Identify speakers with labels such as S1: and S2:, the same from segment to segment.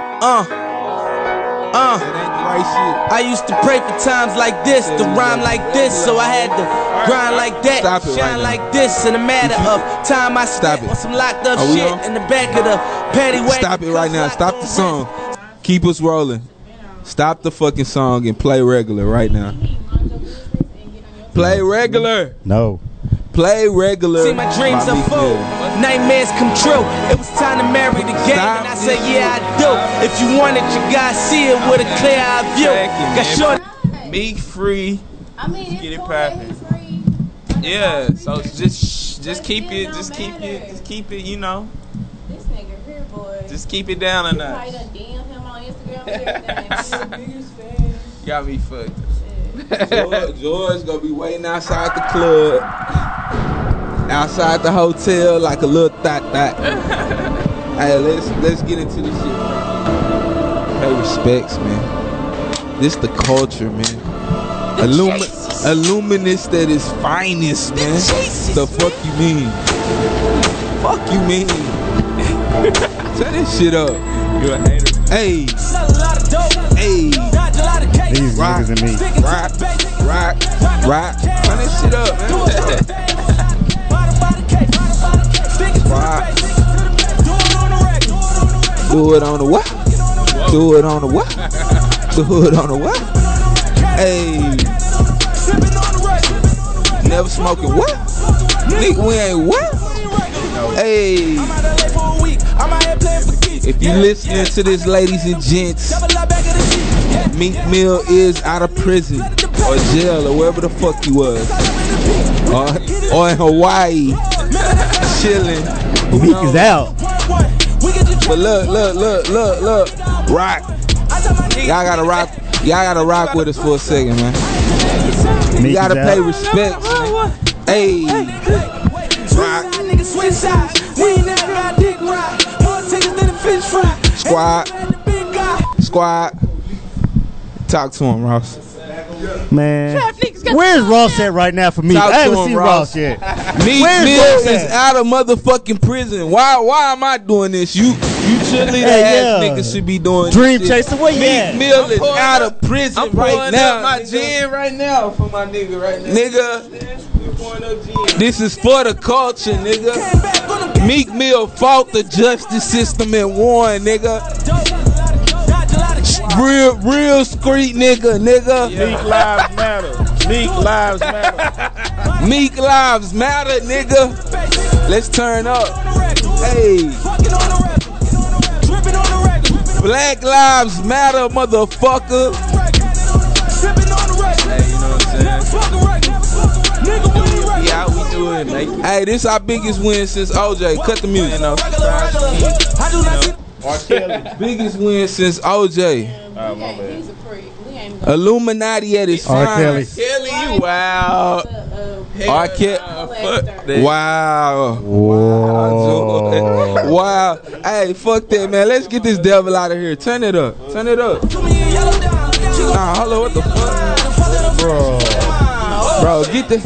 S1: Uh, uh.
S2: That ain't the right
S1: I used to pray for times like this, to rhyme like this, so I had to grind like that,
S2: Stop it right
S1: shine
S2: now.
S1: like this. In a matter of time, I
S2: Stop
S1: spent
S2: it.
S1: on some locked up
S2: Are we
S1: shit
S2: on?
S1: in the back of the paddy wagon.
S2: shit. Stop it right now.
S1: Locked
S2: Stop
S1: on
S2: the
S1: rent.
S2: song. Keep us rolling. Stop the fucking song and play regular right now. Play regular.
S3: No.
S2: Play regular.
S1: See my dreams
S2: by Meek
S1: unfold,
S2: Mill.
S1: nightmares come true. It was time to marry the game,
S2: Stop
S1: and I
S2: this
S1: said, yeah, I do. If you want it, you gotta see it with a clear eye view. Got
S4: Second, man.
S1: short.
S4: Meek free.
S5: I mean, it's
S4: Get it
S5: cool that
S4: poppin'.
S5: he's free.
S4: Yeah. So just just
S5: But
S4: keep
S5: it
S4: it,
S5: don't
S4: just keep it,
S5: matter.
S4: just keep it. You know,
S5: This nigga here, boy.
S4: just keep it down a
S5: You probably
S4: notch.
S5: done DM him on Instagram and everything. He's the biggest fan.
S4: Got me fucked.
S2: George, George gonna be waiting outside the club, outside the hotel like a little thot thot. hey, let's let's get into this shit. Pay respects, man. This the culture, man. Illumi- Illuminist at its finest, man. the fuck you mean? Fuck you mean? Turn this shit up.
S4: You a hater?
S2: Hey,
S1: Sell a lot of dope,
S2: hey,
S1: dodge a lot of cake.
S3: These
S2: Right.
S3: niggas and me.
S2: rock, rock, rock. Turn this shit up, man. Rock. Do it on the what? Do it on the what? Do it on the what? Hey, never smoking what? Nigga, we ain't what? Hey, if you listening to this, ladies and gents, Meek Mill is out of prison or jail or wherever the fuck he was, or, or in Hawaii, chilling. Who
S3: Meek
S2: knows?
S3: is out.
S2: But look, look, look, look, look. Rock. Y'all gotta rock. Y'all gotta rock with us for a second, man. You
S3: Meek
S2: gotta
S3: is
S2: pay
S3: out.
S2: respects. man. Hey, rock squad, squad. Talk to him, Ross.
S3: Man. Where's Ross at right now for me?
S2: Talk
S3: I
S2: to
S3: haven't
S2: him,
S3: seen
S2: Ross.
S3: Ross yet.
S2: Meek
S3: Where's
S2: Mills
S3: Ross at?
S2: is out of motherfucking prison. Why? Why am I doing this? You, you cheerleader
S3: Hey,
S2: ass
S3: yeah.
S2: niggas should be doing
S3: Dream
S2: this shit.
S3: Chaser, where you at?
S2: Meek Mill is
S4: pouring
S2: out
S4: up-
S2: of prison
S4: I'm pouring
S2: right now,
S4: up my
S2: nigga.
S4: gin right now for my nigga right now.
S2: nigga.
S4: I'm pouring up gin.
S2: This is for the culture, nigga. Meek Mill fought the justice system and won, nigga. Real, real street nigga, nigga.
S6: Meek lives matter. Meek lives matter.
S2: Meek lives matter, nigga. Let's turn up. Hey. Black lives matter, motherfucker.
S4: Hey, you know what I'm saying?
S2: Yeah,
S4: How we doing, make it
S2: Hey, this our biggest win since OJ. Cut the music.
S4: no
S2: Biggest win since OJ.
S5: We ain't- He's a freak. We ain't even gonna
S2: Illuminati at his
S3: R. Kelly.
S2: finest.
S4: Kelly, you wow.
S5: uh,
S2: R. Kelly.
S5: uh,
S4: Fuck that.
S2: Wow.
S3: Whoa.
S2: wow. Hey, fuck that, man. Let's get this devil out of here. Turn it up. Turn it up. Nah, hello, what the fuck?
S3: Bro.
S2: Bro, get the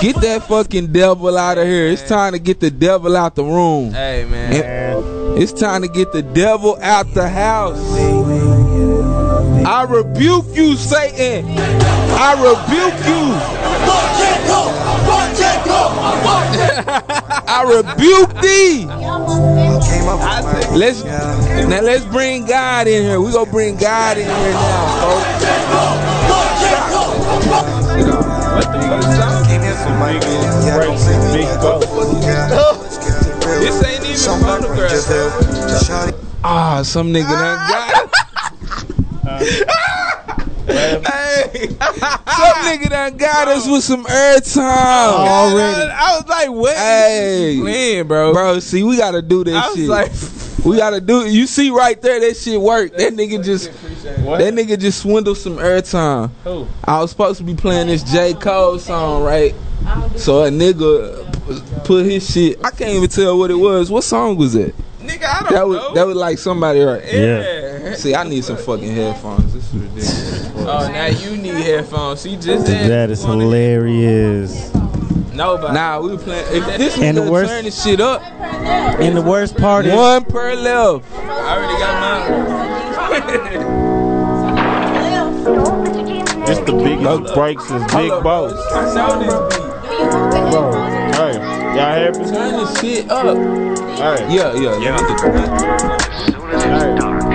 S2: get that fucking devil out of here. It's time to get the devil out the room.
S4: Hey man,
S3: Man.
S2: It's time to get the devil out the house. I rebuke you, Satan. I rebuke you. I rebuke thee. Let's now let's bring God in here. We gonna bring God in here now, folks.
S4: this ain't even photographed. bro.
S2: Ah, some nigga done got Hey, some nigga done got us with some air time.
S3: Already.
S4: Oh, I was like, what?
S2: Hey.
S4: Hey, man, bro.
S2: Bro, see, we gotta do this
S4: I was
S2: shit.
S4: like,
S2: we gotta do. You see right there, that shit worked. That nigga just,
S6: What?
S2: that nigga just swindled some airtime.
S6: Who?
S2: I was supposed to be playing this J Cole song, right? So a nigga put his shit. I can't even tell what it was. What song was it?
S4: nigga, I don't
S2: That was
S4: know.
S2: that was like somebody right.
S4: yeah.
S2: See, I need some fucking headphones. This is ridiculous.
S4: Oh, now you need headphones. She just said
S3: That is hilarious.
S4: nobody.
S2: Nah, we were playing. If this
S3: And the
S2: nigga
S3: worst-
S2: turn this shit up,
S3: And the worst part is
S2: one per left.
S4: I already got mine.
S6: This the biggest breaks since Big Boss.
S4: I saw this beat.
S6: Hey, y'all happy?
S2: Turn this shit up.
S6: Hey,
S2: Yeah, yeah, yeah.
S6: hey.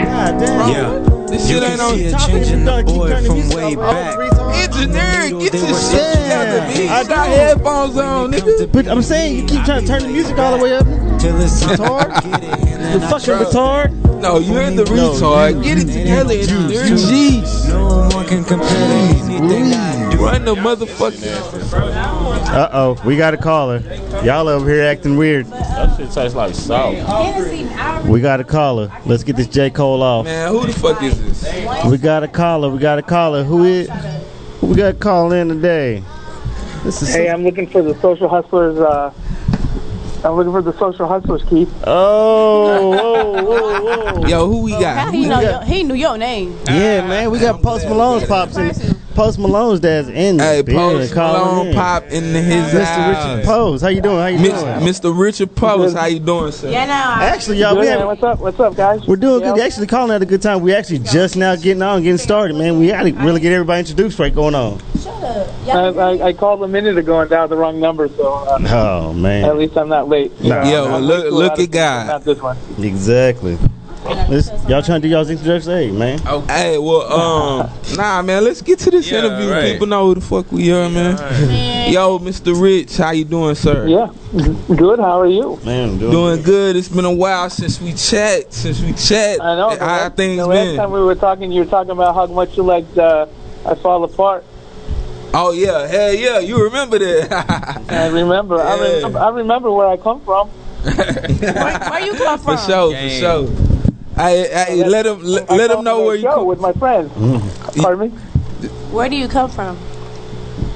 S3: God damn.
S1: Yeah.
S2: This shit ain't on.
S1: it
S3: Top
S1: changing the
S3: introduction,
S1: boy
S3: turn the
S1: from
S3: music
S1: way
S3: up all
S1: back.
S3: three times.
S2: Engineering, get your shit together,
S3: Yeah.
S2: bitch.
S3: I
S2: I got headphones on, nigga.
S3: But I'm saying you keep trying to turn the music all the way up. nigga.
S1: Till it's
S3: Retard. You fucking retard.
S2: No, you in the
S3: No,
S2: retard. Get it together, engineering. Jeez.
S1: No one can compare to anything I do.
S2: Run the motherfucker.
S3: Uh oh, we got a caller. Y'all over here acting weird.
S6: That shit tastes like salt.
S3: We got a caller. Let's get this J Cole off.
S2: Man, who the fuck is this?
S3: We got a caller. We got a caller. Who is? Who we got calling in today? This is.
S7: Hey, I'm looking for the social hustlers. Uh, I'm looking for the social hustlers, Keith.
S3: oh, whoa, whoa, whoa.
S2: Yo, who we
S5: How
S2: got?
S5: he know? Your, he knew your name.
S3: Yeah, man, we got Post Malone's pops in. Post Malone's dad's in. the
S2: Hey,
S3: building
S2: Post
S3: calling
S2: Malone
S3: in.
S2: pop in his
S3: Mr. Richard
S2: eyes.
S3: Pose, how you doing? How you
S2: Mis-
S3: doing?
S2: Mr. Richard Powers, how you doing, sir?
S5: Yeah, now.
S3: Actually, y'all,
S7: Good,
S3: we
S7: man.
S3: have,
S7: What's up? What's up, guys?
S3: we're doing good.
S7: Yeah.
S3: Actually, calling at a good time. We actually just now getting on, getting started, man. We got to really get everybody introduced. Right going on.
S5: Shut up.
S7: I,
S5: Y'all
S7: I, I called a minute ago and dialed the wrong number, so uh,
S3: Oh
S7: at
S3: man,
S7: least I'm not late.
S3: Nah.
S7: Yeah,
S2: Yo, look- look at God.
S7: Not this one.
S3: exactly. This, y'all trying to do y'all's introductions, hey man.
S2: Hey, well, um, nah, man, let's get to this
S4: Yeah,
S2: interview.
S4: right.
S2: People know who the fuck we are, man.
S5: man.
S2: Yo, Mr. Rich, how you doing, sir?
S7: Yeah. Good. How are you?
S3: Man, I'm doing,
S2: Doing good. It's been a while since we chat. Since we chat,
S7: I know. the
S2: how
S7: last-
S2: things
S7: the last
S2: been?
S7: time we were talking, you were talking about how much you liked uh, I Fall Apart.
S2: Oh yeah, hell yeah, you remember that?
S7: I remember. I,
S2: Yeah.
S7: remember I remember where I come from.
S5: Where, where you come
S2: for
S5: from?
S2: sure, for
S4: Damn.
S2: sure. Hey, hey, let them let,
S7: I
S2: let 'em
S7: come
S2: know
S7: from
S2: where
S7: a
S2: you
S7: show
S2: come. Mm-hmm.
S7: with my friends. Pardon me.
S5: Where do you come from?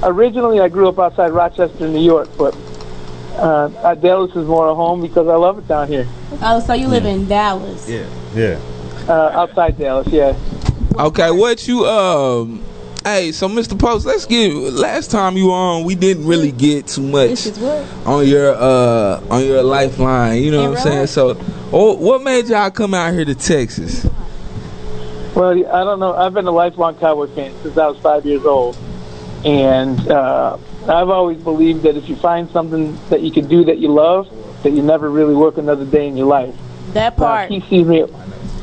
S7: Originally, I grew up outside Rochester, New York, but uh, uh, Dallas is more a home because I love it down here.
S5: Oh, so you live in Dallas. Yeah.
S3: yeah.
S7: Uh, outside Dallas, yeah.
S2: Okay, what you um? Hey, so Mr. Post, let's get. Last time you were on, we didn't really get too
S5: This
S2: much
S5: is what?
S2: on your uh on your lifeline. You know
S5: In
S2: what I'm
S5: real
S2: saying?
S5: life?
S2: So, oh, what made y'all come out here to Texas?
S7: Well, I don't know. I've been a lifelong Cowboy fan since I was five years old, and uh, I've always believed that if you find something that you can do that you love, that you never really work another day in your life.
S5: That
S7: Now,
S5: part.
S7: he sees me.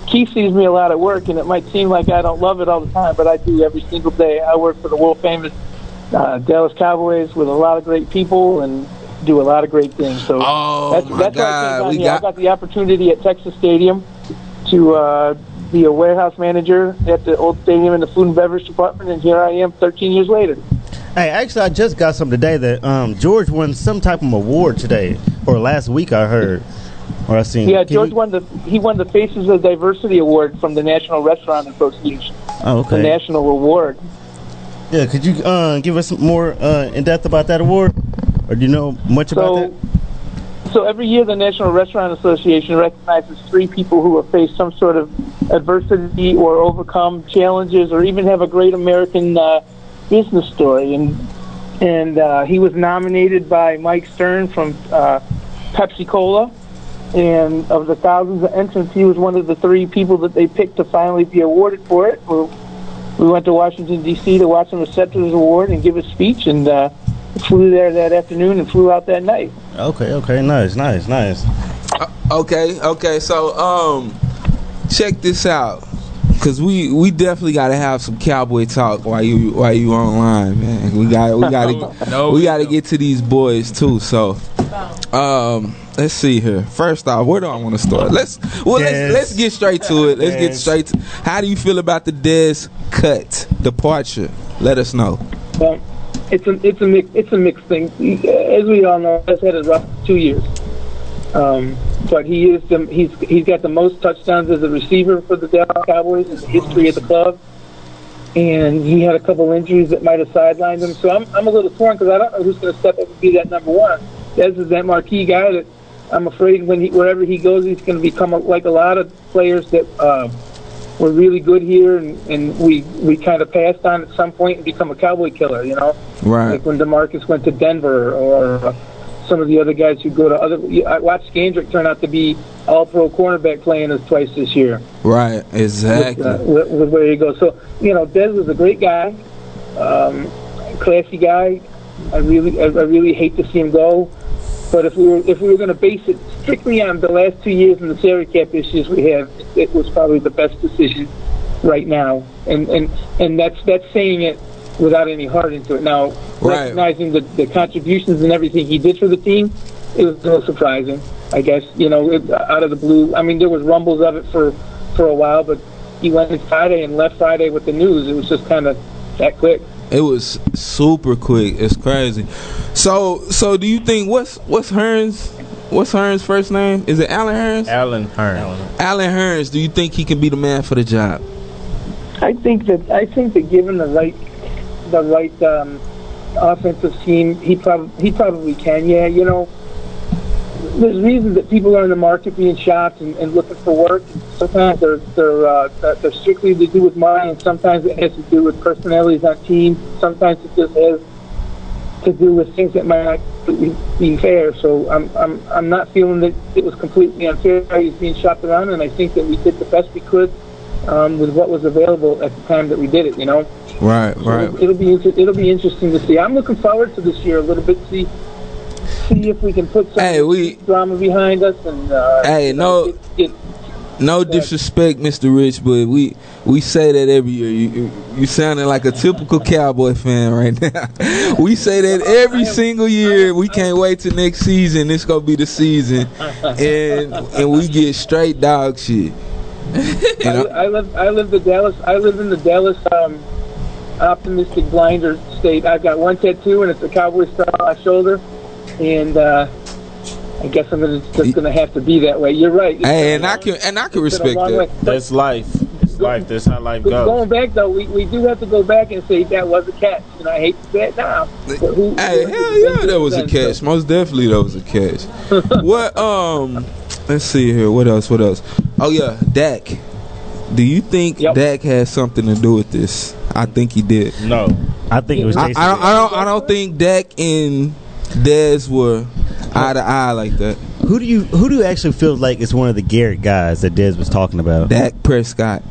S7: He sees me a lot at work, and it might seem like I don't love it all the time, but I do every single day. I work for the world famous uh, Dallas Cowboys with a lot of great people and do a lot of great things. So
S2: Oh
S7: that's,
S2: my
S7: that's why I came
S2: God,
S7: down
S2: we
S7: here. I
S2: got
S7: got the opportunity at Texas Stadium to uh, be a warehouse manager at the old stadium in the food and beverage department, and here I am 13 years later.
S2: Mm-hmm.
S3: Hey, actually, I just got some today that um, George won some type of award today or last week. I heard or I seen.
S7: Yeah,
S3: Can
S7: George
S3: you-
S7: won the he won the Faces of Diversity Award from the National Restaurant Association,
S3: Oh,
S7: the
S3: okay.
S7: national award.
S3: Yeah, could you uh, give us more uh, in depth about that award, or do you know much about
S7: So,
S3: that?
S7: so every year the National Restaurant Association recognizes three people who have faced some sort of adversity or overcome challenges or even have a great American uh, business story. And and uh, he was nominated by Mike Stern from uh, Pepsi Cola. And of the thousands of entrants, he was one of the three people that they picked to finally be awarded for it. We we went to Washington D.C. to watch him accept his award and give his speech, and uh, flew there that afternoon and flew out that night.
S3: Okay, okay, nice, nice, nice.
S2: Okay, okay. So, um, check this out, cause we we definitely gotta have some cowboy talk while you while you online, man. We got we gotta
S4: No,
S2: we gotta get to these boys too. So, um, let's see here. First off, where do I want to start? Let's well
S3: Des.
S2: let's let's get straight to it. Let's get
S3: Des.
S2: straight. to How do you feel about the Des cut departure? Let us know.
S7: But it's a it's a mix, it's a mixed thing. As we all know, has had a rough two years. Um, but he is the, he's he's got the most touchdowns as a receiver for the Dallas Cowboys in the history of the club. And he had a couple injuries that might have sidelined him. So I'm I'm a little torn because I don't know who's going to step up and be that number one. Dez is that marquee guy that I'm afraid when he, wherever he goes, he's going to become a, like a lot of players that. Uh, were really good here, and, and we we kind of passed on at some point and become a cowboy killer, you know,
S2: Right.
S7: like when Demarcus went to Denver or some of the other guys who go to other. I watched Skandrick turn out to be all pro cornerback playing us twice this year
S2: Right, exactly.
S7: uh, with, with where he goes. So you know, Dez was a great guy, um, classy guy. I really, I, I really hate to see him go. But if we were if we were going to base it strictly on the last two years and the salary cap issues we have, it was probably the best decision right now. And and and that's that's saying it without any heart into it. Now
S2: Right.
S7: recognizing the, the contributions and everything he did for the team, it was a little surprising. I guess you know it, out of the blue. I mean, there was rumbles of it for for a while, but he went in Friday and left Friday with the news. It was just kind of that quick.
S2: It was super quick. It's crazy. So, so do you think what's what's Hearns? What's Hearns' first name? Is it Alan Hearns?
S6: Alan Hearn.
S2: Alan Hearns. Do you think he can be the man for the job?
S7: I think that I think that given the right the right um, offensive scheme, he probably he probably can. Yeah, you know, there's reasons that people are in the market being shopped and, and looking for work. Sometimes they're they're uh, they're- they're strictly to do with money, and sometimes it has to do with personalities on teams. Sometimes it just has to do with things that might not be- be fair. So I'm I'm I'm not feeling that it was completely unfair how he's being shopped around, and I think that we did the best we could um, with what was available at the time that we did it. You know,
S2: Right, right.
S7: it'll, it'll be inter- it'll be interesting to see. I'm looking forward to this year a little bit. See see if we can put some
S2: Hey, we-
S7: drama behind us and uh,
S2: Hey,
S7: you know,
S2: no-
S7: get- get-
S2: No disrespect, Mr. Rich, but we we say that every year. You you, you sounding like a typical cowboy fan right now. we say that every single year. We can't wait till next season. It's gonna be the season, and and we get straight dog shit.
S7: I,
S2: And I-
S7: I live I live the Dallas I live in the Dallas um, optimistic blinder state. I've got one tattoo and it's a cowboy star on my shoulder, and uh, I guess I'm gonna, just going to have to be that way. You're right. It's
S2: Hey,
S7: been
S2: and
S7: a
S2: I
S7: long-
S2: can and I can
S7: it's been a
S2: respect
S7: long
S2: that.
S7: way.
S6: That's life. It's life. That's how life
S7: But
S6: goes.
S7: Going back though, we, we do have to go back and say that was a catch, and I hate to say it now. but who-
S2: Hey,
S7: who-
S2: hell yeah,
S7: who-
S2: that was a catch. Most definitely, that was a catch. what? Um, let's see here. What else? What else? Oh yeah, Dak. Do you think
S7: Yep.
S2: Dak has something to do with this? I think he did.
S6: No.
S3: I think it was
S2: I, I
S3: Jason.
S2: don't. I don't. I don't think Dak and Dez were eye to eye like that.
S3: who do you who do you actually feel like is one of the Garrett guys that Dez was talking about?
S2: Dak Prescott.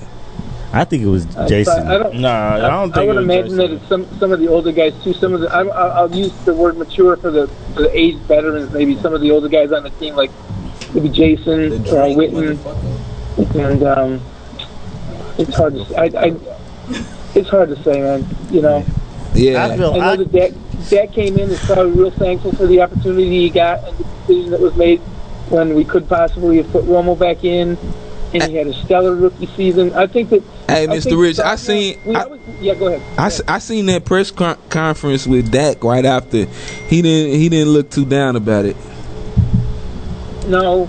S3: I think it was
S7: I-
S3: Jason.
S7: Uh, I don't,
S6: Nah, I don't think
S7: I would
S6: it was
S7: imagine that
S6: Jason.
S7: it's some some of the older guys too. Some of the I, I, I'll use the word mature for the for the aged veterans. Maybe some of the older guys on the team, like maybe Jason or Witten, and um, it's hard to s- I, I it's hard to say, man. You know,
S3: I
S2: Yeah.
S3: feel I,
S7: I know that Dak, Dak came in is probably real thankful for the opportunity he got and the decision that was made when we could possibly have put Romo back in. And he had a stellar rookie season. I think that.
S2: Hey,
S7: I
S2: Mr.
S7: think-
S2: Rich, I seen-
S7: We
S2: I-
S7: always- yeah, go ahead.
S2: I, s- I seen that press con- conference with Dak right after. He didn't. He didn't look too down about it.
S7: No,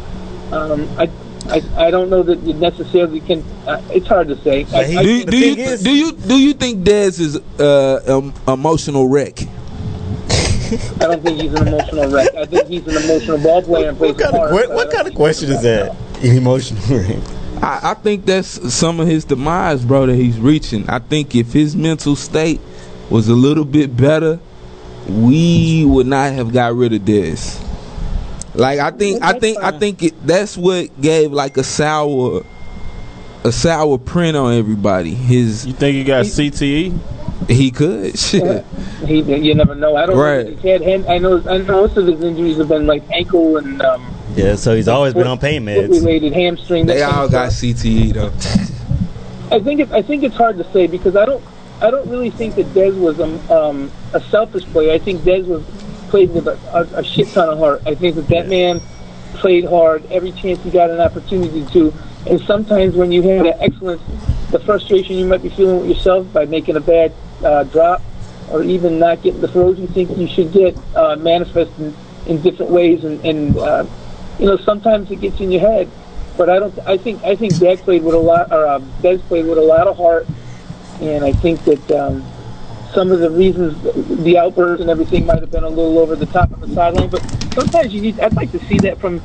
S7: um, I, I, I don't know that you necessarily can. Uh, it's hard to say. I,
S3: he-
S7: I,
S2: Do you,
S3: The
S2: do you
S3: thing is-
S2: do you do you think Dez is uh um, emotional wreck?
S7: I don't think he's an emotional wreck. I think he's an emotional ball player and plays
S3: what kind of
S7: hard. uh,
S3: que- what kind of question is that? Emotional.
S2: I, I think that's some of his demise, bro. That he's reaching. I think if his mental state was a little bit better, we would not have got rid of Dez. Like I think I think I think it, that's what gave like a sour a sour print on everybody. His
S6: You think you got E? CTE?
S2: he could shit.
S7: He, you never know. I don't.
S2: Right.
S7: Know if he's had hand, I know. I know most of his injuries have been like ankle and um,
S3: Yeah, so he's always been on pain meds.
S7: related hamstring. that
S2: They
S7: kind of
S2: all got
S7: stuff.
S2: CTE though.
S7: I think it, I think it's hard to say because I don't I don't really think that Dez was a, um, a selfish player. I think Dez was played with a, a, a shit ton of heart. I think that that man played hard every chance he got an opportunity to. And sometimes when you have that excellence, the frustration you might be feeling with yourself by making a bad uh, drop or even not getting the throws you think you should get uh, manifest in, in different ways. And, and uh, you know sometimes it gets in your head. But I don't. I think I think Dak played with a lot, or um, Des played with a lot of heart, and I think that um, some of the reasons, the outbursts and everything, might have been a little over the top on the sideline. But sometimes you need. I'd like to see that from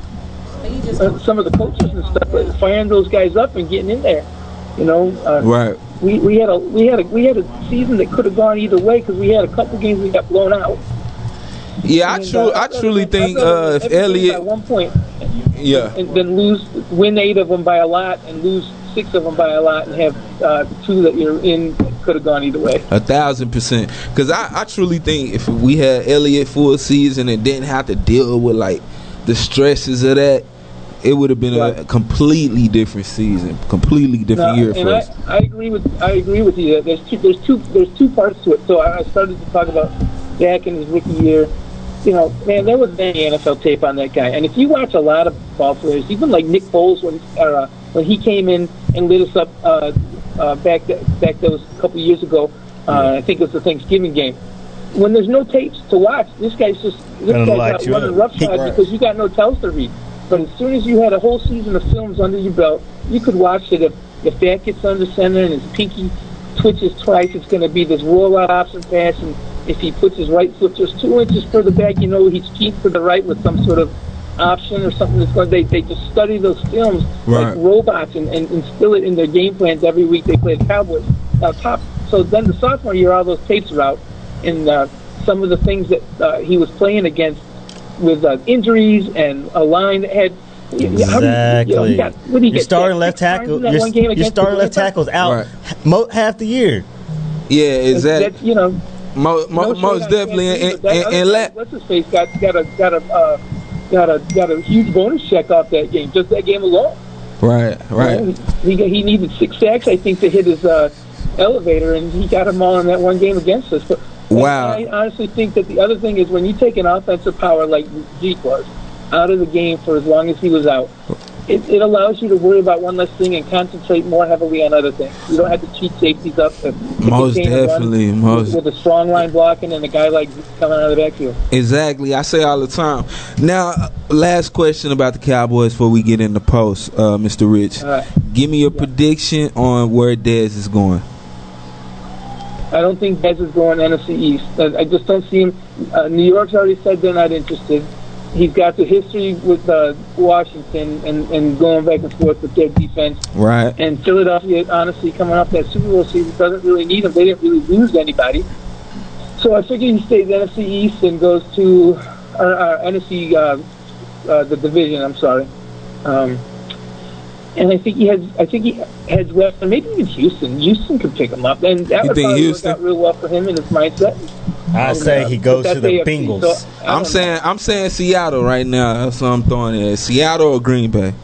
S5: He just
S7: uh, some of the coaches and stuff, but firing those guys up and getting in there. You know, uh,
S2: Right.
S7: we, we had a we had a we had a season that could have gone either way because we had a couple games we got blown out,
S2: Yeah, I
S7: mean,
S2: true.
S7: uh,
S2: I truly
S7: thought- I
S2: think
S7: thought
S2: uh, if
S7: every team by
S2: Elliot,
S7: one point
S2: yeah,
S7: and then lose, win eight of them by a lot, and lose six of them by a lot, and have uh, two that you're in could have gone either way.
S2: a thousand percent. Because I, I truly think if we had Elliot for a season and didn't have to deal with like the stresses of that, it would have been a
S7: Right.
S2: completely different season, completely
S7: No,
S2: different year
S7: and
S2: for us.
S7: I, I agree with I agree with you. that There's two there's two there's two parts to it. So I I started to talk about Dak and his rookie year. You know, man, there was any NFL tape on that guy. And if you watch a lot of ball players, even like Nick Foles when or, uh, when he came in and lit us up uh, uh, back th- back those couple years ago, uh, I think it was the Thanksgiving game. When there's no tapes to watch, this guy's just this
S3: Gonna
S7: guy's
S3: light
S7: out
S3: you
S7: running
S3: up.
S7: roughshod
S3: Right.
S7: because you got no tells to read. But as soon as you had a whole season of films under your belt, you could watch it. If if that gets under center and his pinky twitches twice, it's going to be this rollout option pass. And if he puts his right foot just two inches further back, you know he's keyed to the right with some sort of option or something that's going. They they just study those films
S2: Right.
S7: like robots and, and instill it in their game plans every week they play the Cowboys. Now, top, so then the sophomore year, all those tapes are out, and uh, some of the things that uh, he was playing against with uh, injuries and a line that had. how do you- you know,
S3: Exactly.
S7: he got- what did he
S3: your
S7: get,
S3: starting
S7: six
S3: left
S7: times
S3: tackle,
S7: in that
S3: your,
S7: one game
S3: your
S7: against the
S3: starting left
S7: Bengals?
S3: tackle's out
S2: Right.
S3: mo- half the year.
S2: yeah, exactly.
S7: That's, you know,
S2: Mo, mo,
S7: no shade
S2: most
S7: on
S2: definitely,
S7: Cam
S2: and,
S7: Newton, but that
S2: and,
S7: other
S2: and
S7: guy,
S2: let
S7: what's his face got got a got a uh, got a got a huge bonus check off that game, just that game alone.
S2: right, right.
S7: You know, He he needed six sacks, I think, to hit his uh, elevator, and he got them all in that one game against us. But but
S2: Wow.
S7: I honestly think that the other thing is when you take an offensive power like Zeke was out of the game for as long as he was out, it, it allows you to worry about one less thing and concentrate more heavily on other things. You don't have to cheat safeties up. To, to
S2: Most
S7: contain a run
S2: definitely, most-
S7: with a strong line blocking and a guy like Zeke coming out of the backfield.
S2: Exactly. I say all the time. Now, uh, last question about the Cowboys before we get in the post, uh, Mr. Rich.
S7: All right.
S2: Give me your prediction on where Dez is going.
S7: I don't think Dez is going NFC East. I I just don't see him. Uh, New York's already said they're not interested. He's got the history with uh, Washington and, and going back and forth with their defense.
S2: Right.
S7: And Philadelphia, honestly, coming off that Super Bowl season, doesn't really need him. They didn't really lose anybody. So I figure he stays NFC East and goes to or, uh, NFC uh, uh, the division. I'm sorry. Um, and I think he has. I think he has West, and maybe even Houston. Houston could pick him up, and that
S2: You
S7: would
S2: think
S7: probably
S2: Houston?
S7: work out real well for him and his mindset.
S3: I
S7: And,
S3: say
S7: uh,
S3: he goes
S7: but
S3: to the
S7: that's AFC,
S3: Bengals.
S7: so I don't
S2: I'm saying I'm saying Seattle right now. That's what I'm throwing there. Seattle or Green Bay.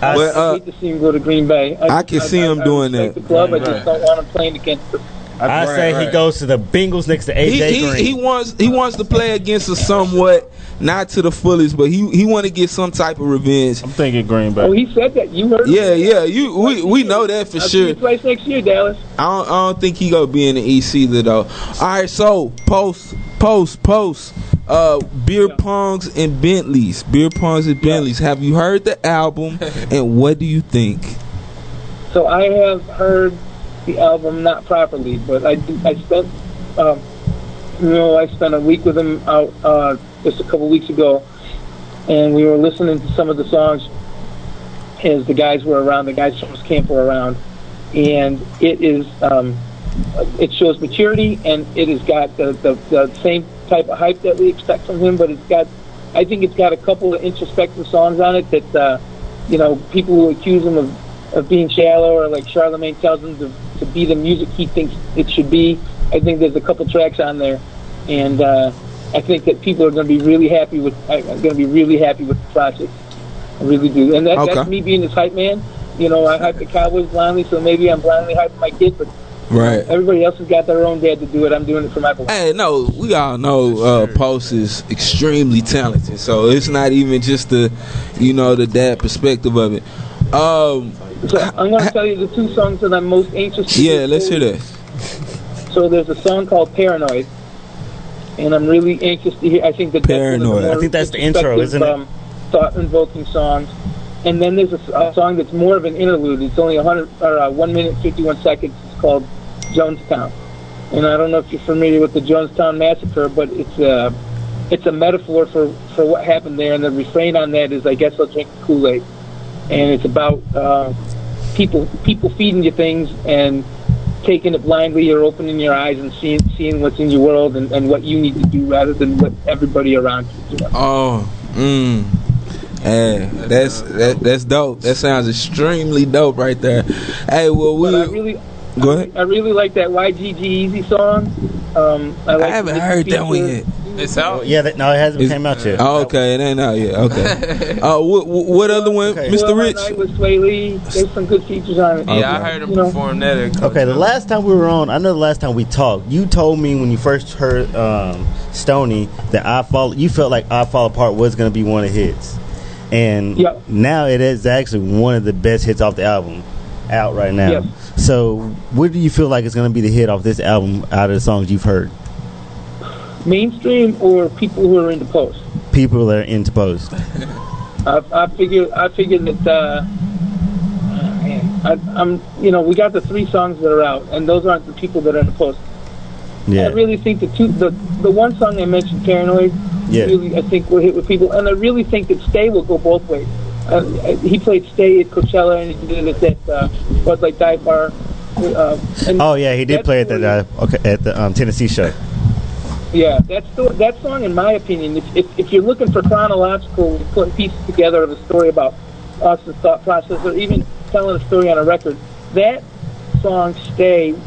S3: I,
S2: Well,
S7: know.
S2: uh,
S7: I hate to see him go to Green Bay.
S2: I can see him
S7: I
S2: doing
S7: respect
S2: that.
S7: The club.
S6: Right,
S7: I just
S6: right.
S7: don't want him playing against. The,
S3: I
S6: Right,
S3: say he
S6: right.
S3: goes to the Bengals next to AJ
S2: He, he,
S3: Green.
S2: he wants he wants to play against us somewhat, not to the fullest, but he he want to get some type of revenge.
S6: I'm thinking Green
S7: oh,
S6: Bay.
S7: he said that. You heard? him.
S2: Yeah, yeah. You we, we know that for
S7: I'll see
S2: sure.
S7: you twice next year, Dallas.
S2: I don't, I don't think he gonna be in the East either though. All right, so post, post, post. Uh, beer
S7: Yeah.
S2: pongs and Bentleys. Beer pongs and Bentleys. Have you heard the album? and what do you think?
S7: So I have heard the album not properly, but I do- I spent um, you know I spent a week with him out uh, just a couple weeks ago, and we were listening to some of the songs as the guys were around, the guys from his camp were around, and it is um, it shows maturity and it has got the, the the same type of hype that we expect from him, but it's got I think it's got a couple of introspective songs on it that uh, you know people who accuse him of of being shallow or like Charlemagne tells him to, to be the music he thinks it should be. I think there's a couple tracks on there, and uh, I think that people are going to be really happy with. I'm going to be really happy with the project. I really do, and that,
S2: Okay.
S7: that's me being his hype man. You know, I hype the Cowboys blindly, so maybe I'm blindly hyping my kid, but
S2: Right.
S7: everybody else has got their own dad to do it. I'm doing it for my boy.
S2: Hey, no, we all know uh, Post is extremely talented, so it's not even just the, you know, the dad perspective of it. Um,
S7: So I'm going to tell you the two songs that I'm most anxious. to
S2: yeah, let's hear that.
S7: So there's a song called Paranoid, and I'm really anxious to hear. I think that
S2: Paranoid.
S3: I think that's the intro, isn't it?
S7: thought invoking um, songs, and then there's a, a song that's more of an interlude. It's only 100 or uh, one minute 51 seconds. It's called Jonestown, and I don't know if you're familiar with the Jonestown massacre, but it's a it's a metaphor for for what happened there. And the refrain on that is, "I guess I'll drink Kool Aid," and it's about uh, people people feeding you things and taking it blindly or opening your eyes and seeing seeing what's in your world and, and what you need to do rather than what everybody around you does.
S2: Oh, mm. Hey, that's that, that's dope. That sounds extremely dope right there. Hey, well we
S7: But I really,
S2: go ahead.
S7: I really like that YGG Easy song. Um, I, like
S2: I haven't
S7: the
S2: heard that one
S7: feature.
S2: yet.
S4: It's out.
S3: Yeah, that, no, it hasn't
S2: Is-
S3: came out yet.
S2: Oh, okay, it ain't out yet. Okay. Uh, what, what what other one,
S3: Okay.
S2: Mr.
S7: Well, My
S2: Rich?
S7: Night with Sway Lee. There's some good features on it.
S4: Yeah, I
S2: Okay.
S4: heard him
S7: You know.
S4: perform that. At
S3: Okay, the
S4: Coachella.
S3: last time we were on, I know the last time we talked, you told me when you first heard um, Stony that I fall, you felt like I Fall Apart was going to be one of the hits, and
S7: Yep.
S3: now it is actually one of the best hits off the album, out right now.
S7: Yes.
S3: So, what do you feel like is going to be the hit off this album out of the songs you've heard?
S7: Mainstream or people who are into post.
S3: People that are into post.
S7: I, I figure I figured that uh, man, I, I'm you know we got the three songs that are out and those aren't the people that are in the post.
S3: Yeah,
S7: I really think the two the the one song they mentioned Paranoid
S3: Yeah.
S7: really I think will hit with people and I really think that Stay will go both ways. Uh, he played Stay at Coachella and he did it at uh, Bud Light Dive Bar. Uh, and
S3: Oh yeah, he did
S7: that's
S3: play at
S7: really-
S3: the uh, okay, at the um, Tennessee show.
S7: Yeah, that's the, that song, in my opinion. If, if, if you're looking for chronological, putting pieces together of a story about Austin's thought process, or even telling a story on a record, that song "Stay"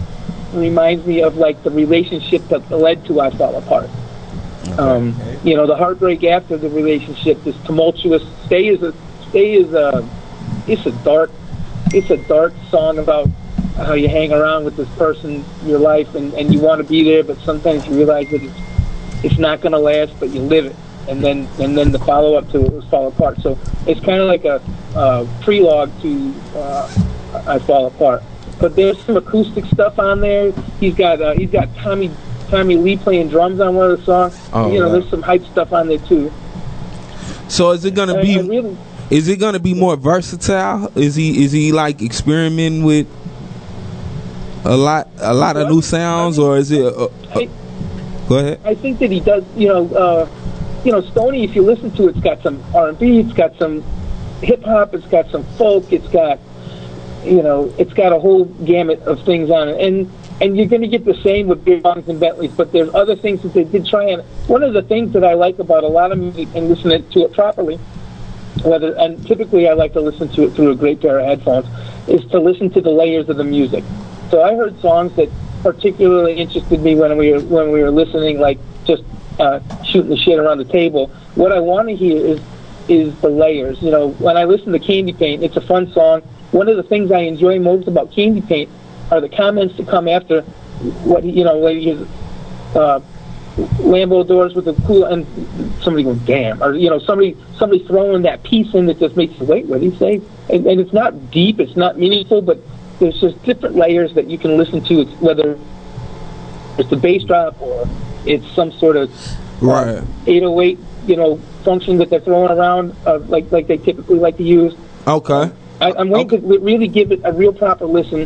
S7: reminds me of like the relationship that led to "I Fall Apart." Um, you know, the heartbreak after the relationship, this tumultuous. "Stay" is a "Stay" is a it's a dark it's a dark song about how you hang around with this person your life and, and you want to be there but sometimes you realize that it's it's not going to last but you live it and then and then the follow up to it was fall apart so it's kind of like a uh, prelogue to uh, I fall apart but there's some acoustic stuff on there he's got uh, he's got Tommy Tommy Lee playing drums on one of the songs
S2: Oh,
S7: you know
S2: wow.
S7: there's some hype stuff on there too
S2: So is it gonna
S7: And I
S2: be
S7: really
S2: is it gonna be more versatile? Is he is he like experimenting with a lot a lot of new sounds or is it? Uh, uh,
S7: I-
S2: go ahead.
S7: I think that he does. You know, uh, you know, Stony. If you listen to it, it's got some R and B. It's got some hip hop. It's got some folk. It's got you know, it's got a whole gamut of things on it. And and you're going to get the same with beer bongs and Bentleys, but there's other things that they did try. And one of the things that I like about a lot of music and listening to it properly, whether and typically I like to listen to it through a great pair of headphones, is to listen to the layers of the music. So I heard songs that particularly interested me when we were when we were listening, like just uh, shooting the shit around the table. What I want to hear is is the layers. You know, when I listen to Candy Paint, it's a fun song. One of the things I enjoy most about Candy Paint are the comments that come after what he- you know, like his uh, Lambo doors with the cool and somebody going damn, or you know, somebody somebody throwing that piece in that just makes you wait. What did he say? And, and it's not deep, it's not meaningful, but there's just different layers that you can listen to. It's whether it's the bass drop or it's some sort of uh,
S2: Right.
S7: 808, you know, function that they're throwing around, uh, like like they typically like to use.
S2: Okay.
S7: I, I'm going to re- really give it a real proper listen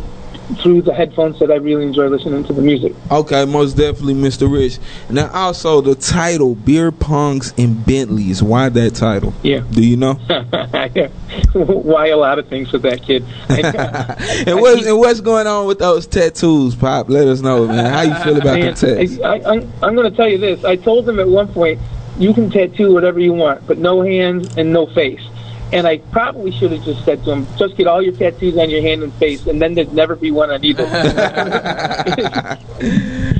S7: through the headphones that I really enjoy listening to the music.
S2: Okay, most definitely, Mr. Rich. Now, also the title, beer pongs and Bentleys. Why that title?
S7: Yeah.
S2: Do you know?
S7: Why a lot of things with that kid?
S2: and what's and what's going on with those tattoos, Pop? Let us know, man. How you feel about the
S7: Man,
S2: tats?
S7: I, I, I'm, I'm going to tell you this. I told them at one point, you can tattoo whatever you want, but no hands and no face. And I probably should have just said to him, just get all your tattoos on your hand and face, and then there'd never be one on either.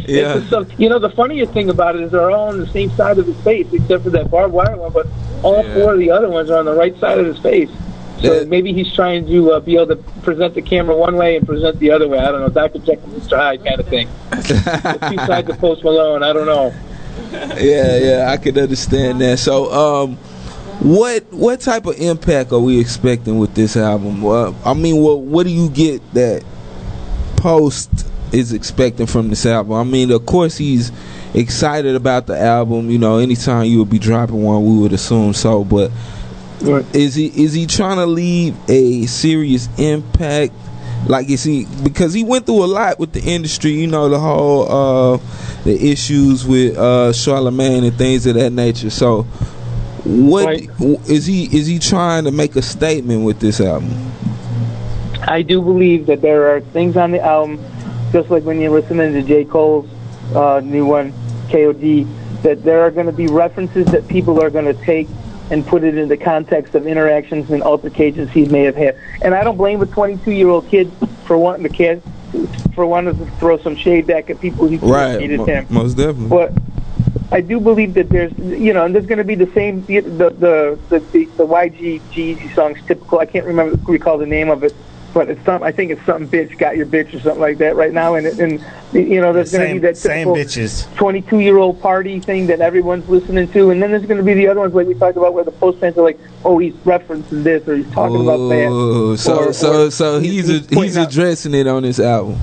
S2: Yeah.
S7: It's just some- you know, the funniest thing about it is they're all on the same side of his face, except for that barbed wire one, but all
S4: Yeah.
S7: four of the other ones are on the right side of his face. So
S2: Yeah.
S7: maybe he's trying to uh, be able to present the camera one way and present the other way. I don't know, Dr. Jekyll, Mr. Hyde kind of thing. the two sides of Post Malone, I don't know.
S2: yeah, yeah, I could understand that. So, um, what what type of impact are we expecting with this album? Uh, I mean, what what do you get that Post is expecting from this album? I mean, of course he's excited about the album. You know, anytime you would be dropping one, we would assume so. But
S7: Right.
S2: is he is he trying to leave a serious impact? Like is he because he went through a lot with the industry, you know, the whole uh the issues with uh Charlemagne and things of that nature. So what
S7: Right.
S2: w- is he is he trying to make a statement with this album?
S7: I do believe that there are things on the album just like when you're listening to J. Cole's uh, new one, KOD, that there are going to be references that people are going to take and put it in the context of interactions and altercations he may have had. And I don't blame a 22 year old kid for wanting to kid for wanting to throw some shade back at people who
S2: Right.
S7: hated
S2: mo-
S7: him.
S2: most definitely.
S7: But I do believe that there's, you know, and there's going to be the same, the the the, the, the YG Jeezy songs, typical. I can't remember recall the name of it, but it's some. I think it's something bitch got your bitch or something like that right now. And it- and you know, there's going to
S3: Same,
S7: be that
S3: same
S7: typical
S3: bitches.
S7: 22 year old party thing that everyone's listening to, and then there's going to be the other ones like we talked about where the post fans are like, oh, he's referencing this or he's talking about that.
S2: Ooh, so
S7: or-
S2: so
S7: or
S2: so he's
S7: he's
S2: a, he's
S7: pointing out-
S2: addressing it on this album.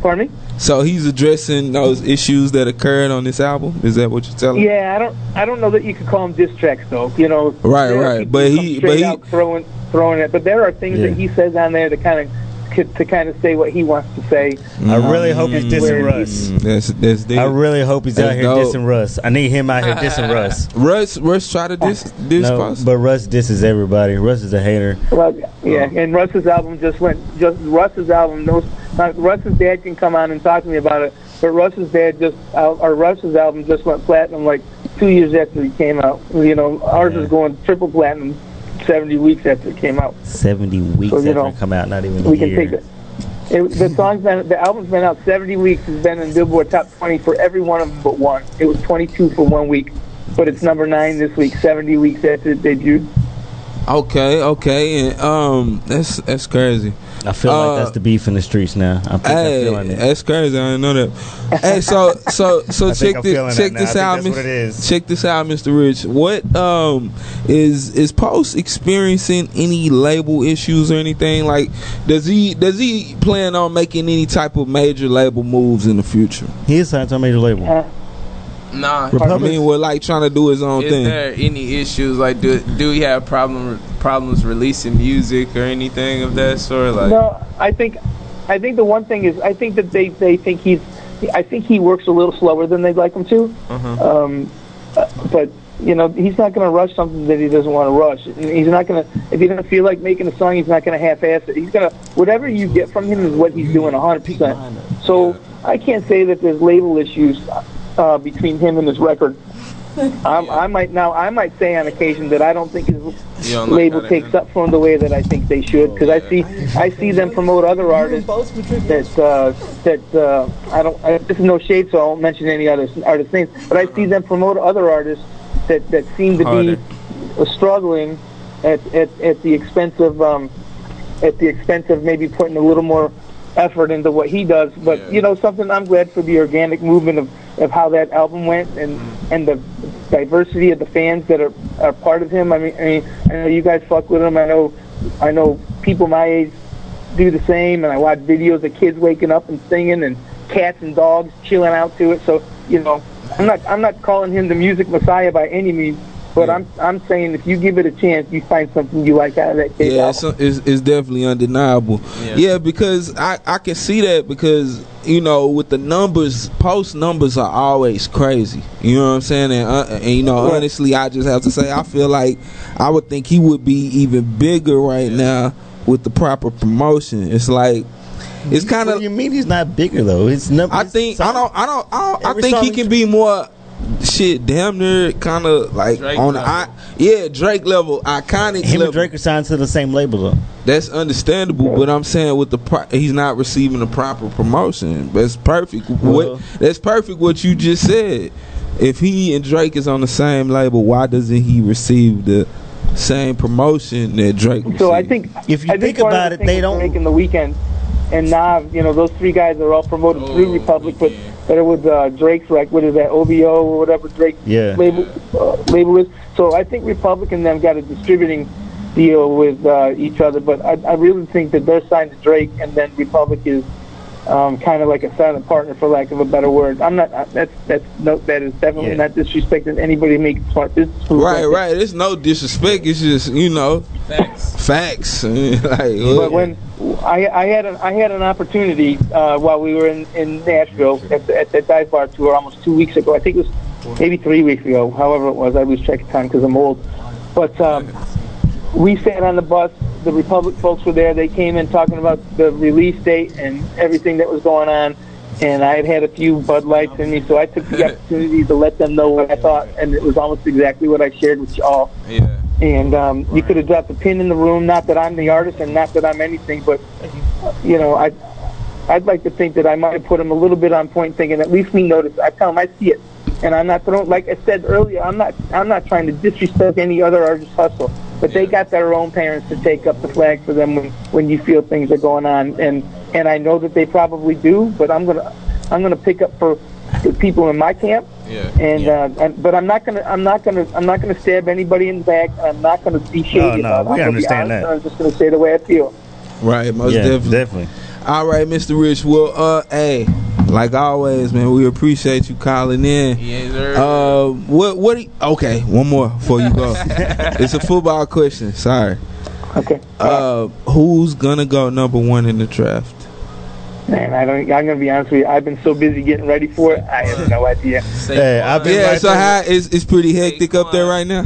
S7: Pardon me.
S2: So he's addressing those issues that occurred on this album. Is that what you're telling? me?
S7: Yeah, I don't, I don't know that you could call them diss tracks though. You know,
S2: Right,
S7: there are
S2: right.
S7: people
S2: But
S7: who
S2: he-
S7: come
S2: but
S7: straight
S2: he-
S7: out throwing, throwing it. But there are things
S3: Yeah.
S7: that he says on there to kind of, to kind of say what he wants to say.
S3: I really hope he's dissing
S7: Mm.
S3: Russ.
S2: That's that's deep.
S3: I really hope he's out
S2: That's
S3: here
S2: dope.
S3: dissing Russ. I need him out here dissing Russ.
S2: Russ Russ try to diss diss
S3: No,
S2: Puss.
S3: but Russ disses everybody. Russ is a hater.
S7: Well, yeah,
S2: Oh.
S7: and Russ's album just went. Just Russ's album. Those uh, Russ's dad can come on and talk to me about it, but Russ's dad just uh, or Russ's album just went platinum like two years after it came out. You know, ours is going triple platinum seventy weeks after it came out.
S3: Seventy weeks
S7: So, you
S3: after
S7: know,
S3: it come out, not even a
S7: We can
S3: year.
S7: take it. It, the song's been, the album's been out 70 weeks. It's been in Billboard Top 20 for every one of them but one. It was 22 for one week, but it's number nine this week. 70 weeks after it debuted.
S2: Okay, okay, and um, that's that's crazy.
S3: I feel
S2: Uh,
S3: like that's the beef in the streets now. I think I'm
S2: Hey,
S3: feeling it.
S2: that's crazy. I didn't know that. hey, so so so
S3: I think
S2: check
S3: I'm
S2: this
S3: feeling
S2: check
S3: that now.
S2: this
S3: I
S2: out,
S3: think that's what it
S2: Mr.
S3: is.
S2: Check this out, Mr. Rich. What um is is Post experiencing any label issues or anything? Like, does he does he plan on making any type of major label moves in the future?
S3: He is signed to a major label.
S4: Nah.
S2: I
S3: Republic.
S2: mean, we're like trying to do his own
S4: Is
S2: thing.
S4: there any issues like do do we have problem problems releasing music or anything of that sort? Like
S7: No, I think, I think the one thing is, I think that they, they think he's, I think he works a little slower than they'd like him to. Um, uh, but you know, he's not going to rush something that he doesn't want to rush. And He's not going to, if he doesn't feel like making a song, he's not going to half-ass it. He's going to, whatever you get from him is what he's doing 100%. So I can't say that there's label issues uh, between him and his record. I'm, I might now. I might say on occasion that I don't think his
S4: You don't like
S7: label
S4: how they
S7: takes
S4: do.
S7: up from the way that I think they should because I see I see them promote other artists that uh, that uh, I don't. I, this is no shade, so I won't mention any other artist names. But I see them promote other artists that that seem to
S4: Harder.
S7: be struggling at, at, at the expense of um, at the expense of maybe putting a little more effort into what he does. But
S4: Yeah.
S7: you know, something I'm glad for the organic movement of, of how that album went and
S4: Mm.
S7: and the diversity of the fans that are, are part of him. I mean, I mean, I know you guys fuck with him. I know, I know people my age do the same, and I watch videos of kids waking up and singing, and cats and dogs chilling out to it. So you know, I'm not I'm not calling him the music messiah by any means. But I'm I'm saying if you give it a chance, you find something you like out of that kid's
S2: Yeah,
S7: album.
S2: it's, it's, it's definitely undeniable. Yeah.
S4: Yeah.
S2: because I, I can see that because you know with the numbers, post numbers are always crazy. You know what I'm saying? And, uh, and you know, honestly, I just have to say I feel like I would think he would be even bigger right now with the proper promotion. It's like it's kind
S3: What
S2: of
S3: do you mean he's not bigger though? It's number.
S2: I think I don't I don't I, don't, I
S3: Every
S2: think
S3: song
S2: he
S3: he
S2: can be more shit damn near kind of like
S4: Drake
S2: on the
S4: level.
S2: I, yeah Drake level iconic
S3: Him
S2: level.
S3: and Drake are signed to the same label though.
S2: That's understandable, but I'm saying with the pro- he's not receiving the proper promotion. That's perfect.
S3: Well-
S2: what that's perfect. What you just said. If he and Drake is on the same label, why doesn't he receive the same promotion that Drake?
S7: So I
S2: received?
S7: think
S3: If you
S7: I
S3: think
S7: one of
S3: about
S7: the
S3: it, they
S7: things
S3: don't-
S7: Drake in the weekend and Nav. You know, those three guys are all promoted through
S4: Oh,
S7: Republic,
S4: Weeknd.
S7: but but it was uh, Drake's like what is that OBO or whatever Drake
S3: Yeah.
S7: label uh, label is. So I think Republic and them got a distributing deal with uh, each other, but I, I really think that they're signed to Drake, and then Republic is. Um, kind of like a silent partner, for lack of a better word. I'm not. Uh, that's that's no. That is definitely
S3: Yeah.
S7: not disrespecting anybody. who Makes smart. business moves
S2: right,
S7: like that.
S2: right. It's no disrespect. It's just you know
S4: Facts.
S2: facts. like look,
S7: But when I, I had an I had an opportunity uh, while we were in, in Nashville at the, at the dive bar tour almost two weeks ago. I think it was maybe three weeks ago. However it was, I lose track of time because I'm old. But um, we sat on the bus the Republic folks were there. They came in talking about the release date and everything that was going on. And I had had a few Bud Lights in me, so I took the opportunity to let them know what I thought, and it was almost exactly what I shared with y'all.
S4: Yeah.
S7: And um, you could have dropped a pin in the room. Not that I'm the artist, and not that I'm anything, but you know, I I'd like to think that I might have put him a little bit on point, thinking at least we noticed. I tell him I see it, and I'm not throwing. Like I said earlier, I'm not I'm not trying to disrespect any other artist's hustle, but they got their own parents to take up the flag for them when when you feel things are going on, and and I know that they probably do, but I'm gonna I'm gonna pick up for the people in my camp
S4: Yeah.
S7: and uh, and- but I'm not gonna, I'm not gonna, I'm not gonna stab anybody in the back. I'm not gonna be shady.
S3: No, no, we
S7: about it. I'm gonna be
S3: understand
S7: honest,
S3: that.
S7: I'm just gonna say the way I feel.
S2: Right, most
S3: yeah,
S2: definitely.
S3: definitely.
S2: All right, Mr. Rich. Well, uh, hey, like always, man, we appreciate you calling in.
S4: Yeah, sir.
S2: Uh, what? What? do you- okay, one more before you go. it's a football question. Sorry.
S7: Okay,
S2: Uh, who's gonna go number one in the draft?
S7: man, I don't. I'm gonna be honest with you. I've been so busy getting ready for it. I have no idea.
S4: Say
S3: Hey, I've
S4: one.
S3: been
S2: Yeah.
S3: right
S2: So
S3: there.
S2: how it's it's pretty hectic up there right now.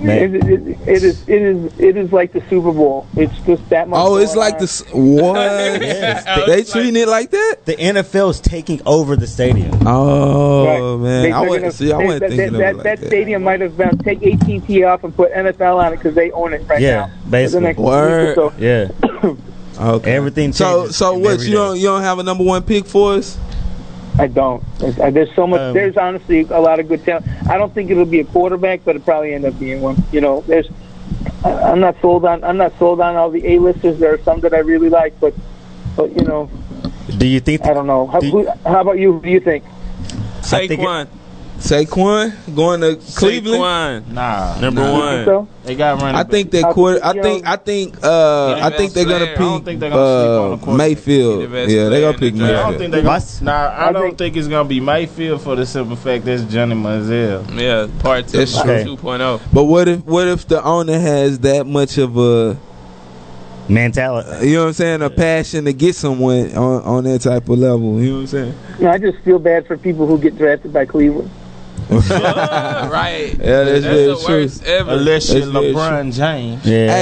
S3: Man.
S7: It, it, it is, it is, it is like the Super Bowl. It's just that much.
S2: Oh, it's
S7: going
S2: like
S7: on.
S2: the s- what?
S3: Yes, the,
S2: They treating it like that?
S3: the NFL is taking over the stadium.
S2: Oh man,
S7: They-
S2: I
S7: they're
S2: wasn't
S7: gonna-
S2: see. I
S7: they-
S2: wasn't
S7: that,
S2: thinking of
S7: that,
S2: it
S7: that
S2: like that.
S7: stadium might have been take AT&T off and put NFL on it because they own it right
S3: Yeah,
S7: now.
S3: basically.
S7: For the next week
S2: Word.
S7: or so.
S3: Yeah,
S2: Okay.
S3: everything.
S2: So
S3: changes
S2: so
S3: in
S2: what?
S3: every
S2: You
S3: day.
S2: don't you don't have a number one pick for us?
S7: I don't. There's, uh, there's so much.
S3: Um,
S7: there's honestly a lot of good talent. I don't think it'll be a quarterback, but it'll probably end up being one. You know, there's. I, I'm not sold on. I'm not sold on all the A-listers. There are some that I really like, but, but you know,
S3: Do you think?
S7: I don't know. How,
S3: Do-
S7: who, how about you? What do you think?
S3: I think it-
S4: Saquon.
S2: Saquon going to Cleveland.
S4: Saquon.
S6: Nah,
S4: Number
S2: Nah.
S4: one.
S7: So
S6: they got running.
S2: I think they
S7: I
S2: quarter.
S7: think,
S2: I
S7: you
S2: think.
S7: know,
S2: I think. Uh,
S4: Yeah,
S2: I think they're gonna
S4: best
S2: pick
S4: player. I
S6: don't think they're gonna sleep on the
S2: uh,
S6: quarterback.
S4: He the
S2: Mayfield.
S4: best
S2: yeah, they're
S4: player
S2: gonna
S4: in the
S2: pick
S4: draft. I
S6: I don't
S2: Mayfield.
S6: think they. Gonna,
S3: Must-
S6: nah, I,
S7: I
S6: don't
S7: think-
S6: think it's gonna be Mayfield for the simple fact that's Johnny Manziel.
S4: Yeah, part two,
S2: That's
S4: part
S3: true.
S4: 2.0.
S2: but what if what if the owner has that much of a
S3: mentality.
S2: you know what I'm saying a passion to get someone on, on that type of level? You know what I'm saying?
S7: you know, I just feel bad for people who get drafted by Cleveland.
S4: right.
S2: Yeah, that's very
S4: the
S2: true.
S4: worst ever.
S6: Unless you're
S2: That's very
S6: LeBron James.
S3: Yeah.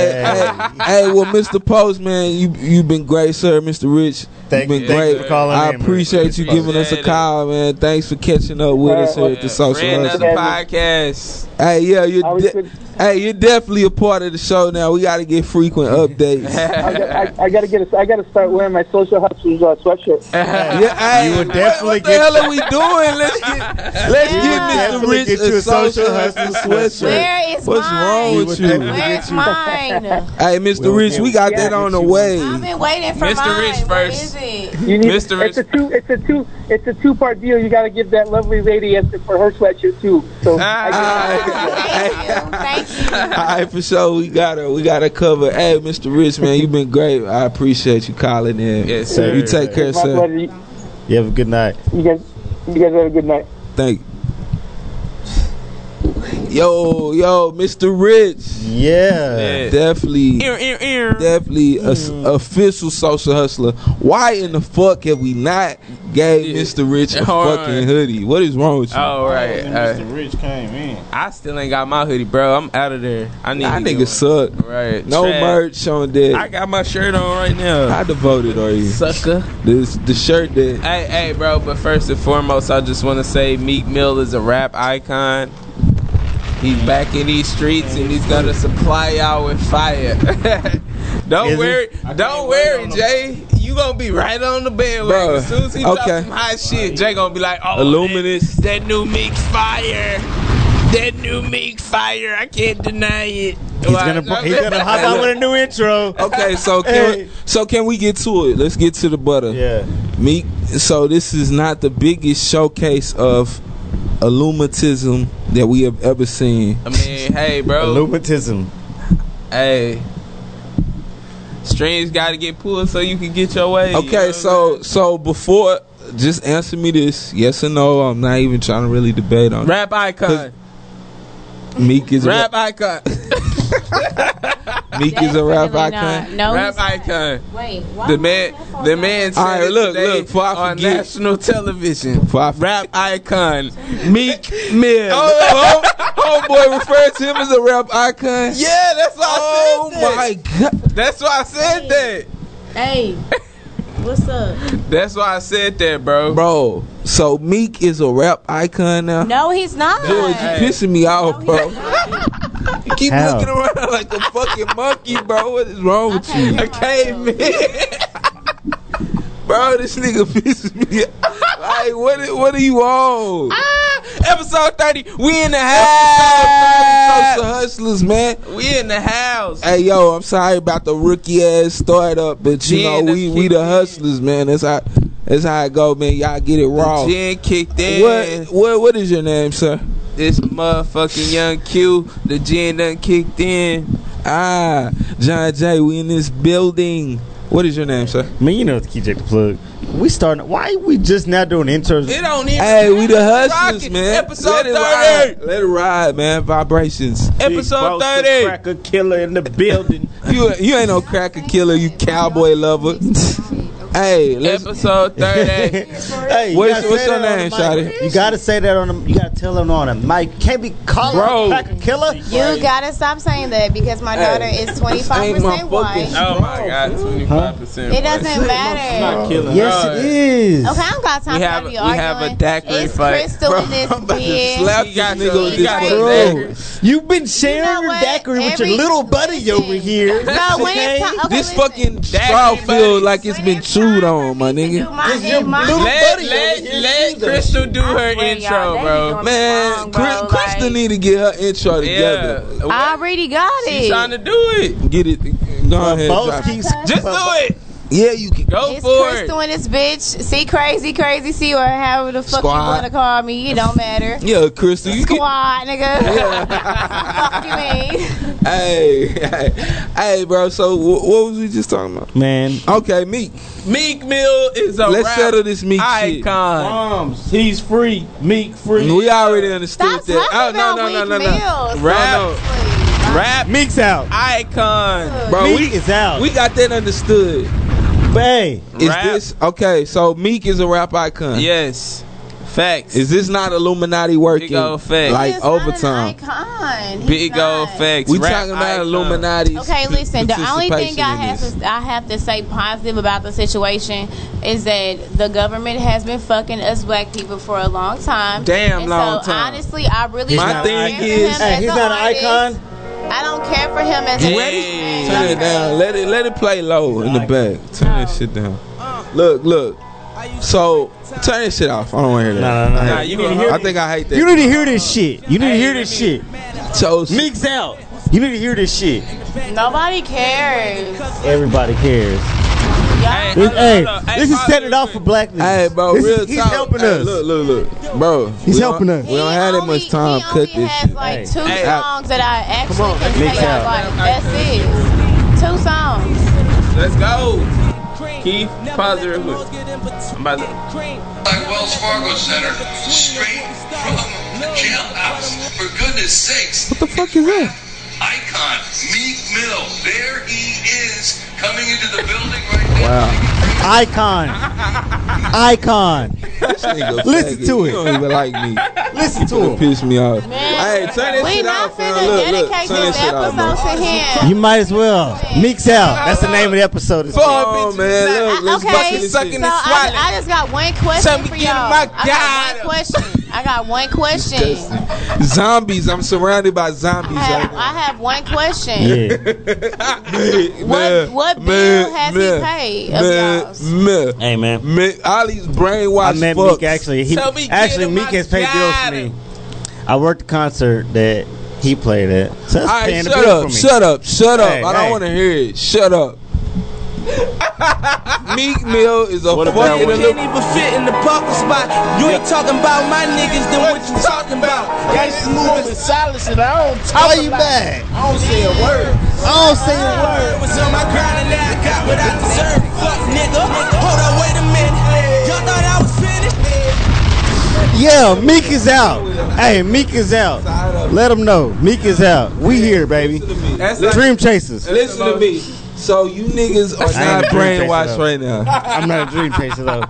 S2: Hey, hey, hey, well, Mr. Post, man, you you've been great, sir, Mr. Rich.
S3: Thank
S2: you've
S3: you-
S2: been
S3: thank you
S2: great.
S3: for calling
S2: I
S3: in, man.
S2: appreciate you giving us a
S4: Appreciate it.
S2: call, man. Thanks for catching up with us here at the
S4: Yeah,
S2: social
S4: Friend of
S2: hustle.
S4: the podcast.
S2: Hey, yeah,
S7: I
S2: you're
S7: was
S2: de-
S7: good.
S2: hey, you're definitely a part of the show now. We got to get frequent updates. yeah,
S7: I, got- I, I gotta get. A, I gotta start wearing my social hustlers uh,
S8: Eh,
S7: sweatshirt.
S2: hey,
S3: would
S2: what-
S3: definitely
S2: what, the
S3: get-
S2: hell are we doing? Let's get let's
S9: You would
S2: get Mr.
S3: definitely
S2: Rich
S3: get
S2: a
S3: you a social
S2: social hustle sweatshirt.
S9: Where is
S2: What's
S9: mine?
S2: wrong with you?
S9: Where's mine?
S2: Hey, Mr. Rich, we got that on the way.
S9: I've been waiting for
S4: Mr.
S9: mine.
S4: Rich
S9: Where
S4: first.
S9: is it?
S7: You need,
S4: Mr.
S7: It's a two. It's a two. It's a two-part deal. You gotta give that lovely lady as for her sweatshirt too. So I
S2: Ah.
S7: get-
S9: Thank you. Thank you.
S2: All right, for sure. We got her. We got her covered. Hey, Mr. Rich, man, you've been great. I appreciate you calling in.
S4: Yes, sir.
S2: You take care,
S7: My
S2: sir.
S7: pleasure.
S3: You have a good night.
S7: You guys, you guys have a good night.
S2: Thank you. Yo, yo, Mr. Rich.
S3: Yeah.
S4: Yeah.
S2: Definitely,
S4: Ear, ear, ear.
S2: definitely a s-
S3: Mm.
S2: official social hustler. Why in the fuck have we not gave
S4: Yeah. Oh,
S2: Mr. Rich a
S4: Alright.
S2: fucking hoodie? What is wrong with you?
S4: All right.
S6: And
S4: all right.
S6: Mr. Rich came in.
S4: I still ain't got my hoodie, bro. I'm out of there. I need
S2: I
S4: to get
S2: nigga suck.
S4: one. Right.
S2: No
S4: Trash.
S2: merch on that.
S4: I got my shirt on right now.
S2: How devoted are you?
S4: Sucker.
S2: This the shirt that
S4: Hey, hey, bro. But first and foremost, I just want to say Meek Mill is a rap icon. He's back in these streets and he's gonna supply y'all with fire. don't
S3: Is he?
S4: worry, don't worry, Jay. You gonna be right on the bandwagon.
S2: Bruh,
S4: As soon as he drops
S2: okay.
S4: some hot shit, Jay gonna be like, "Oh,
S2: Illuminous.
S4: that, that new Meek fire, that new Meek fire. I can't deny
S3: He's
S4: it."
S3: gonna he's gonna hop out with a new intro.
S2: Okay, so can
S3: Hey.
S2: so can we get to it? Let's get to the butter.
S3: Yeah.
S2: Meek. So this is not the biggest showcase of illumatism that we have ever seen.
S4: I mean, hey, bro.
S3: Illumatism.
S4: Hey. Strings gotta get pulled so you can get your way. you know
S2: Okay,
S4: what
S2: so so before, just answer me this: yes or no. I'm not even trying to really debate
S4: I'm
S2: on
S4: saying? rap icon.
S2: it. Meek is
S4: Rap
S2: a
S4: icon.
S2: rap, Meek is a rap
S9: Definitely
S2: icon.
S9: not. No,
S4: rap
S9: he's not.
S4: icon.
S9: Wait, why
S4: The
S9: am I
S4: man
S9: here for
S4: the
S9: that?
S4: man said
S2: All right,
S4: it
S2: look,
S4: today
S2: look, before I
S4: on
S2: forget.
S4: national television.
S2: Before I forget.
S4: Rap icon. Meek Mill.
S2: Oh, hold, homeboy referred to him as a rap icon.
S4: Yeah, that's why
S2: Oh
S4: I said that.
S2: my god.
S4: That's why I said that.
S5: Hey, what's up?
S4: That's why I said that, bro.
S2: Bro, so Meek is a rap icon now?
S9: No, he's not.
S2: George, you pissing me off, bro. You keep
S3: How?
S2: looking around like a fucking monkey, bro. What is wrong with
S9: Okay,
S2: you?
S9: you're right,
S2: bro, this nigga pisses me off. Like, what, i- what are you on?
S4: Episode 30. We in the
S2: Social
S4: house.
S2: hustlers, man.
S4: We in the house.
S2: Hey yo, I'm sorry about the rookie ass startup, but you
S4: Yeah,
S2: know
S4: the
S2: we we
S4: kick
S2: the
S4: in.
S2: hustlers, man. That's how that's how it go, man. Y'all get it raw.
S4: Jen kicked in.
S2: Oh. What what what is your name, sir?
S4: This motherfucking young Q. The gin done kicked in.
S2: Ah, John Jay, we in this building. What is your name, sir?
S3: Man, you know it's KJ the plug. We starting. Why we just now doing interns?
S4: It don't even.
S2: Hey, we the
S4: Rock
S2: hustlers,
S4: it.
S2: man.
S4: Episode
S2: Let it
S4: 30.
S2: ride. Let it ride, man. Vibrations.
S4: Episode 30.
S6: Cracker killer in the building.
S2: You you ain't no cracker killer, you cowboy lover. hey, let's,
S4: Episode 30.
S3: hey, you
S2: what's,
S3: gotta
S2: what's
S3: say
S2: your
S3: that on
S2: name,
S3: the mic.
S2: Shotty?
S3: You gotta say that on the. You gotta tell them on the mic. Can't be calling
S2: Bro.
S3: a cracker killer.
S9: You gotta stop saying that because my daughter is twenty five
S2: ain't my
S9: percent white.
S2: fucking-
S4: Oh my god, 25%.
S9: It
S4: white.
S9: doesn't matter.
S6: Killer.
S3: Yes,
S4: Right.
S3: it is.
S9: Okay, I don't got time
S4: We
S9: for
S4: have
S9: that.
S4: a- we have a daiquiri
S9: It's
S4: fight.
S9: crystal in this
S2: I'm about to
S9: bitch.
S2: slap
S4: He
S2: this
S4: got
S2: nigga
S4: some-
S2: with
S4: he
S2: this
S4: got
S9: some
S2: bro.
S4: daggers.
S3: You've been sharing
S9: know
S3: your
S9: what?
S3: daiquiri with your
S9: Every-
S3: little buddy over here.
S9: No, when it's time, okay,
S2: This
S9: listen.
S2: fucking straw
S4: Daiquiri
S2: feel
S4: buddies.
S2: like it's
S9: When
S2: been
S9: it's
S2: chewed
S9: time
S2: on,
S9: for
S2: my
S9: me to do
S2: nigga.
S9: my-
S3: It's your
S9: my-
S3: little
S4: Let,
S3: buddy
S4: let,
S3: over here
S4: let
S3: either.
S4: Crystal do her
S5: swear, y'all,
S4: intro,
S5: they
S4: bro.
S5: be
S2: Man,
S5: Wrong, bro,
S2: Chris,
S5: like-
S2: Krista need to get her intro
S4: Yeah.
S2: together.
S9: I already got
S4: She's trying to
S9: it.
S4: do it.
S2: Get it. Go ahead.
S3: Both
S2: drop it.
S3: keeps
S4: Just do it.
S2: Yeah, you can.
S4: Go
S9: It's
S4: for
S9: crystal in this bitch. See crazy, crazy, see or however the fuck
S2: Squad.
S9: you wanna call me. It don't matter.
S2: Yeah, Krista, you can.
S9: Squad, nigga. fuck you mean?
S2: Hey, hey, hey, bro. So, wh- what was we just talking about?
S3: man.
S2: Okay, Meek.
S4: it. Meek Mill is a
S2: Let's
S4: rap
S2: settle this Meek shit.
S4: icon.
S6: Bombs. He's free. Meek free.
S2: We already understood
S9: Stop
S4: "Oh,
S2: that. Oh,
S9: talking about weak meals.
S2: Right.
S4: Rap
S3: Meek's out.
S4: icon.
S2: Bro,
S3: Meek
S2: we,
S3: is out.
S2: we got that understood.
S3: Hey,
S2: Is
S4: Rap.
S2: this okay? So Meek is a rap icon.
S4: Yes. Facts.
S2: Is this not Illuminati working?
S4: Big old facts.
S2: Like
S9: He's not an
S2: overtime.
S9: icon. He's
S4: Big old
S9: not.
S4: facts.
S2: We
S4: Rap
S2: talking about
S4: icon.
S2: Illuminati.
S9: Okay, listen. The only thing I have to I have to say positive about the situation is that the government has been fucking us black people for a long time.
S4: Damn
S9: And
S4: long
S9: so,
S4: time.
S9: Honestly, I really
S2: My
S9: don't
S2: thing
S9: care for
S2: is-
S9: him as
S3: hey, he's
S9: a
S3: not an
S9: artist.
S3: icon.
S9: I don't care for him as
S4: You
S9: a
S4: ready?
S9: businessman.
S2: Turn it down. Let it let it play low in the back. Turn that shit down. Look, look. So turn that shit off. I don't want to hear
S3: No,
S2: that.
S3: no, no.
S4: Nah, you gonna hear
S2: I think I hate that.
S3: You need to hear this shit. You need to hear this shit.
S2: So
S3: Meek's out. You need to hear this shit.
S9: Nobody cares.
S3: Everybody cares. This,
S9: Y'all
S4: Hold on,
S3: hey,
S4: hold on. Hey,
S3: this is
S4: pause
S3: setting it
S4: real
S3: off for
S4: quick.
S3: black niggas.
S2: Hey, bro,
S3: This
S2: real
S3: is- he's
S2: talk.
S3: helping
S2: Hey,
S3: us.
S2: look, look, look, bro.
S3: He's
S2: we
S3: helping
S2: don't-
S3: us.
S2: We don't
S9: He
S2: have that
S9: only-
S2: much time
S9: He
S2: to cut
S9: only
S2: this.
S9: has
S2: shit.
S9: like
S3: Hey.
S9: two
S4: Hey.
S9: songs that I actually can
S3: Mix
S9: say I
S3: out.
S9: like. That's it. Two songs.
S4: Let's go. Keith, pause it real quick. I'm about to-
S8: like Wells Fargo Center, straight from the jailhouse. For goodness sakes,
S2: What the fuck is that?
S8: icon Meek Mill, there he is, coming into the building right now.
S3: Icon. Icon.
S2: This nigga
S3: Listen
S2: faggot.
S3: to it.
S2: You don't even like me.
S3: Listen to
S2: You
S3: him.
S2: piss me off.
S9: Man,
S2: hey, turn that
S9: we
S2: shit
S9: not
S2: off,
S9: finna
S2: man. Look, look,
S9: dedicate
S2: turn
S9: this
S2: that shit off,
S9: episode
S2: man.
S9: to him.
S3: You might as well. Meek's out. That's the name of the episode.
S2: Come on, man. Look, let's
S9: okay,
S2: fucking
S9: so
S2: suck in this
S9: I, I just got one question
S4: Somebody
S9: for
S4: get
S9: y'all.
S4: my
S9: I got
S4: God.
S9: one question. I got one question.
S2: Disgusting. Zombies. I'm surrounded by zombies
S9: I have,
S2: right
S9: I have one question.
S3: Yeah.
S2: now.
S9: What
S2: Man,
S9: what bill
S2: man,
S9: has
S2: man,
S9: he paid of
S2: Man,
S9: y'all's?
S2: man,
S3: Hey, man.
S2: man. Ollie's brainwashed.
S3: I met
S2: fucks.
S3: Meek actually. He
S4: So we
S3: actually
S4: get him
S3: Meek has paid bills for
S4: outside.
S3: me. I worked the concert that he played at. So that's
S2: All right,
S3: paying the
S2: shut
S3: bill
S2: up,
S3: for me.
S2: shut up, shut up.
S3: Hey,
S2: I don't
S3: hey.
S2: want to hear it. Shut up. Meek Mill is a
S6: What about
S2: fucking
S6: when-
S2: little.
S1: even fit in the parking spot. You ain't talking about my niggas, then what you talking about? Gangsta moving silence and I don't talk
S3: Why you back?
S1: I don't say a word.
S3: I don't say a word.
S1: Word was on my grind and now I got what I deserve. Fuck nigga. Hold on, wait a minute. Y'all thought I was finished?
S3: Yeah, Meek is out. Hey, Meek is out. Let them know. Meek is out. We here, baby.
S2: That's like-
S3: Dream Chasers.
S2: Listen to me. So you niggas are
S3: I ain't
S2: not
S3: a dream chaser,
S2: brainwashed
S3: though.
S2: right now.
S3: I'm not a dream chaser, though.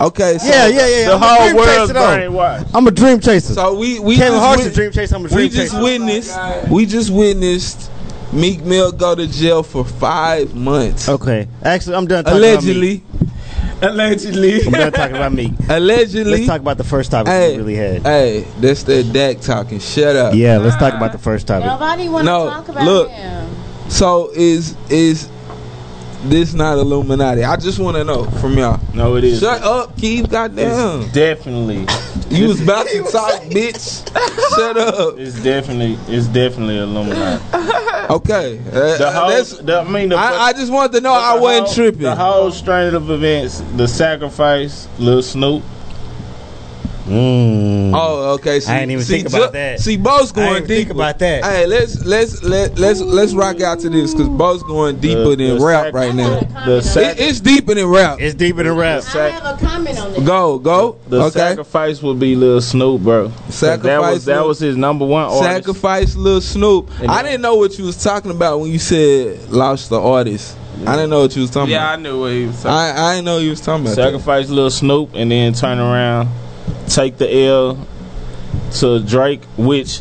S2: Okay, so
S3: Yeah, yeah, yeah.
S6: The
S3: I'm a
S6: whole
S3: dream
S6: world's
S3: chaser, though.
S6: brainwashed.
S3: I'm a dream chaser.
S2: so we we
S3: Kevin
S2: just
S3: Hart's a
S2: wit-
S3: dream chaser. I'm a dream
S2: we
S3: chaser.
S2: just witnessed we just witnessed Meek Mill go to jail for five months.
S3: okay. Actually, I'm done talking
S2: Allegedly,
S6: Allegedly.
S3: about me. I'm done talking about me.
S2: allegedly.
S3: Let's talk about the first topic
S2: hey,
S3: we really had.
S2: hey, that's that Dak talking. Shut up.
S3: yeah, let's talk about the first topic.
S9: Nobody want to
S2: No,
S9: talk about
S2: look.
S9: him.
S2: So is is this not Illuminati? I just want to know from y'all.
S6: No, it is.
S2: Shut up, Keith. Goddamn,
S6: It's definitely.
S2: you was about to talk, bitch. Shut up.
S6: It's definitely. It's definitely Illuminati.
S2: Okay, uh,
S6: The whole.
S2: that's-
S6: the- I mean, the,
S2: I, I just wanted to know
S6: the
S2: I wasn't
S6: whole-
S2: tripping.
S6: The whole strain of events. The sacrifice. Lil Snoop.
S3: Mm.
S2: Oh, okay. See,
S3: I ain't even
S2: see,
S3: think about that.
S2: See, Bo's going
S3: even
S2: deeper.
S3: think about that.
S2: Hey, let's let's let let's let's rock out to this because Bo's going deeper
S6: The-
S2: than
S6: the
S2: rap
S6: sac-
S2: right
S9: I
S2: now.
S9: got a
S2: It,
S9: comment
S6: The
S9: on
S6: sac-
S9: that.
S2: it's deeper than rap.
S3: It's deeper than rap.
S9: I have a comment on this.
S2: Go go.
S6: The
S2: okay.
S6: sacrifice will be Lil Snoop, bro. 'Cause That
S2: Sacrifice
S6: was, that
S2: Lil-
S6: was his number one artist.
S2: Sacrifice Lil Snoop.
S6: And
S2: I
S6: then-
S2: didn't know what you was talking about when you said lost the artist. I didn't know what you was talking
S4: Yeah, I
S2: about.
S4: knew what he was talking
S2: I I didn't know you was talking about. that.
S6: Sacrifice Lil Snoop and then turn around, take the L to Drake, which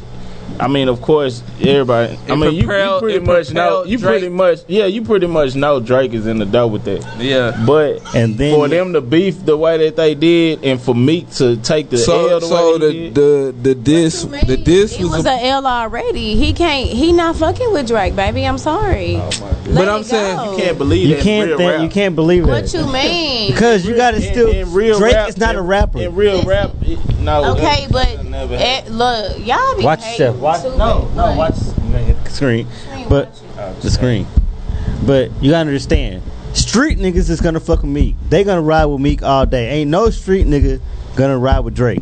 S6: I mean, of course, everybody. I
S4: It
S6: mean, you, you
S4: propelled-
S6: pretty
S4: it
S6: much know.
S4: propelled
S6: You
S4: Drake.
S6: pretty much, yeah, you pretty much know Drake is in the dough with that.
S4: Yeah.
S6: But
S3: And then
S6: for them to beef the way that they did, and for Meek to take the
S2: So
S6: L the
S2: so
S6: way he
S2: the
S6: did,
S2: the the diss
S9: To me,
S2: the diss
S9: it was
S2: was.
S9: a L already. He can't. He not fucking with Drake, baby. I'm sorry.
S2: But I'm saying you
S6: can't believe
S3: you
S6: that
S3: can't
S6: real
S3: think,
S6: rap.
S3: you can't believe
S9: What
S3: it
S9: you mean?
S3: because you got to
S6: In-
S3: still.
S6: in real
S3: Drake
S6: rap,
S3: is not
S6: in-
S3: a rapper.
S6: In real rap, it, no.
S9: okay,
S6: that-
S9: but
S6: that never
S9: it, look, y'all be
S3: Watch
S9: hating
S3: yourself. Watch-
S9: too
S6: No,
S9: much.
S6: no, watch.
S3: screen,
S9: Screen,
S3: but the screen. But you gotta understand, street niggas is gonna fuck with Meek. They gonna ride with Meek all day. Ain't no street nigga gonna ride with Drake.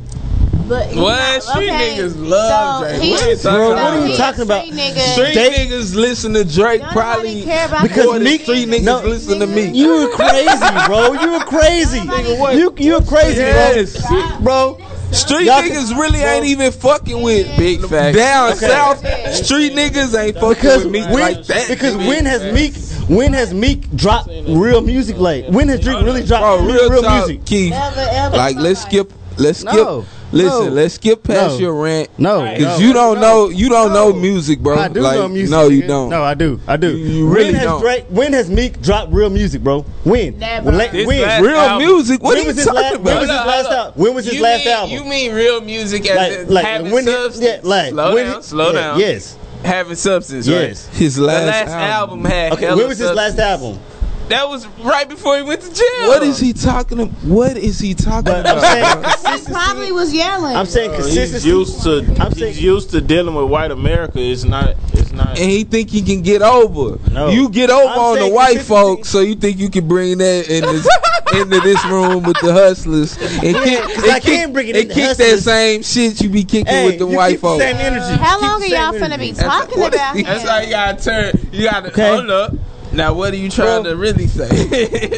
S9: But he
S4: What?
S9: not-
S4: Street
S9: okay,
S4: niggas love
S9: so
S4: Drake.
S9: he-
S4: What are you talking
S9: so
S4: about?
S9: he
S3: What are you
S9: a
S3: talking about?
S9: Street nigga.
S2: Street
S3: They-
S2: niggas listen to Drake
S9: Y'all don't
S2: probably
S9: really care about
S3: Because
S9: him.
S3: Meek-
S2: street niggas
S3: no.
S2: listen to me.
S3: You were crazy, bro. You were crazy.
S9: Nigga,
S2: what?
S3: You you were crazy,
S2: Yes.
S3: bro. Bro,
S2: Street
S3: Y'all
S2: niggas really ain't even fucking with
S4: Big facts.
S2: down south.
S9: Yeah.
S2: Street niggas ain't fucking
S3: because
S2: with me
S3: when
S2: like that.
S3: because when has Meek when has Meek dropped real music like when has Drake really dropped
S2: Bro, real,
S3: real,
S2: talk,
S3: music?
S2: Keith.
S9: Never, ever
S2: Like, let's
S9: somebody.
S2: skip. Let's skip.
S3: No.
S2: Listen,
S3: No.
S2: let's skip past
S3: No.
S2: your rant.
S3: No,
S2: Cause you don't know. You don't know music, bro.
S3: I do
S2: like,
S3: know music.
S2: No, you
S3: nigga.
S2: don't.
S3: No, I do. I do.
S2: You- you really
S3: when has
S2: don't.
S3: Drake, when has Meek dropped real music, bro? When?
S9: Never.
S3: When?
S4: This
S3: when?
S4: last-
S2: real
S4: Album.
S2: music. What
S3: When
S2: are you
S3: was his
S2: talking
S3: last- when
S2: about?
S3: was his
S4: Hold
S3: last
S4: up, hold
S3: album?
S4: up.
S3: When was his
S4: You
S3: last
S4: mean,
S3: album?
S4: You mean real music as
S3: Like,
S4: in
S3: like
S4: having
S3: when? It,
S4: substance?
S3: yeah, like
S4: slow
S3: when
S4: down,
S3: it-
S4: slow
S3: yeah,
S4: down.
S3: Yes.
S4: Having substance,
S3: Yes.
S4: right?
S2: His
S4: The
S2: last,
S4: last album, had
S3: Okay.
S4: hella
S3: When was his
S4: substance.
S3: last album?
S4: That was right before he went to jail.
S2: What is he talking? About? What is he talking
S3: But uh, I'm
S2: about?
S3: saying
S9: He probably
S3: consistency.
S9: was yelling.
S3: I'm saying
S6: He's
S3: consistency.
S6: used to.
S3: I'm
S6: he's
S3: saying-
S6: used to dealing with white America. It's not. It's not.
S2: and he think he can get over.
S3: No.
S2: You get over
S3: I'm
S2: on the
S3: saying
S2: white
S3: consistency.
S2: folks, so you think you can bring that in this, into this room with the hustlers and kick,
S3: 'cause
S2: and
S3: I
S2: kick-
S3: can bring it
S2: and
S3: in the
S2: kick that
S3: hustlers.
S2: same shit you be kicking
S3: Hey,
S2: with the
S3: you
S2: white
S3: keep the
S2: folks.
S3: same energy.
S9: How
S3: Keep
S9: long are
S3: the
S9: y'all
S3: same
S9: finna
S3: energy.
S9: be talking
S2: what is
S9: about
S2: he-
S9: him?
S4: That's how you gotta turn. You gotta
S3: Okay.
S4: hold up. Now, what are you trying
S2: Bro.
S4: to really say?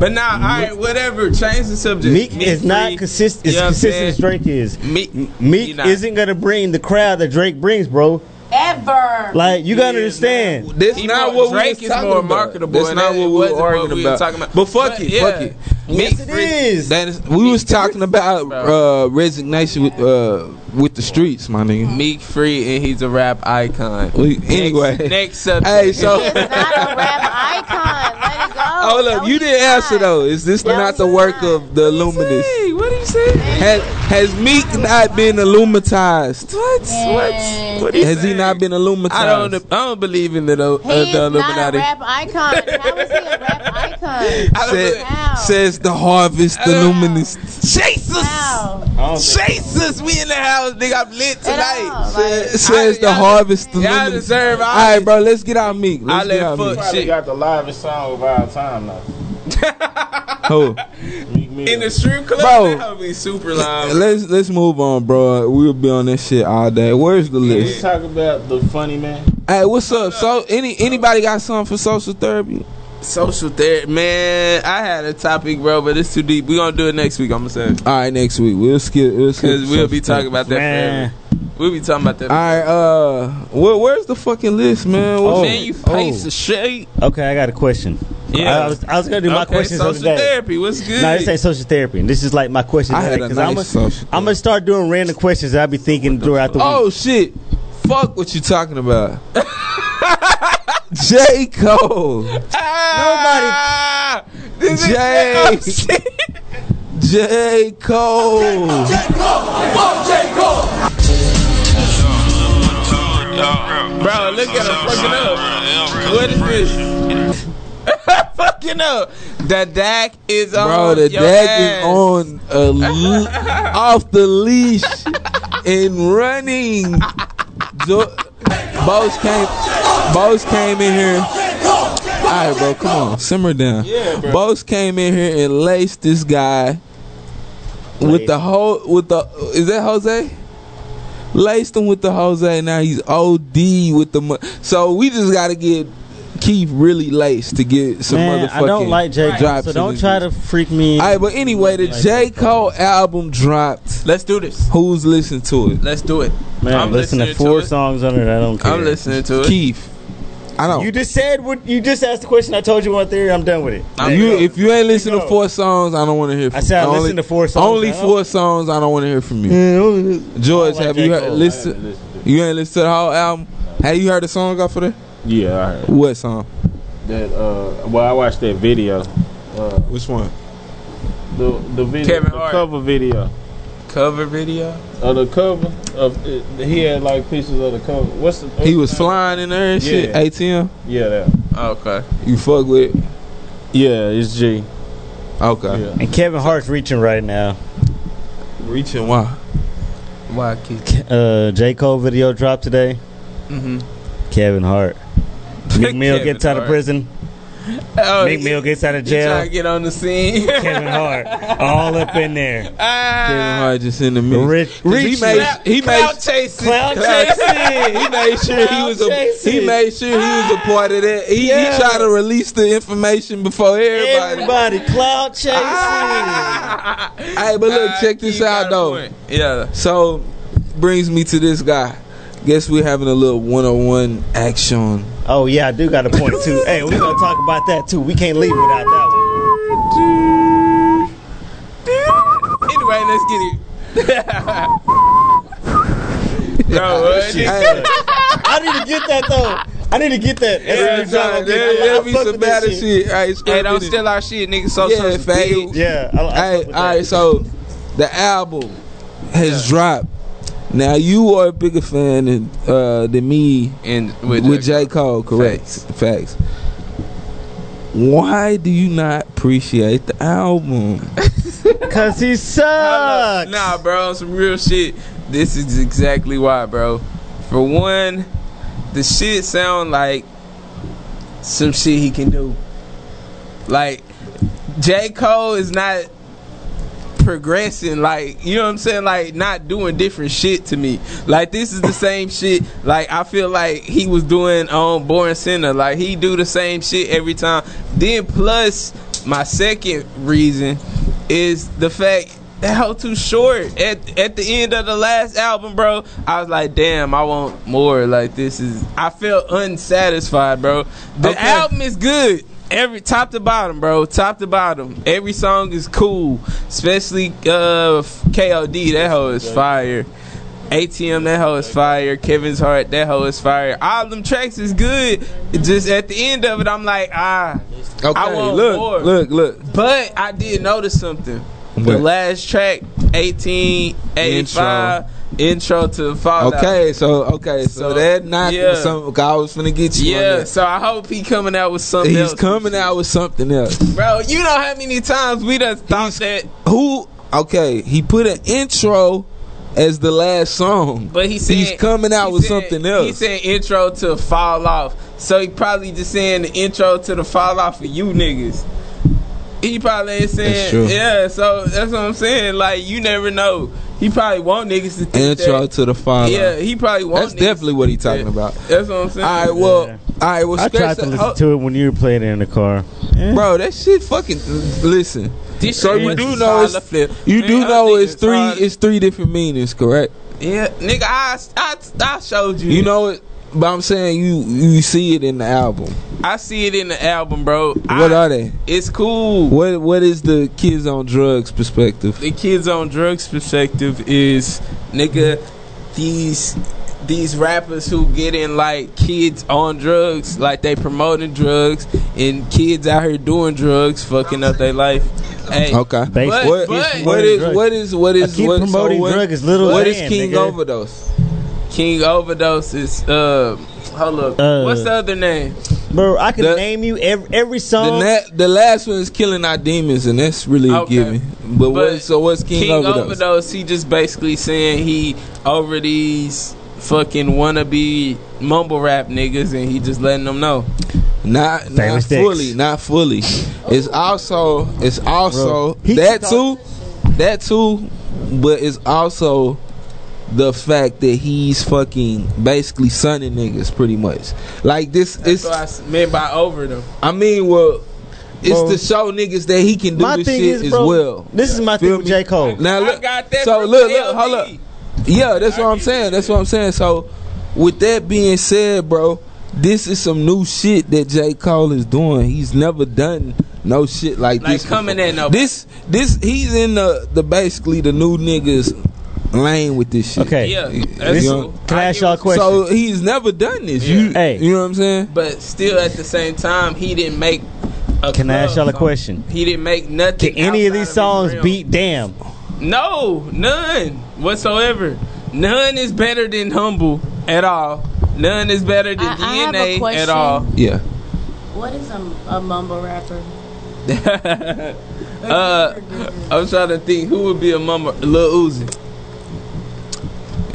S4: but now, all right, whatever. Change the subject.
S3: Meek is not
S4: free.
S3: consistent. As
S4: You know what I'm
S3: consistent as
S4: saying?
S3: Drake is.
S4: Meek, he
S3: Meek
S4: not.
S3: isn't gonna bring the crowd that Drake brings, bro.
S9: Ever.
S3: Like you gotta
S6: Yeah,
S3: understand.
S2: This
S4: He
S2: not
S4: more-
S2: what we
S4: Drake
S2: was
S4: is
S2: talking
S4: more
S2: about.
S4: marketable,
S2: That's
S4: and
S2: not
S4: that
S2: what we
S4: wasn't
S2: were
S4: what
S2: arguing
S4: we were
S2: about.
S4: talking about.
S2: But fuck
S4: But,
S2: it,
S4: yeah.
S2: fuck it.
S4: Yes,
S2: Meek
S4: it
S2: free-
S3: is.
S2: That is. We was talking about uh, resignation with uh, with the streets, my nigga.
S4: Meek free, and he's a rap icon.
S2: We-
S4: Next-
S2: anyway,
S4: next subject.
S2: Hey, so
S9: He is not a rap icon. Let it go.
S2: hold up,
S9: No,
S2: you
S9: he's
S2: didn't
S9: not.
S2: answer though. Is this
S9: No,
S2: not the
S9: he's
S2: work
S9: not.
S2: of the Illuminists?
S4: Hey, what do you say?
S2: Has, has Meek not been illuminatized?
S4: What?
S9: Man.
S4: What? What?
S2: Has he
S4: saying?
S2: not been illuminatized?
S4: I don't. I don't believe in the, uh,
S9: He is
S4: the
S9: not
S4: Illuminati.
S9: a rap icon. How is he a rap icon?
S4: I don't
S2: Said-
S4: believe-
S9: How?
S2: says the harvest illuminist.
S4: Jesus.
S9: How?
S6: I don't think-
S4: Jesus, we in the house, nigga. I'm
S9: At
S4: lit
S9: all.
S4: tonight.
S9: Like,
S2: Says the
S4: y'all-
S2: harvest
S4: Y'all
S2: illuminist.
S4: deserve.
S2: All right, bro, let's get out Meek. Let's
S4: I
S2: get
S4: let
S2: out
S4: fuck
S2: Meek.
S6: Probably
S4: shit.
S6: got the livest song of our time now.
S2: Who?
S6: Meek Mill.
S4: In the strip club,
S2: Bro.
S4: that would be super loud.
S2: Let's let's move on, bro. We'll be on that shit all day. Where's the
S6: Can we
S2: list?
S6: talk about the funny man.
S2: Hey, what's up? So any anybody got something for social therapy?
S4: Social therapy, man. I had a topic, bro, but it's too deep. We gonna do it next week. I'm gonna say
S2: All right, next week we'll skip. We'll skip
S4: because we'll be
S2: social therapy.
S4: talking about that.
S3: Man.
S4: forever. We'll be talking about that.
S2: All right, uh, where, where's the fucking list, man? What-
S3: Oh.
S4: man, you
S3: Oh.
S4: piece of shit.
S3: Okay, I got a question.
S4: Yeah.
S3: I, was, I was gonna do my
S4: Okay,
S3: questions
S4: social
S3: of the day.
S4: therapy. What's good?
S3: No, this ain't social therapy. This is like my questions.
S2: I had a nice
S3: I'm
S2: social
S3: I'm gonna start doing random questions that I be thinking throughout the week.
S2: Oh shit! Fuck what you talking about. J Cole,
S4: Ah, this is-
S2: J, J Cole.
S4: Bro, look at him fucking up. What is this? fucking up. The DAC is on.
S2: Bro, the
S4: your
S2: dad is
S4: ass.
S2: on a le- off the leash and running. Jo- Boss came. Boss came in here. All right, bro, come on, simmer down. Yeah, bro. Boss came in here and laced this guy with the whole with the is that Jose? Laced him with the Jose. Now he's OD with the. Mo- so we just gotta get Keith really laced to get some
S3: Man,
S2: motherfucking.
S3: I don't like J. Cole,
S2: drops
S3: so
S2: in
S3: don't
S2: this
S3: try
S2: bitch.
S3: to freak me.
S2: All right, but anyway, the
S3: Like
S2: J.
S3: that, bro.
S2: Cole album dropped.
S4: Let's do this.
S2: Who's listening to it?
S4: Let's do it.
S3: Man,
S4: I'm
S3: listen to
S4: listening
S3: four
S4: it.
S3: songs on it. I don't care.
S4: I'm listening to it.
S2: Keith. I don't.
S3: You just said what you just asked the question. I told you one theory. I'm done with it.
S4: I'm
S2: You-
S4: good.
S2: if you ain't listening to
S3: go.
S2: four songs, I don't want to hear. From
S3: I said I
S2: only,
S3: listened to four songs.
S2: Only
S3: I don't-
S2: four songs. I don't want to hear from you. George,
S3: I like
S2: have
S3: J.
S2: you heard,
S3: Cole.
S2: listened? You ain't listened to the whole album. Have you heard the song off of there?
S6: Yeah, I heard
S2: What song?
S6: that. Uh, well, I watched that video. Uh,
S2: Which one?
S6: the the video,
S4: Kevin
S6: the
S4: Hart.
S6: cover video.
S4: Cover video.
S6: Of the cover of it, he had like pieces of the cover. What's the
S2: He was flying in there and shit.
S6: Yeah.
S2: ATM.
S6: Yeah, that.
S4: Okay.
S2: You fuck with. It?
S6: Yeah, it's G.
S2: Okay.
S6: Yeah.
S3: And Kevin Hart's reaching right now.
S2: Reaching why?
S4: Why Keith?
S3: Uh, J. Cole video dropped today.
S4: Mm-hmm.
S3: Kevin Hart. Meek Mill
S4: Kevin
S3: gets out of
S4: Hart.
S3: prison.
S4: Oh,
S3: Meek Mill gets out of
S4: you trying to
S3: jail.
S4: get on the scene.
S3: Kevin Hart, all up in there.
S2: Kevin
S4: ah,
S2: Hart just in the middle.
S3: Rich,
S2: He made. He made.
S4: clout chasing.
S3: cloud chasing.
S2: he made sure he was a
S3: Jason.
S2: he made sure he was
S4: Ah.
S2: a part of that. He,
S3: Yeah.
S2: he tried to release the information before everybody.
S3: Everybody, cloud chasing. Ah!
S2: Hey, but look,
S4: Ah,
S2: check this
S4: Keith
S2: out
S4: got a
S2: though.
S4: point. Yeah.
S2: So brings me to this guy. Guess we're having a little one on one action.
S3: Oh yeah, I do got a point too. hey, we're gonna talk about that too. We can't leave without that
S4: Anyway, let's get it. Bro, what?
S2: Hey,
S3: one. I need to get that though. I need to get that.
S2: every time there, there be some bad shit. Hey,
S4: Hey, don't steal our shit, nigga. So
S2: Yeah,
S4: so
S2: faggot.
S3: Yeah.
S2: Hey,
S3: I, I fuck with
S2: all
S3: that.
S2: right. So the album has dropped. Now you are a bigger fan than uh, than me
S4: And
S2: with,
S4: with,
S2: J. Cole, correct? Facts. Why do you not appreciate the album?
S3: Cause he
S4: Nah,
S3: sucks.
S4: Nah, bro, some real shit. This is exactly why, bro. For one, the shit sound like some shit he can do. Like J. Cole is not progressing like you know what I'm saying like not doing different shit to me like this is the same shit like I feel like he was doing on Born Sinner like he do the same shit every time then plus my second reason is the fact that how too short at at the end of the last album bro I was like damn I want more like this is I felt unsatisfied bro the
S2: Okay.
S4: album is good Every top to bottom, bro. Top to bottom. Every song is cool, especially uh KOD. That hoe is fire. ATM. That hoe is fire. Kevin's Heart. That hoe is fire. All them tracks is good. Just at the end of it, I'm like ah. I want
S2: look,
S4: more.
S2: look, look.
S4: But I did notice something. The
S2: What?
S4: last track, 1885 intro, to Fallout.
S2: Okay, so okay, so,
S4: So,
S2: that not
S4: yeah.
S2: some. I was finna get you. on
S4: Yeah,
S2: that.
S4: so I hope he coming out with something.
S2: he's
S4: else.
S2: coming out with something else.
S4: bro. You know how many times we done thought that
S2: Who? Okay, he put an intro as the last song.
S4: But he said
S2: He's coming out
S4: he
S2: with
S4: said-
S2: something
S4: He
S2: else.
S4: said intro to fall off, so he probably just saying the intro to the fall off for you niggas. He probably ain't saying
S2: That's true.
S4: yeah. So that's what I'm saying. Like you never know. He probably want niggas to think
S2: intro
S4: that.
S2: to the fire.
S4: yeah, he probably want.
S2: that's definitely what he talking about.
S4: That's what I'm saying.
S2: All right, well, all right, well,
S3: I tried
S2: scratch
S3: to
S2: that.
S3: listen to it when you were playing it in the car.
S2: Oh, bro, that shit fucking listen.
S4: This
S2: so
S4: shit
S2: you
S4: was
S2: do
S4: just
S2: know
S4: all
S2: it's-
S4: the flip.
S2: You
S4: Man,
S2: do
S4: I
S2: know
S4: think
S2: it's three,
S4: all-
S2: it's three different meanings, correct?
S4: yeah, nigga. I, I I showed you.
S2: You know it. But I'm saying you you see it in the album.
S4: I see it in the album, bro.
S2: What
S4: I-
S2: are they?
S4: It's cool.
S2: What what is the kids on drugs perspective?
S4: the kids on drugs perspective is nigga these these rappers who get in like kids on drugs like they promoting drugs and kids out here doing drugs fucking up their life hey
S2: Okay.
S3: Basically.
S4: But-
S2: What,
S4: but-
S2: what is what is what is
S3: keep
S2: what, so
S3: promoting
S2: what-
S3: drug is little
S2: What is
S3: hand,
S2: King
S3: nigga.
S2: Overdose?
S4: king overdose is uh hold up
S3: Uh,
S4: what's the other name
S3: Bro, I can
S2: The-
S3: name you every, every
S2: The,
S3: song.
S2: na- the last one is killing our demons, and that's really a
S4: Okay.
S2: given. But, what,
S4: But
S2: so what's King, Overdose?
S4: he just basically saying he over these fucking wannabe mumble rap niggas and he just letting them know
S2: Not
S3: Famous
S2: not
S3: Dicks.
S2: fully, not fully. It's also it's also
S3: Bro, he
S2: that
S3: can
S2: too, that too, but it's also the fact that he's fucking basically sunning niggas pretty much. Like this,
S4: that's
S2: it's
S4: what I s- meant by over them
S2: I mean, well, it's
S3: Bro.
S2: to show niggas that he can do
S3: my
S2: this
S3: thing
S2: shit
S3: is,
S2: as
S3: bro.
S2: well.
S3: This is my
S2: Feel
S3: thing with
S2: me?
S3: J. Cole.
S2: Now
S4: I
S2: look,
S4: got that
S2: so
S4: from
S2: look, look,
S4: LD.
S2: hold up. Yeah, that's what I'm saying. That's what I'm saying. So, with that being said, bro, this is some new shit that J Cole is doing. He's never done no shit like,
S4: Like
S2: this.
S4: coming
S2: before.
S4: in no-
S2: This, this, he's in the the basically the new niggas lane with this shit.
S3: Okay.
S4: Yeah,
S2: You
S4: that's
S2: know?
S4: cool.
S3: Can I ask
S4: I
S3: y'all a
S4: give
S3: question?
S2: So he's never done this. You,
S3: Hey.
S2: you know what I'm saying?
S4: But still, at the same time, he didn't make. A
S3: Can I ask
S4: club
S3: y'all a
S4: song.
S3: question?
S4: He didn't make
S3: can
S4: nothing.
S3: any of
S4: outside
S3: these
S4: his
S3: songs
S4: realm.
S3: beat Damn?
S4: No, none whatsoever. None is better than humble at all. None is better than
S9: I- I have a
S4: DNA at
S9: question.
S4: all.
S2: Yeah.
S9: What is a, a mumble rapper?
S4: Uh, I'm trying to think who would be a mumble. Lil Uzi.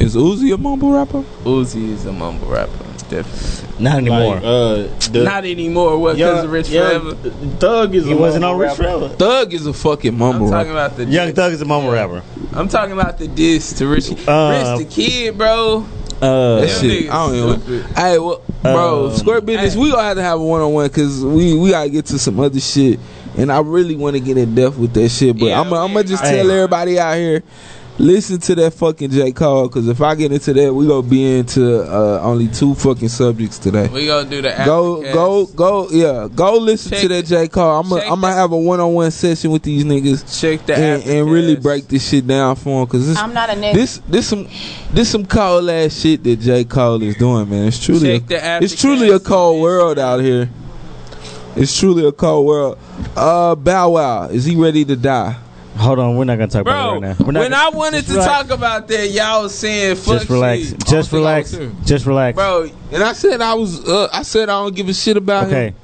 S2: Is Uzi a mumble rapper?
S4: Uzi is a mumble rapper, definitely.
S3: Not anymore.
S6: Like, uh, the,
S4: Not anymore. What? Because of Rich Forever.
S6: Thug is
S3: he
S6: a
S3: wasn't
S6: mumble
S3: on Rich
S6: rapper.
S3: Forever.
S2: Thug is a fucking
S4: I'm
S2: mumble
S4: talking
S2: rapper.
S4: about the
S3: Young
S4: diss.
S3: Thug is a mumble rapper.
S4: I'm talking about the diss to Rich.
S3: Uh,
S4: Rich the kid, bro.
S3: Uh,
S2: That shit, I don't even.
S4: Stupid.
S2: Hey, well, bro,
S3: Um,
S2: Squirt business. We gonna have to have a one on one because we we gotta get to some other shit, and I really want to get in depth with that shit. But
S4: Yeah,
S2: I'm I'm
S4: we-
S2: gonna just
S3: Hey.
S2: tell everybody out here, listen to that fucking J Cole because if I get into that, we gonna be into uh, only two fucking subjects today.
S4: We gonna do the
S2: Go
S4: aftercast.
S2: go go! Yeah, go listen
S4: Check
S2: to that J Cole. I'm
S4: check
S2: I'm
S4: the-
S2: gonna have a one on one session with these niggas
S4: check the
S2: and, and really
S4: aftercast.
S2: break this shit down for them because
S9: I'm not a nigga.
S2: this this some this some cold ass shit that J Cole is doing, man. It's truly
S4: Check the
S2: a, it's truly a
S4: aftercast.
S2: cold world out here. It's truly a cold world. Uh, Bow Wow is he ready to die?
S3: hold on, we're not gonna talk
S4: Bro,
S3: about it right now. We're not
S4: when
S3: gonna-
S4: I wanted
S3: just
S4: to
S3: relax.
S4: talk about that, y'all was saying fuck
S3: just relax.
S4: shit.
S3: Just
S2: I don't
S3: relax.
S2: think I was
S3: Just relax.
S4: Bro,
S2: And I said I was uh, I said I don't give a shit about him.
S3: Okay.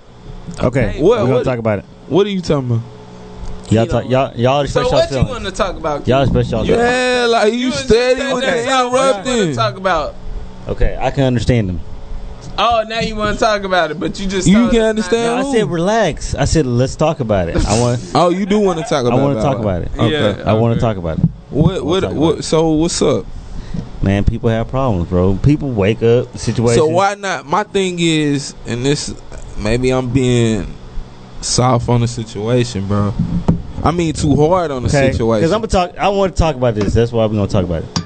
S3: Okay.
S4: Okay.
S2: What-
S3: we're gonna
S2: what-
S3: talk about it.
S2: What are you talking about?
S3: Y'all
S4: You
S3: talk,
S4: know.
S3: y'all y'all
S4: so
S3: express y'all
S4: what you
S3: feelings.
S4: want to talk about?
S3: Y'all express y'all feelings.
S2: Yeah, like you,
S4: was just
S2: steady
S4: saying
S2: with
S4: that's
S2: the
S4: not what you wanna
S2: interrupting.
S4: Talk about.
S3: Okay, I can understand them.
S4: Oh, now you want to talk about it, but you just
S2: You
S4: told
S2: can
S4: us not
S2: understand
S4: to.
S3: I
S2: Ooh.
S3: said relax. I said let's talk about it. I want
S2: Oh, you do want to talk
S3: I
S2: about?
S3: want
S2: Bow
S3: to talk
S2: Wow.
S3: about it.
S2: Okay.
S4: Yeah.
S3: I want
S4: Okay.
S3: to talk about it.
S2: What
S3: talk
S2: what
S3: about
S2: what? So what's up?
S3: Man, people have problems, bro. People wake up situations.
S2: So why not? My thing is, and this maybe I'm being soft on the situation, bro. I mean, too hard on the
S3: Because
S2: situation.
S3: I'm gonna talk. I want to talk about this. That's why we're gonna talk about it.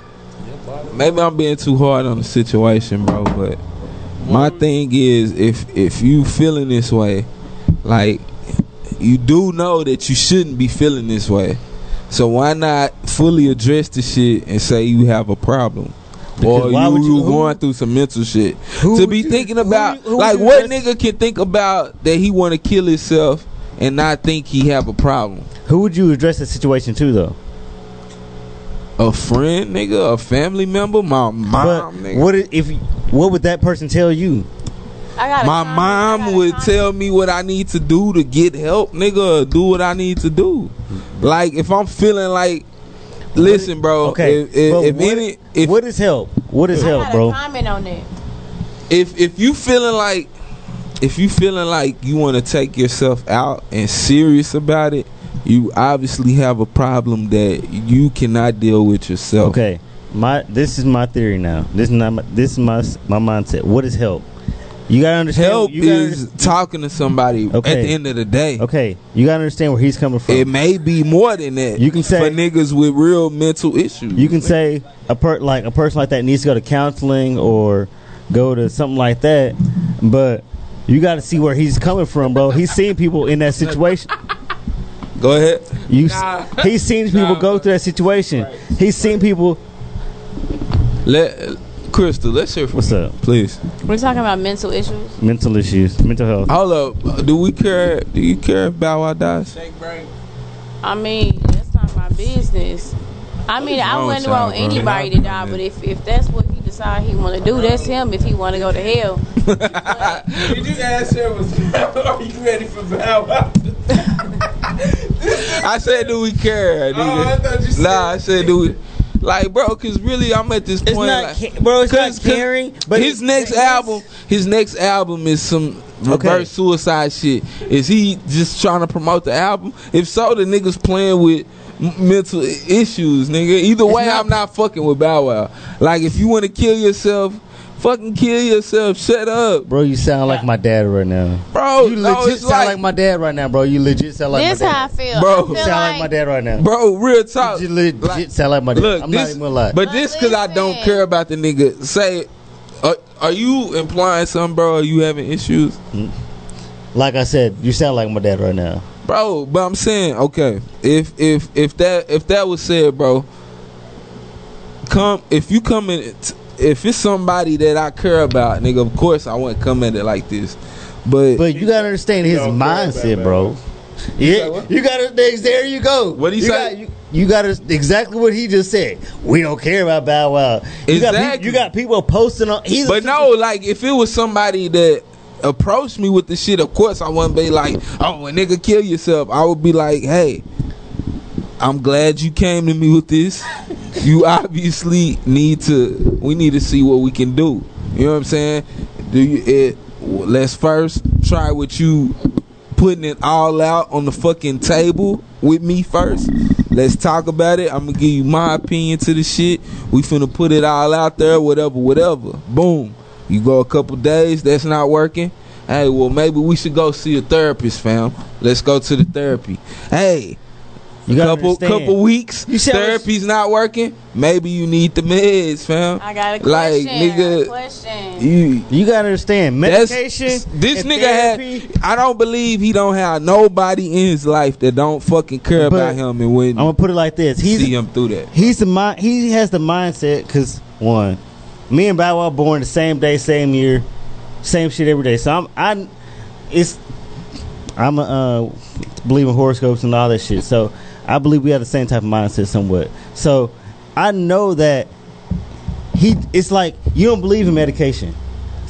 S2: maybe I'm being too hard on the situation, bro. But my
S3: Mm.
S2: thing is, if if you feeling this way, like you do know that you shouldn't be feeling this way, so why not fully address the shit and say you have a problem? or
S3: Because why
S2: you,
S3: would you-
S2: you
S3: who-
S2: going through some mental shit
S3: Who
S2: to
S3: would
S2: be
S3: you-
S2: thinking
S3: who
S2: about
S3: you- who would
S2: like
S3: you
S2: what
S3: address-
S2: nigga can think about that he want to kill himself and not think he have a problem
S3: Who would you address the situation to, though?
S2: a friend nigga a family member my
S3: But
S2: mom nigga
S3: what i- if? What would that person tell you?
S9: I got a
S2: my
S9: comment, I got
S2: mom
S9: a
S2: would
S9: comment.
S2: tell me what I need to do to get help, nigga, or do what I need to do. Like if I'm feeling like listen, bro,
S3: Okay.
S2: if if,
S3: but
S2: if
S3: what-
S2: any if,
S3: what is help? What is
S9: I
S3: help,
S9: got
S3: bro?
S9: A comment on it.
S2: if if you feeling like if you feeling like you want to take yourself out and serious about it, you obviously have a problem that you cannot deal with yourself.
S3: Okay, my this is my theory now. This is not my, this is my s- my mindset. What is help? You gotta understand.
S2: Help
S3: you gotta
S2: is talking to somebody at
S3: Okay.
S2: the end of the day.
S3: under- okay. You gotta understand where he's coming from.
S2: It may be more than that.
S3: You can say-
S2: for niggas with real mental issues.
S3: you can say a per like a person like that needs to go to counseling or go to something like that. But you got to see where he's coming from, bro. He's seen people in that situation.
S2: Go ahead.
S3: You, he's seen people go through that situation. He's seen people.
S2: Let Crystal, let's hear from
S3: What's
S2: you,
S3: up?
S2: please.
S9: We're talking about mental issues.
S3: Mental issues, mental health.
S2: Hold up. Do we care? Do you care if Bow Wow dies?
S9: I mean, that's not my business. I mean, I
S2: wrong with
S9: wouldn't
S2: y'all,
S9: want
S2: bro?
S9: anybody to die, but if, if that's what he decide he want to do, that's him. If he want to go to hell,
S4: Did you ask her, was are you ready for Bow Wow?
S2: I said, do we care?
S4: Oh, I thought you said-
S2: nah, I said, do we? Like, bro, cause really, I'm at this
S10: It's
S2: point.
S10: not,
S2: like-
S10: ca- bro. It's
S2: Cause-
S10: not
S2: 'cause
S10: caring. But it's-
S2: his next
S10: it's-
S2: album, his next album is some reverse
S3: Okay.
S2: suicide shit. Is he just trying to promote the album? If so, the niggas playing with m- mental i- issues, nigga. Either way, I'm not fucking with Bow Wow. Like, if you want to kill yourself, fucking kill yourself. Shut up,
S3: Bro, you sound like my dad right now.
S2: bro.
S3: You legit
S2: no, it's
S3: sound like, my dad right now, bro. You legit sound like
S9: this
S3: my dad.
S9: how I feel.
S2: Bro.
S9: I feel
S3: You sound like, my dad right now.
S2: bro. Real
S3: You
S2: talk.
S3: just legit
S2: Like-
S3: sound like my dad.
S2: Look,
S3: I'm
S2: this,
S3: not even gonna lie.
S2: But this because I don't
S9: listen.
S2: care about the nigga. Say, are, are you implying something, bro? Are you having issues,
S3: like I said, you sound like my dad right now.
S2: bro? But I'm saying, okay, if if if that if that was said, bro, come if you come in, t- if it's somebody that I care about, nigga, of course I wouldn't come at it like this. But,
S3: But you gotta understand his
S6: don't care about
S3: mindset,
S6: that.
S3: bro. Yeah, you gotta. There you go.
S2: What'd he
S3: you
S2: say?
S3: Got, you, you got exactly what he just said. We don't care about Bow Wow. You Got, pe-
S2: Exactly.
S3: you got people posting on. He's
S2: but no, like if it was somebody that approached me with the shit, of course I wouldn't be like, "Oh, a nigga, kill yourself." I would be like, "Hey, I'm glad you came to me with this. You obviously need to. We need to see what we can do. You know what I'm saying? Do you? It, let's first try what you putting it all out on the fucking table with me first. Let's talk about it. I'm gonna give you my opinion to the shit. We finna put it all out there, whatever, whatever. Boom. You go a couple days, that's not working. Hey, well maybe we should go see a therapist, fam. Let's go to the therapy. Hey,
S3: You gotta
S2: couple
S3: understand.
S2: couple weeks,
S3: You see how it's-
S2: therapy's not working. Maybe you need the meds, fam.
S9: I got a
S2: Like,
S9: question. I got a
S2: nigga,
S9: question.
S2: You
S3: You gotta understand
S2: that's-
S3: medication.
S2: this
S3: and
S2: nigga
S3: therapy-
S2: had. I don't believe he don't have nobody in his life that don't fucking care
S3: But
S2: about him and when
S3: I'm gonna put it like this. He's
S2: see him through that.
S3: he's the mind. He has the mindset because one, me and Bow Wow born the same day, same year, same shit every day. So I'm I, it's I'm a uh, believe in horoscopes and all that shit. So I believe we have the same type of mindset somewhat. So I know that he. It's like you don't believe in medication.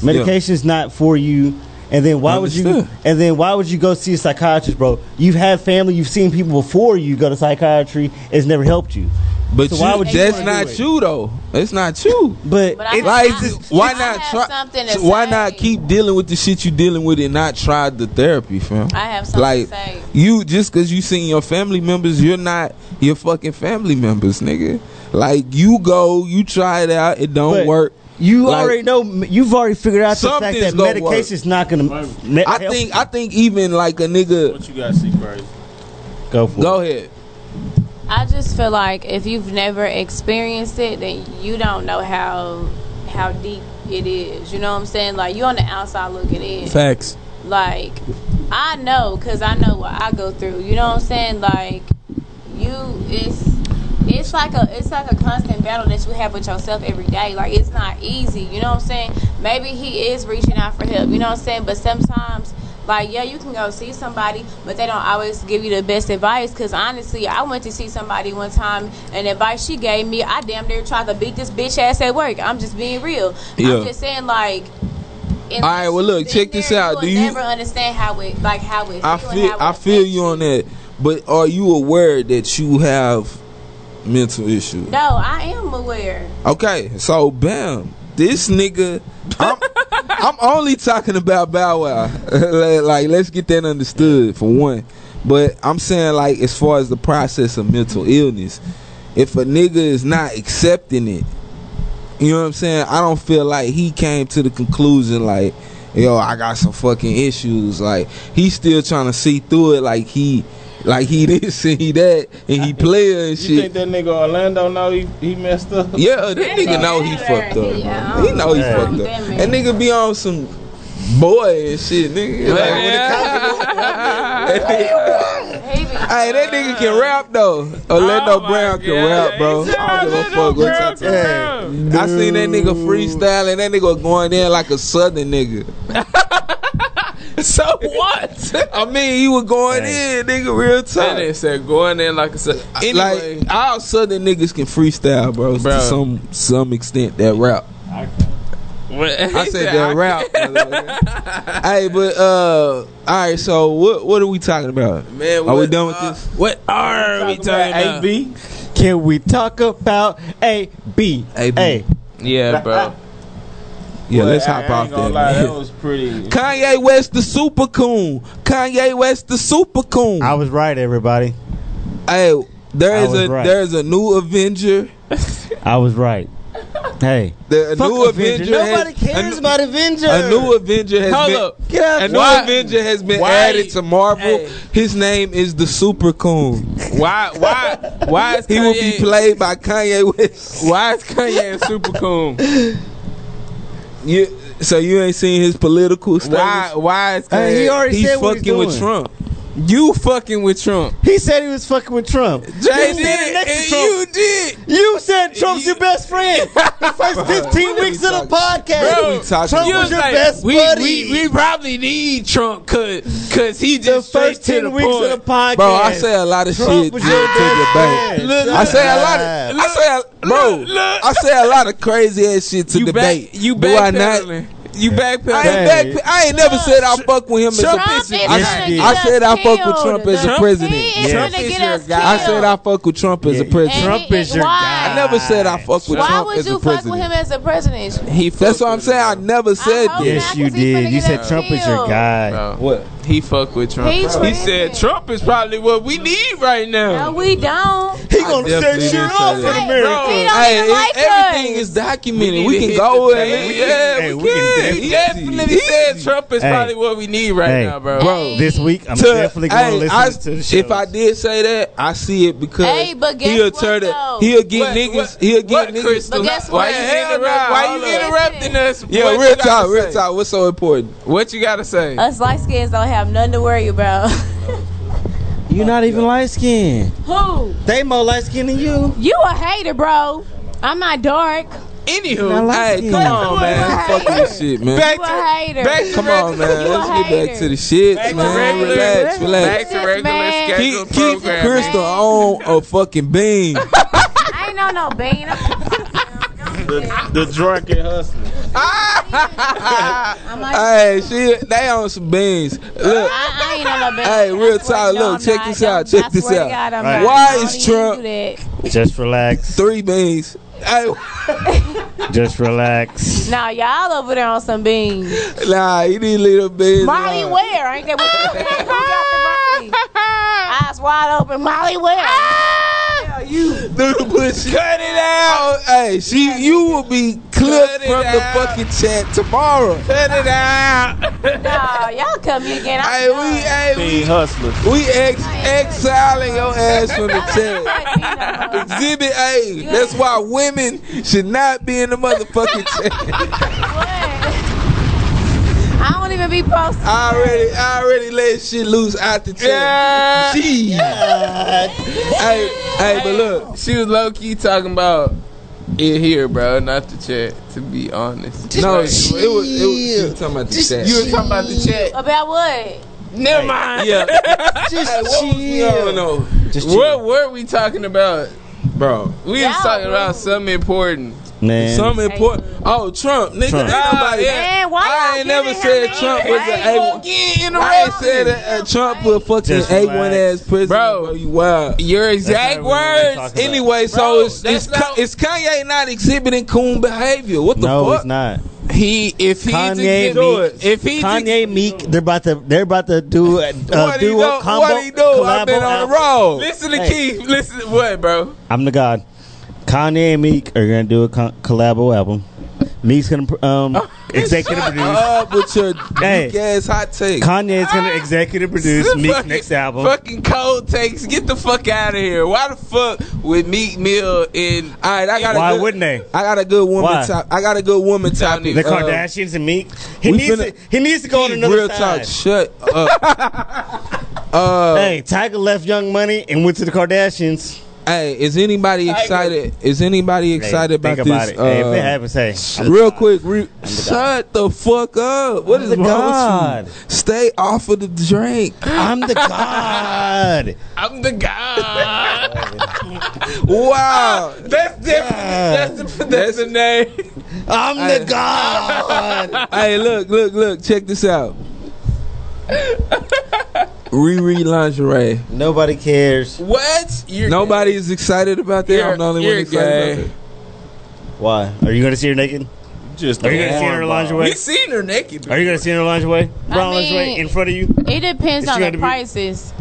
S3: Medication is not for you. And then why would you?
S2: Understood.
S3: And then why would you go see a psychiatrist, bro? You've had family, you've seen people before you go to psychiatry. It's never helped you.
S2: But
S3: So
S2: you,
S3: why would you
S2: that's
S3: wanna do
S2: not
S3: it?
S2: you though. It's not you.
S3: But,
S9: But I
S3: it-
S2: Like
S9: have-
S2: why
S9: I
S2: not
S9: have
S2: try?
S9: something to
S2: why
S9: say.
S2: not keep dealing with the shit you dealing with and not try the therapy, fam?
S9: I have something
S2: Like
S9: to say.
S2: you just because you seen your family members, you're not your fucking family members, nigga. Like you go, you try it out, it don't
S3: But
S2: work.
S3: you
S2: Like-
S3: already know. You've already figured out the fact
S2: Something's
S3: that
S2: gonna
S3: medication is not going to. Me-
S2: I
S3: help
S2: think
S3: you.
S2: I think even like a nigga.
S6: What you gotta see first?
S3: go for
S2: Go ahead.
S9: I just feel like if you've never experienced it, then you don't know how how deep it is. You know what I'm saying? Like you on the outside looking in.
S2: Facts.
S9: Like I know cuz I know what I go through. You know what I'm saying? Like you it's it's like a it's like a constant battle that you have with yourself every day. Like it's not easy, you know what I'm saying? Maybe he is reaching out for help, you know what I'm saying? But sometimes like yeah, you can go see somebody, but they don't always give you the best advice. Cause honestly, I went to see somebody one time, and the advice she gave me, I damn near tried to beat this bitch ass at work. I'm just being real.
S2: Yeah.
S9: I'm just saying like. All
S2: right, well, look, check this out. Do
S9: you
S2: you-
S9: will never understand how it like how it?
S2: I
S9: feel and
S2: feel
S9: how it
S2: I feel
S9: affects
S2: you on that. But are you aware that you have mental issues?
S9: No, I am aware.
S2: Okay, so bam, this nigga. I'm, I'm only talking about Bow Wow. like, like, let's get that understood for one. But I'm saying, like, as far as the process of mental illness, if a nigga is not accepting it, you know what I'm saying? I don't feel like he came to the conclusion, like, yo, I got some fucking issues. Like, he's still trying to see through it, like, he Like he this and he that and he player and
S6: You think
S2: shit.
S6: that nigga Orlando know he, he messed up?
S2: Yeah, that nigga know he
S9: matter.
S2: fucked up.
S9: Yeah,
S2: bro. He know he
S3: Yeah.
S2: fucked up.
S9: That
S2: That nigga be on some boy and shit, nigga. Like, when it comes to-
S9: He be-
S2: Hey, that nigga can rap though. Orlando
S4: Oh my
S2: Brown can
S4: God.
S2: rap, bro.
S4: It's
S2: I don't give a
S4: Orlando
S2: fuck what
S4: Brown
S2: y'all
S4: can rap.
S2: talking about. I seen that nigga freestyle and that nigga going in like a southern nigga.
S4: So what?
S2: I mean, he was going in, nigga, real
S4: That
S2: time.
S4: nigga said going in like I said. Anyway,
S2: Like all southern niggas can freestyle, bro.
S4: Bro.
S2: To some some extent that rap. I said that rap. motherfucker. hey, but uh, all right. So what what are we talking about?
S4: Man,
S2: Are we
S4: what
S2: done with
S4: are-
S2: this?
S4: What are we talking about?
S6: AB?
S3: Can we talk about A B
S2: A, B.
S3: A?
S4: Yeah, bro.
S2: Yeah,
S6: But
S2: let's
S6: I- I
S2: hop off
S6: ain't gonna
S2: that.
S6: lie,
S2: man.
S6: That was pretty.
S2: Kanye West the super coon. Kanye West the super coon.
S3: I was right, everybody.
S2: Hey, there
S3: I
S2: is
S3: was
S2: a
S3: right.
S2: there is a new Avenger.
S3: I was right. Hey,
S2: The a
S3: fuck
S2: new
S3: Avenger.
S2: Avenger.
S3: Nobody
S2: has,
S3: cares
S2: a,
S3: about Avenger.
S2: a new Avenger has
S4: Hold
S2: been.
S4: up.
S3: Get out
S2: A
S3: of
S2: new
S4: Why-
S2: Avenger has been
S4: why-
S2: added to Marvel.
S4: Hey.
S2: His name is the Super Coon.
S4: Why? Why? Why is
S2: He
S4: Kanye,
S2: will be played by Kanye West.
S4: Why is Kanye a super coon?
S2: You, so you ain't seen his political
S4: Why?
S2: stuff?
S4: Why is Kanye?
S3: Hey, he already
S2: He's
S3: said
S2: fucking
S3: what he's
S2: with
S3: doing.
S2: Trump.
S4: you fucking with Trump.
S3: He said he was fucking with Trump.
S2: Jay
S3: you standing
S2: did.
S3: next
S2: And
S3: to Trump.
S2: you did.
S3: You, said Trump's
S4: you-
S3: your best friend. The first 15
S2: What are
S3: weeks
S2: we
S3: of the
S2: talking-
S3: podcast.
S2: Bro, we talking
S3: Trump
S2: about?
S3: was your
S4: like,
S3: best
S4: we,
S3: buddy.
S4: We, we probably need Trump cause cause he
S3: the
S4: just straight
S3: first
S4: to
S3: 10
S4: the
S3: weeks
S4: point.
S3: of the podcast.
S2: Bro, I say a lot of
S3: Trump
S2: shit
S3: was
S2: to,
S3: your
S2: to
S3: best
S2: debate.
S3: friend.
S4: Look,
S2: I say a lot
S3: Shut
S2: of, I say, a, bro,
S4: look, look.
S2: I say a lot of crazy ass shit to
S4: you
S2: debate.
S4: back you
S2: Do I not?
S4: backpedaling. You
S2: I
S4: backpedaling.
S2: ain't, back, I ain't never said I fuck with him
S4: Trump
S2: as
S9: Trump
S2: a
S9: is
S2: president.
S9: gonna
S3: Yes, you
S9: get
S3: did.
S2: I said
S9: us
S2: I fuck with
S9: killed.
S2: Trump as a
S9: Trump-
S2: president.
S9: He is
S3: Yeah.
S9: gonna
S4: Trump
S9: get
S4: is your
S9: us killed.
S4: guy.
S2: I said I fuck with Trump as a
S3: Yeah.
S2: president.
S9: And
S3: Trump
S9: he-
S3: is your
S9: why?
S2: I never said I fuck with
S9: Why
S2: Trump
S9: would
S2: as
S9: you
S2: a
S9: fuck with
S2: president.
S9: him as a president?
S4: He
S2: That's
S4: fuck
S2: what I'm
S4: with
S2: saying. I
S4: him,
S2: never said
S9: hope
S2: that.
S9: not.
S3: yes, you
S9: Cause he finna
S3: did. You
S9: get
S3: said
S9: us
S3: Trump is your
S9: killed.
S3: guy.
S4: bro.
S2: What?
S4: He fuck with Trump.
S9: He
S4: He, said
S9: tripping.
S4: Trump is probably what we need right
S9: No,
S4: now.
S9: we don't.
S3: He gonna set
S2: definitely
S3: shit
S2: didn't
S3: off
S2: say that.
S3: in
S9: Bro, he
S3: America.
S9: don't
S2: Hey,
S9: even
S2: it-
S9: like
S2: everything
S9: us.
S2: is documented.
S4: need
S2: We
S4: to
S2: can
S4: hit
S2: go
S4: the
S2: and
S4: tape.
S2: yeah,
S3: Hey,
S2: we
S3: we can
S2: can.
S3: definitely-
S2: He
S4: He
S2: definitely
S4: definitely said Trump is
S3: Hey.
S4: probably what we need right
S3: Hey,
S4: now, bro.
S9: Bro,
S3: This week, I'm
S2: to-
S3: definitely going
S2: hey,
S3: to listen
S2: I-
S3: to the show.
S2: If I did say that, I see it because
S9: Hey, but guess
S2: he'll
S9: what,
S2: turn it.
S9: though?
S2: He'll get
S4: What-
S2: niggas.
S4: what-
S2: he'll get
S4: what,
S2: niggas.
S4: Crystal?
S9: But guess what?
S4: why you
S2: Hell
S4: interrupt,
S2: nah,
S4: Why
S2: hold
S4: you
S2: up.
S4: interrupting us?
S2: Yeah,
S4: What
S2: real
S4: you gotta
S2: talk, real
S4: say?
S2: talk. What's so important?
S4: What you gotta say?
S9: Us light skins don't have nothing to worry about.
S3: You're not even light skinned.
S9: Who?
S3: They more light skinned than you.
S9: You a hater, bro. I'm not dark.
S4: Anywho,
S3: like
S2: hey,
S3: it.
S2: come on,
S9: What
S2: man.
S9: about
S2: Fuck
S9: you?
S2: this shit, man.
S4: back
S9: You a
S4: to
S9: hater.
S4: back to
S2: come on, man.
S9: You a
S2: Let's get back
S9: hater.
S2: to the shit,
S4: back to
S2: man.
S4: regular,
S2: Relax,
S4: back
S2: relax.
S4: to
S9: This
S4: regular
S9: man.
S4: schedule
S2: Keep, keep
S4: program.
S2: Crystal on a fucking beam.
S9: I ain't on no bean.
S6: The drunken hustler.
S9: I'm like, I,
S2: hey, she they on some beans. Look,
S9: I ain't on no bean.
S2: Hey, real
S9: I swear-
S2: talk.
S9: no,
S2: Look,
S9: I'm
S2: check
S9: not.
S2: this out.
S9: Don't-
S2: Check
S9: I
S2: this
S9: swear to
S2: out.
S9: God, I'm
S3: Right.
S9: not.
S2: Why
S9: Don't
S2: is
S9: even
S2: Trump-
S9: do that.
S3: Just relax.
S2: three beans. Hey,
S3: Just relax.
S9: Now y'all over there on some beans.
S2: nah, you need little beans.
S9: Molly
S2: alone.
S9: Ware, ain't that what you said? Who got the Molly? Eyes wide open, Molly Ware.
S3: Ah!
S2: Do the bullshit. Cut it out. Oh, Hey, she, you will be
S4: Cut
S2: clipped
S4: it
S2: from the
S4: out.
S2: fucking chat tomorrow.
S4: Cut it out.
S9: Nah, y'all come here again. I'm
S2: Hey, we, hey,
S6: Being hustler.
S2: we, we ex- exiling your ass from the chat.
S9: done.
S2: Exhibit A. That's why women should not be in the motherfucking chat.
S9: What? I don't even be posting.
S2: I already, I already let shit loose out the chat.
S4: Yeah.
S2: Jeez. Hey, hey, but look.
S4: She was low key talking about it here, bro, not the chat. To be honest,
S2: No, it was, it was, you were talking about the chat.
S4: you were talking about the chat.
S9: About what?
S4: Never mind.
S2: yeah.
S3: Just
S2: We don't know.
S3: Just
S4: What were we talking about?
S2: Bro,
S4: We was
S9: Y'all
S4: talking about
S9: rude.
S4: something important.
S3: Man.
S2: Some important. Oh, Trump, nigga.
S3: Trump.
S2: Ain't nobody.
S4: Yeah.
S9: Man, why
S2: I
S9: y'all
S2: ain't never
S9: giving him
S2: said
S9: that
S2: Trump
S9: name?
S2: was an A1. I ain't said that uh, Trump was a fucking
S3: Just
S2: A1 ass
S3: relax.
S2: president.
S4: Bro.
S2: you wild.
S4: Your
S3: That's
S4: exact
S3: not what we were
S4: words.
S3: talking about.
S2: Anyway, so
S4: Bro,
S2: it's, it's,
S4: that's
S2: Ka-
S4: not-
S2: it's Kanye not exhibiting coon behavior. What the
S3: no,
S2: fuck?
S3: it's not.
S4: He if he
S3: Kanye
S4: Kanye
S3: Meek.
S4: if he
S3: Kanye Meek, they're about to they're about to do a uh,
S2: what he do?
S3: do a combo.
S2: What he do? I've been
S3: collabo
S2: on the
S3: album.
S2: road.
S4: listen to
S3: Hey.
S4: Keith, listen what, bro?
S3: I'm the god. Kanye and Meek are gonna do a co- collabo album. Meek's gonna um, executive produce.
S2: Up with your
S3: Hey.
S2: weak ass hot take.
S3: Kanye is
S2: Ah!
S3: gonna executive produce Meek's
S4: Fucking-
S3: next album.
S4: Fucking cold takes. Get the fuck out of here. Why the fuck would Meek Mill in?
S2: All right, I got.
S3: Why
S2: a good,
S3: wouldn't they?
S2: I got a good woman
S3: Why?
S2: top. I got a good woman topic.
S3: The
S2: uh,
S3: Kardashians and Meek. He
S2: we
S3: needs
S2: finna-
S3: to, he needs to go on another
S2: real
S3: side.
S2: talk. Shut up. uh, hey.
S3: Hey, Tiger left Young Money and went to the Kardashians.
S2: is anybody excited? Is anybody excited
S3: hey,
S2: about
S3: think
S2: this?
S3: about it. hey, if
S2: uh,
S3: it happens, hey, I'm-
S2: Real quick, re- shut the fuck up. What is
S3: the
S2: wrong
S3: God.
S2: with you? Stay off of the drink.
S3: I'm the god.
S4: I'm the guy.
S2: Wow.
S4: that's different. That's the, that's the name.
S3: I'm the god.
S2: hey, look, look, look. Check this out. Riri lingerie.
S3: Nobody cares.
S4: What? You're
S2: Nobody is excited about that. I'm the only one
S4: You're-
S2: excited
S4: you're
S2: about
S4: gay.
S3: Why? Are you gonna see her naked?
S6: Just
S3: Are you gonna see her in
S6: horn
S3: her
S6: ball.
S3: lingerie?
S4: We seen her naked.
S3: Are you gonna see her in her lingerie?
S9: I
S3: Brown
S9: mean-
S3: lingerie in front of you?
S9: It depends
S3: It's
S9: on
S3: gotta
S9: the
S3: be-
S9: prices.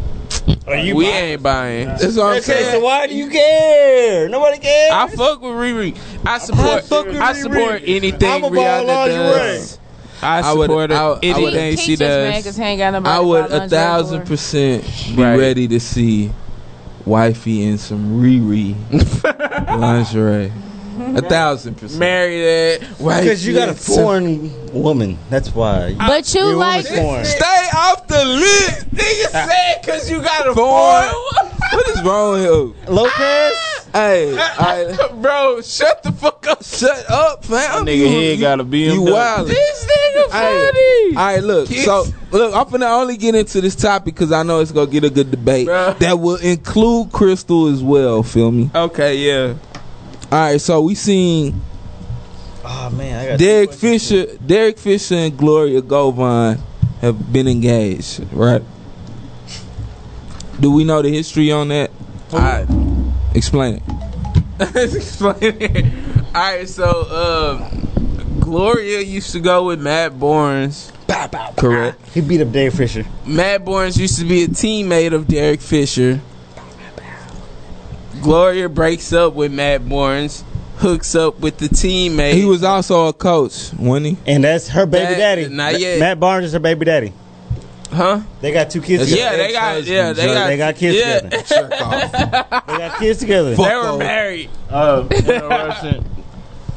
S3: Are you?
S4: we
S3: buying-
S4: ain't buying.
S2: that. That's what I'm
S3: Okay, so
S2: saying.
S3: why do you care? Nobody cares.
S4: I fuck with Riri. I support. I,
S3: fuck with Riri.
S4: support anything
S3: I'm a ball
S4: Rihanna
S3: lingerie.
S4: does. I
S2: I would-
S4: support
S2: I
S4: her.
S2: would- I
S9: He,
S2: would-
S4: Anything
S9: he
S4: she
S9: just mad 'cause
S4: does.
S9: he ain't got nobody
S2: I
S9: to buy
S2: would a
S9: lingerie
S2: thousand
S9: for.
S2: percent be
S4: Right.
S2: ready to see wifey in some Riri lingerie. A thousand percent.
S4: Marry that.
S2: Wifey
S3: Because you got a
S2: in some-
S3: foreign woman. That's why.
S9: But you
S3: Your
S9: like
S3: woman's foreign.
S2: Stay off the list.
S4: Nigga said because you got a
S2: Foreign.
S4: foreign.
S2: What is wrong with you?
S3: Lopez.
S2: Hey, I,
S4: Bro, shut the fuck up.
S2: shut up, fam.
S6: Nigga
S2: You-
S6: head
S2: you-
S6: got a BMW.
S2: You wild.
S4: This
S2: Hey,
S4: nigga funny.
S2: all right, look.
S4: Kiss.
S2: So, look, I'm gonna only get into this topic because I know it's gonna get a good debate
S4: Bruh.
S2: that will include Crystal as well. Feel me?
S4: okay, yeah.
S2: All right, so we seen
S3: Oh man, I got
S2: Derek Fisher, Derek Fisher and Gloria Govan have been engaged, right? Do we know the history on that? All right, explain it.
S4: Let's explain it. All right, so um, Gloria used to go with Matt Borns.
S2: Correct.
S3: He beat up Dave Fisher.
S4: Matt Borns used to be a teammate of Derek Fisher. Gloria breaks up with Matt Borns, hooks up with the teammate.
S2: He was also a coach, wasn't he?
S3: And that's her baby
S4: That-
S3: daddy.
S4: not yet.
S3: Matt Barnes is her baby daddy.
S4: huh?
S3: They got two kids.
S4: Yeah,
S3: together.
S4: they got yeah, they
S3: So
S4: got
S3: they got kids
S4: yeah.
S3: together. They got kids together.
S4: They
S2: Fuck
S4: were
S2: off.
S4: married.
S6: Uh, interruption.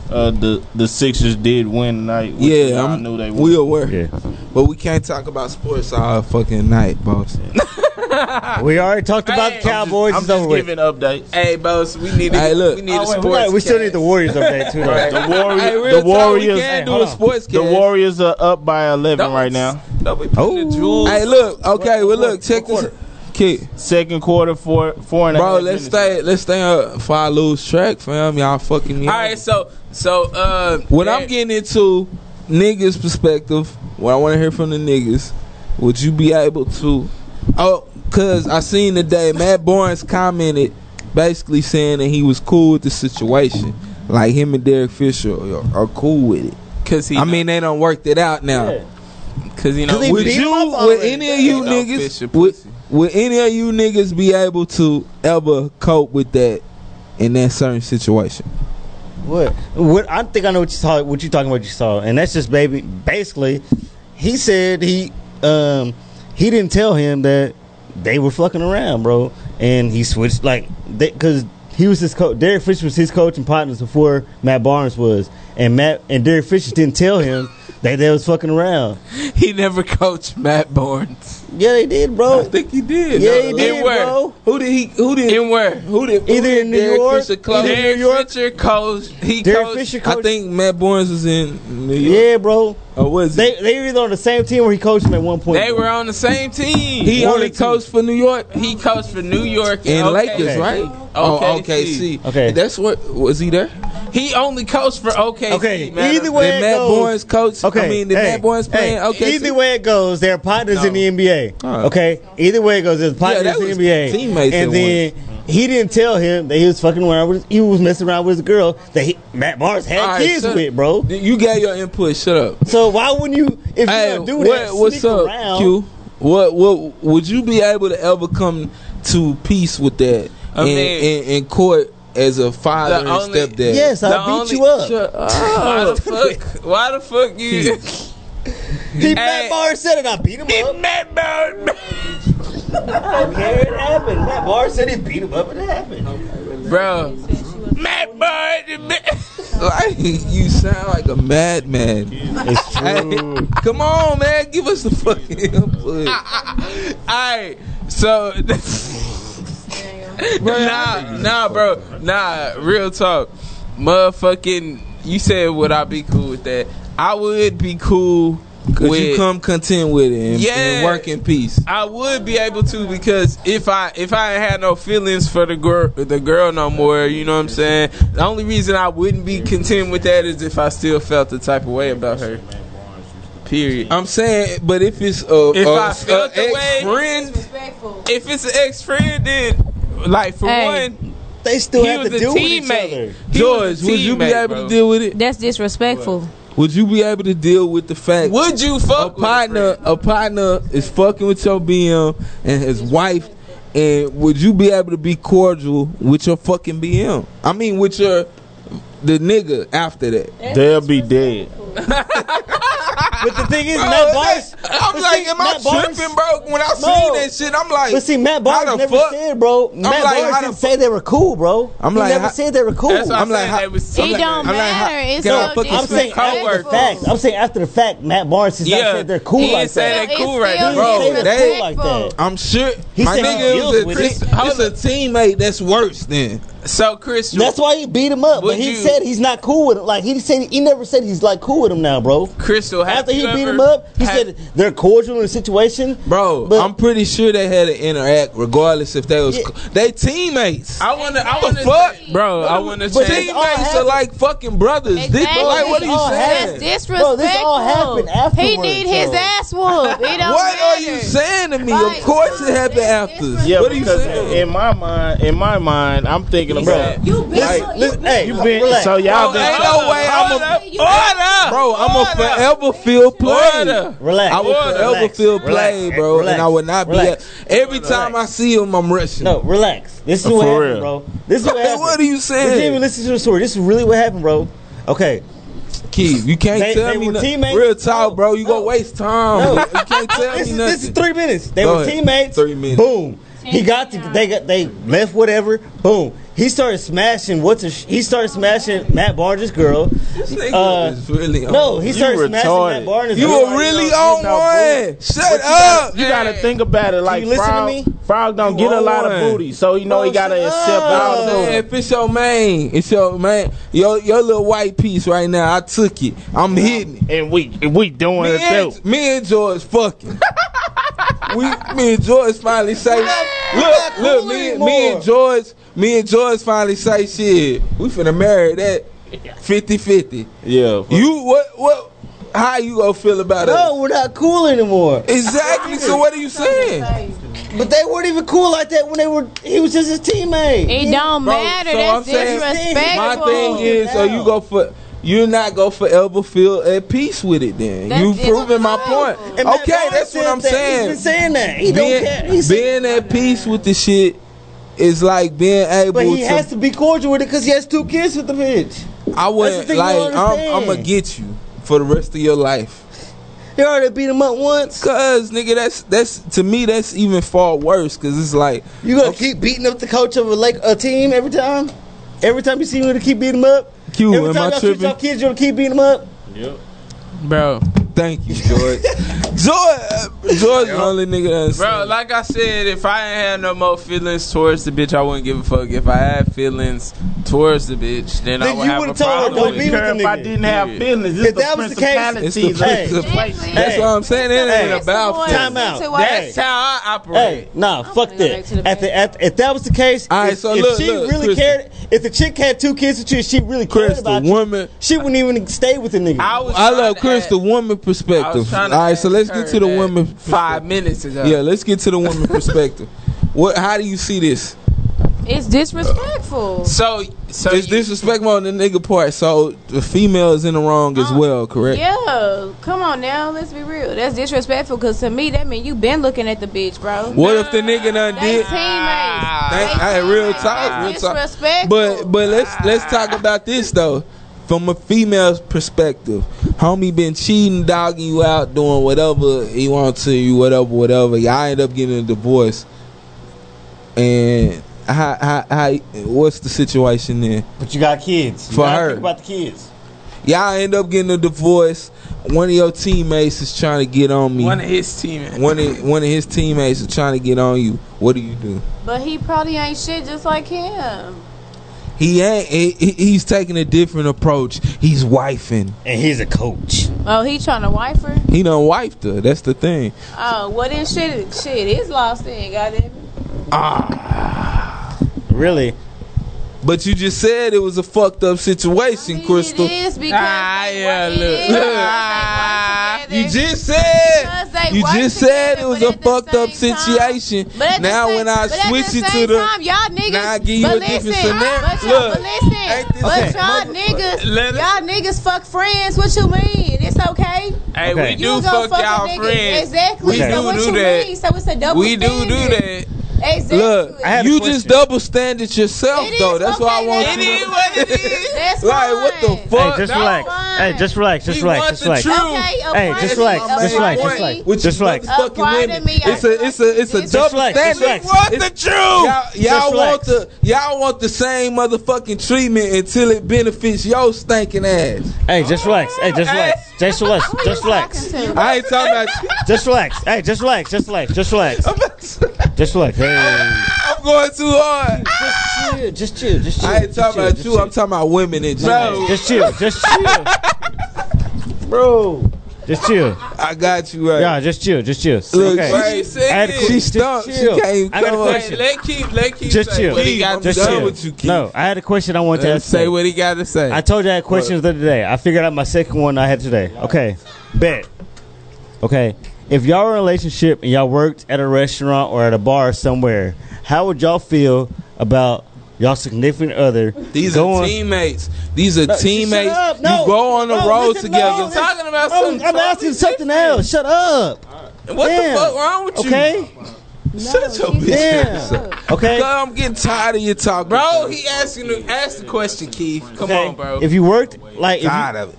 S6: Uh, the the Sixers did win tonight. Which
S2: Yeah,
S6: I
S2: I'm,
S6: knew they would.
S2: we aware.
S3: Yeah.
S2: But we can't talk about sports all fucking night, boss.
S3: We already talked about
S4: Hey,
S3: the Cowboys.
S6: I'm
S3: It's
S6: just
S3: over with.
S6: giving updates.
S4: Hey, boss, we need.
S2: Hey,
S4: to
S2: look.
S4: we need a
S3: Oh, wait,
S4: sports.
S3: we, got- we still need
S4: cast.
S3: the Warriors up there too. though.
S6: The Warriors,
S4: Hey, real
S6: the
S4: talk,
S6: Warriors,
S4: we can
S3: Hey,
S4: do
S3: hold
S4: a
S3: on.
S4: sports
S6: the
S4: cast.
S6: Warriors are up by 11
S4: Don't-
S6: right now.
S4: Don't be putting the jewels.
S2: Hey, look. Okay, well, look. Check this. Kid,
S6: Second quarter, four, four and a
S2: bro,
S6: half.
S2: let's
S6: minutes.
S2: stay. Let's stay up. If I lose track, fam, y'all fucking me.
S4: All
S2: up.
S4: right, so so uh,
S2: What
S4: that-
S2: I'm getting into, niggas' perspective. What I want to hear from the niggas. Would you be able to? Oh, cause I seen today Matt Barnes commented, basically saying that he was cool with the situation. Like him and Derek Fisher are, are cool with it.
S4: cause he
S2: I mean, they don't worked it out now.
S4: cause you know
S3: Cause he
S4: we
S2: Would
S3: beat
S2: you,
S3: him up
S2: would
S3: already.
S2: any of you
S4: No, Fisher
S2: niggas, would,
S4: pussy.
S2: would any of you niggas be able to ever cope with that in that certain situation?
S3: What? What? I think I know what you saw. What you talking about? You saw, and that's just baby. Basically, he said he um he didn't tell him that they were fucking around, bro. And he switched like because he was his coach. Derek Fisher was his coach and partners before Matt Barnes was, and Matt and Derek Fisher didn't tell him that they was fucking around.
S4: he never coached Matt Barnes.
S3: Yeah, they did, bro.
S2: think he did.
S3: Yeah, he
S4: in
S3: did,
S4: where?
S3: bro.
S2: Who did he? Who did?
S4: In where?
S2: who did? who
S3: Either
S2: did
S3: in New
S2: Derek
S3: York,
S2: Fisher coach?
S3: either in New
S4: Derek
S3: York.
S4: Fisher coached. He
S3: Derek
S4: coached.
S3: Fisher
S2: I
S3: coached.
S2: think Matt Barnes was in New York.
S3: yeah, bro.
S2: Or was
S3: They they were either on the same team where he coached him at one point.
S4: They were on the same team.
S2: he? He
S3: one
S2: only
S3: or two.
S2: coached for New York
S4: he coached for New York and,
S2: and
S4: OK.
S2: Lakers, right? Oh,
S4: OKC.
S2: OKC.
S3: Okay.
S2: That's what was he there?
S4: He only coached for OKC.
S3: Okay,
S4: man.
S3: either way
S2: Did
S3: it
S2: Matt
S3: goes.
S2: Barnes coach? I mean, did
S3: hey,
S2: Matt Barnes playing?
S3: hey,
S2: okay.
S3: Either way it goes, they're partners in the NBA.
S2: All right.
S3: Okay. Either way it goes, they're partners
S2: that
S3: in the
S2: was
S3: NBA.
S2: teammates
S3: and
S2: that
S3: then he didn't tell him that he was fucking around with. He was messing around with his girl that he, Matt Barnes had
S2: All right,
S3: kids
S2: shut-
S3: with, bro.
S2: You gave your input. Shut up.
S3: So why wouldn't you? If
S2: Hey,
S3: you don't do
S2: what,
S3: that,
S2: what's
S3: sneak
S2: up,
S3: around,
S2: Q? What what would you be able to ever come to peace with that
S4: I
S2: and,
S4: mean-
S2: and, and court as a father
S4: The
S2: and
S4: only-
S2: stepdad.
S3: Yes, I
S4: The
S3: beat
S4: only-
S3: you up.
S4: Shut up. Why the fuck? Why the fuck you?
S3: He
S4: Hey.
S3: Matt Barr said it. I beat him up.
S4: Matt Brown.
S3: Okay, it happened. Matt Barr said he beat him up. It happened.
S4: Bro. Matt Brown.
S2: Like you sound like a madman.
S3: It's true.
S2: Hey, come on, man, give us the fucking input.
S4: Ah, Alright, so Nah, nah, bro. Nah, real talk. Motherfucking you said would I be cool with that. I would be cool
S2: Could
S4: with
S2: you come content with it and,
S4: Yeah.
S2: and work in peace?
S4: I would be able to because if I if I ain't had no feelings for the girl the girl no more, you know what I'm saying. The only reason I wouldn't be content with that is if I still felt the type of way about her. Period.
S2: I'm saying, but if it's a,
S4: If
S2: a,
S4: I
S2: a
S4: felt the way-
S2: ex-friend,
S5: Respectful.
S4: If it's an ex friend, then like for
S9: Hey.
S4: one,
S3: They still
S4: he
S3: have
S4: was
S3: to
S4: a
S3: deal with each
S4: teammate.
S3: other.
S4: He
S2: George,
S4: was a
S2: would you be
S4: teammate,
S2: able
S4: bro.
S2: to deal with it?
S9: That's disrespectful.
S2: Would you be able to deal with the fact?
S4: Would you
S2: a
S4: fuck with
S2: partner, a partner is fucking with your BM and his wife, and would you be able to be cordial with your fucking BM? I mean, with your the nigga after that.
S6: They'll be dead.
S3: But the thing is, Matt Barr's.
S2: I'm
S3: but
S2: like,
S3: see,
S2: am I
S3: Matt Barr's-
S2: tripping, bro? When I
S3: No.
S2: seen that shit, I'm like,
S3: But see, Matt Barnes
S2: how the
S3: never
S2: fuck?
S3: said, bro.
S2: like,
S3: Matt
S2: how
S3: Barnes
S2: the
S3: didn't say they were cool, bro.
S2: I'm
S3: he
S2: like,
S3: never
S2: how-
S3: said they were cool.
S4: That's what I'm,
S2: I'm like,
S4: saying.
S2: how-
S4: That was
S9: It don't
S2: I'm like, how-
S9: matter. it's
S2: can I
S9: so
S2: fuck with
S3: I'm
S2: some
S3: saying
S9: disrespectful.
S3: after the
S4: coworkers?
S3: fact. I'm saying after the fact, Matt Barnes is
S4: Yeah.
S3: not saying they're cool
S4: He
S3: like
S4: ain't say
S3: that.
S4: that cool
S9: It's
S4: right
S9: still
S3: He ain't
S4: now, bro.
S3: say
S2: Bro,
S3: they're
S2: they-
S3: cool like that.
S2: I'm sure
S3: He
S2: my
S3: said he
S2: nigga
S3: deals
S2: was a,
S3: with
S2: Chris,
S3: it.
S2: he's a teammate that's worse than.
S4: So Christian,
S3: That's why he beat him up.
S4: Would
S3: But he
S4: you-
S3: said he's not cool with him. Like he said, he never said he's like cool with him now, bro.
S4: Crystal, have
S3: After he
S4: you
S3: beat
S4: ever-
S3: him up, he
S4: have-
S3: said they're cordial in the situation.
S2: Bro,
S3: But-
S2: I'm pretty sure they had to interact regardless if they was
S3: Yeah.
S2: co- they teammates.
S4: "I want to, I
S2: What
S4: want
S2: the
S4: to
S2: fuck?
S4: bro. I want to
S3: But
S4: change."
S3: it's all
S2: Teammates are
S3: happened.
S2: like fucking brothers. This-
S9: Exactly.
S2: like, what are
S3: It's all
S2: you
S9: That's
S2: saying?
S3: happened. Bro,
S9: disrespectful.
S3: this all happened
S9: He
S3: afterwards,
S9: need his
S3: though.
S9: ass whooped. It don't
S2: What are
S9: matter.
S2: you saying to me?
S9: Like,
S2: of course it
S9: it's
S2: happened after.
S9: different.
S6: Yeah,
S2: what are you
S6: because
S2: saying?
S6: in my mind, in in my mind, I'm thinking about.
S5: You been
S2: Like,
S5: so-
S3: Listen, hey,
S6: You been
S3: relax.
S6: so y'all
S2: Bro,
S6: been.
S2: ain't no way I'm a-
S4: order, order,
S2: Bro, I'm a
S4: order.
S2: forever feel played.
S4: Order.
S3: Relax.
S2: I will
S4: Order.
S2: forever
S3: Relax.
S2: feel
S3: Relax.
S2: played, bro.
S3: Relax.
S2: And I would not
S3: Relax.
S2: be. Every time I see him, I'm rushing.
S3: No, relax. This is
S6: For
S3: what happened,
S6: real.
S3: bro. This is what
S2: Hey,
S3: happened.
S2: what are you
S3: We didn't even
S2: saying,
S3: listen to the story. This is really what happened, bro. Okay,
S2: Keith? You can't
S3: They-
S2: tell
S3: they
S2: me
S3: were
S2: nothing.
S3: teammates?
S2: Real talk, bro. You
S3: No.
S2: gonna waste time.
S3: No.
S2: You can't tell
S3: this
S2: me
S3: is, this is
S2: nothing.
S3: three minutes. They
S2: Go
S3: were
S2: ahead.
S3: teammates.
S2: Three minutes.
S3: Boom. He got to, they got they left whatever. Boom. He started smashing what's a, he started smashing Matt Barnes' girl.
S2: This nigga
S3: Uh,
S2: is really on.
S3: No, he started smashing
S6: retarded.
S3: Matt Barnes'
S2: You
S3: girl.
S2: were really
S6: know,
S2: on
S6: you know,
S2: one. Shut
S6: gotta-
S2: up.
S6: You gotta think about it. Like
S3: listen to
S6: Frog,
S3: me?
S6: Frog don't get a lot of
S2: on.
S6: booty, so you know he
S3: Bro,
S6: gotta
S3: shut
S6: accept
S3: up.
S6: all
S2: Man,
S6: the.
S2: if it's your main, it's your man. Your your little white piece right now. I took it. I'm hitting it.
S6: And we and we doing
S2: Me
S6: it too.
S2: and, me and George fucking. we me and George finally say look look me, and- me and George me and George finally say shit. We finna marry that 50-50.
S6: Yeah.
S2: You what what how you gonna feel about
S3: No,
S2: it?
S3: we're not cool anymore.
S2: Exactly. So what are you saying?
S3: But they weren't even cool like that when they were. He was just his teammate.
S9: It don't
S2: Bro,
S9: matter.
S2: so I'm
S9: That's
S2: saying- My
S9: disrespectful.
S2: thing is, so you go for. You're not gonna forever feel at peace with it. Then
S9: That's
S2: you proving my point.
S9: disrespectful.
S3: And Matt
S2: Okay,
S3: Barnes
S2: that's what
S3: said
S2: I'm
S3: that. He's
S2: saying.
S3: been saying that. He don't care.
S2: Being,
S3: He's
S2: being at peace with the shit is like being able
S3: But he
S2: to.
S3: has to be cordial with it because he has two kids with the bitch.
S2: I
S3: That's
S2: wouldn't
S3: the thing you
S2: like.
S3: don't
S2: I'm, I'm
S3: understand.
S2: gonna get you for the rest of your life.
S3: They already beat him up once.
S2: Cause nigga, that's that's to me that's even far worse. Cause it's like
S3: You gonna keep beating up the coach of a like a team every time? Every time you see him, you gonna keep beating him up.
S2: Q,
S3: every
S2: am
S3: time
S2: I
S3: y'all shoot
S2: tripping?
S3: y'all kids, you gonna keep beating him up.
S4: bro.
S2: Thank you, George. George, uh, George, the only nigga that's
S4: Bro, like I said, if I ain't had no more feelings towards the bitch, I wouldn't give a fuck. If I had feelings towards the bitch, then, I
S3: Then
S4: would
S3: you
S4: have a
S3: would've told her,
S4: problem.
S3: "Don't
S4: with
S3: be
S4: it.
S3: with
S6: care
S3: the
S6: if I
S3: nigga.
S6: didn't have feelings. It's
S3: If
S6: the
S3: that was the case-
S2: It's
S6: principalities.
S2: the,
S6: of-
S3: Hey.
S2: it's the-
S9: Exactly.
S2: that's what I'm saying. It ain't
S3: Hey.
S2: about
S9: Boy,
S2: that.
S3: Time out.
S9: to wife.
S3: Hey.
S4: That's how I operate.
S3: Hey, nah, fuck
S9: gonna go back
S3: that.
S9: to the
S3: At the, at,
S9: bathroom.
S3: if that was the case,
S2: All right,
S3: if,
S2: so
S3: if
S2: look,
S3: she
S2: look,
S3: really
S2: Kristen.
S3: cared, if the chick had two kids with you, she really cared
S2: Chris, the
S3: about you,
S2: woman.
S3: she wouldn't even stay with the nigga.
S4: I was.
S2: I love
S4: trying
S2: Chris,
S4: to
S2: the
S4: add-
S2: woman
S4: I
S2: perspective.
S4: was
S2: All
S4: trying to
S2: right, so
S4: add
S2: let's get
S4: her
S2: to the
S4: that
S2: woman.
S4: Five minutes ago.
S2: Yeah, let's get to the woman perspective. What? How do you see this?
S9: It's disrespectful.
S4: So, so
S2: it's
S4: you-
S2: disrespectful on the nigga part. So the female is in the wrong as
S4: Oh,
S9: Uh,
S2: well, correct?
S9: Yeah, come on now. Let's be real. That's disrespectful. Cause to me, that mean you been looking at the bitch, bro.
S2: What if the nigga done
S9: They
S2: did?
S9: teammates. They
S2: Thank- hey, real
S9: teammates.
S2: talk,
S9: That's
S2: real talk.
S9: disrespectful.
S2: But but let's let's talk about this though. From a female's perspective, homie been cheating, dogging you out, doing whatever he want to you, whatever, whatever. Y'all end up getting a divorce, and how, how, how what's the situation then?
S3: But you got kids. You
S2: For
S3: gotta
S2: her.
S3: Think about the kids.
S2: Y'all end up getting a divorce. One of your teammates is trying to get on me.
S4: one of his teammates.
S2: one of, one of his teammates is trying to get on you. What do you do?
S9: but he probably ain't shit just like him.
S2: He ain't. He, he- he's taking a different approach. He's wifing.
S3: And he's a coach.
S9: Oh, he trying to wife her.
S2: He done wiped her. That's the thing.
S9: Oh, well then shit, shit is lost then. Goddamn. it.
S3: Really?
S2: But you just said it was a fucked up situation, Crystal.
S9: It is because
S4: Ah,
S9: they
S4: yeah,
S9: work- it
S4: look.
S9: is
S4: Ah, Look.
S9: because they
S2: You
S9: work together.
S2: just said.
S9: Because they
S2: You
S9: work
S2: just said
S9: together,
S2: it was
S9: but
S2: a
S9: at the
S2: fucked up
S9: same time-
S2: situation.
S9: But at the
S2: Now
S9: same-
S2: when I
S9: but at
S2: switch
S9: the
S2: it to
S9: same
S2: the-
S9: time, y'all niggas,
S2: Now I give you
S9: but
S2: a different
S9: listen,
S2: scenario.
S9: But y'all,
S2: Look,
S9: but listen,
S2: ain't this
S9: but
S2: okay.
S9: y'all
S2: Mother-
S9: niggas,
S4: Let it-
S9: y'all niggas fuck friends. What you mean? It's okay.
S4: Hey,
S3: Okay.
S4: we
S9: You
S4: do
S9: gonna
S4: fuck,
S9: a
S4: y'all
S9: nigga.
S4: friends.
S9: Exactly.
S4: We
S3: Okay.
S9: So
S4: do
S9: what
S4: do
S9: you
S4: that.
S9: mean? So it's a double
S4: we do do
S9: standard.
S4: that.
S9: Exactly.
S2: Look,
S3: I had a
S2: you
S3: question.
S2: just double standard yourself,
S9: It
S2: though.
S9: is
S2: That's why I
S9: okay,
S2: want you.
S9: that's
S4: It
S2: to-
S4: is what it is.
S9: That's
S2: Like, what the
S9: fine.
S2: fuck?
S3: hey, just
S4: no.
S3: relax.
S9: Fine.
S3: Hey, just relax. Just
S4: He
S3: relax.
S4: wants
S3: Just
S4: the
S3: relax.
S4: truth.
S9: Okay, a
S3: Hey,
S9: part
S3: just
S9: of me-
S3: relax,
S9: a
S3: just
S9: part
S3: relax,
S9: of
S3: just
S9: me-
S3: relax.
S2: Which
S3: Just relax.
S2: motherfucking
S9: A part of
S2: women.
S9: me, I
S2: it's a it's a it's a
S9: Just
S2: double
S3: relax, just
S2: standard.
S3: relax.
S4: What the truth?
S2: Y'all, y'all
S3: Just
S2: want
S3: relax.
S2: the y'all want the same motherfucking treatment until it benefits your stinking ass.
S3: Hey, just relax. Hey, just relax. Just relax.
S9: Who
S3: Just
S9: you talking
S3: relax.
S9: to?
S2: I ain't talking about.
S3: Just relax. Hey, just relax. Just relax. Just relax. Just relax. Hey.
S2: I'm going too hard.
S3: Just chill. Just chill. Just chill.
S2: I ain't
S3: just
S2: talking
S3: chill,
S2: about
S3: just
S2: you.
S3: chill.
S2: I'm talking about women in
S3: Bro.
S2: general.
S3: Just chill. Just chill. Bro. Just chill.
S2: I got you right.
S3: Yeah, just chill. Just chill.
S2: Look,
S3: okay.
S2: right.
S4: What you
S3: I had a
S4: said?
S3: question.
S2: She
S3: Just
S2: stumped. She
S3: chill.
S2: can't even
S3: I got
S2: come
S3: a
S2: up.
S3: question.
S4: Hey, let keep let keep
S3: Just
S4: say
S3: chill.
S4: what he got to
S2: I'm
S3: Just
S2: done
S4: say.
S3: chill.
S2: with you, Uh, Keith.
S3: No, I had a question I wanted to ask.
S4: Say
S3: you.
S4: what he got to say.
S3: I told you I had questions the other day. I figured out my second one I had today. Okay, bet. Okay, if y'all were in a relationship and y'all worked at a restaurant or at a bar somewhere, how would y'all feel about y'all significant other
S2: These
S3: going?
S2: are teammates. These are
S3: No, shut
S2: teammates.
S3: up. No.
S2: You go on the
S3: No,
S2: road
S3: listen,
S2: together.
S3: no, listen.
S4: talking about
S3: Oh,
S4: something
S3: I'm asking something else. Shut up.
S4: What
S3: Damn.
S4: the fuck wrong with you?
S3: Okay.
S2: Shut your bitch ass
S3: Damn.
S2: up.
S3: Okay.
S2: Girl, I'm getting tired of your talk,
S4: Bro, he asking the ask the question, Keith. Come
S3: Okay.
S4: on, bro.
S3: If you worked like if you,
S2: Tired of it.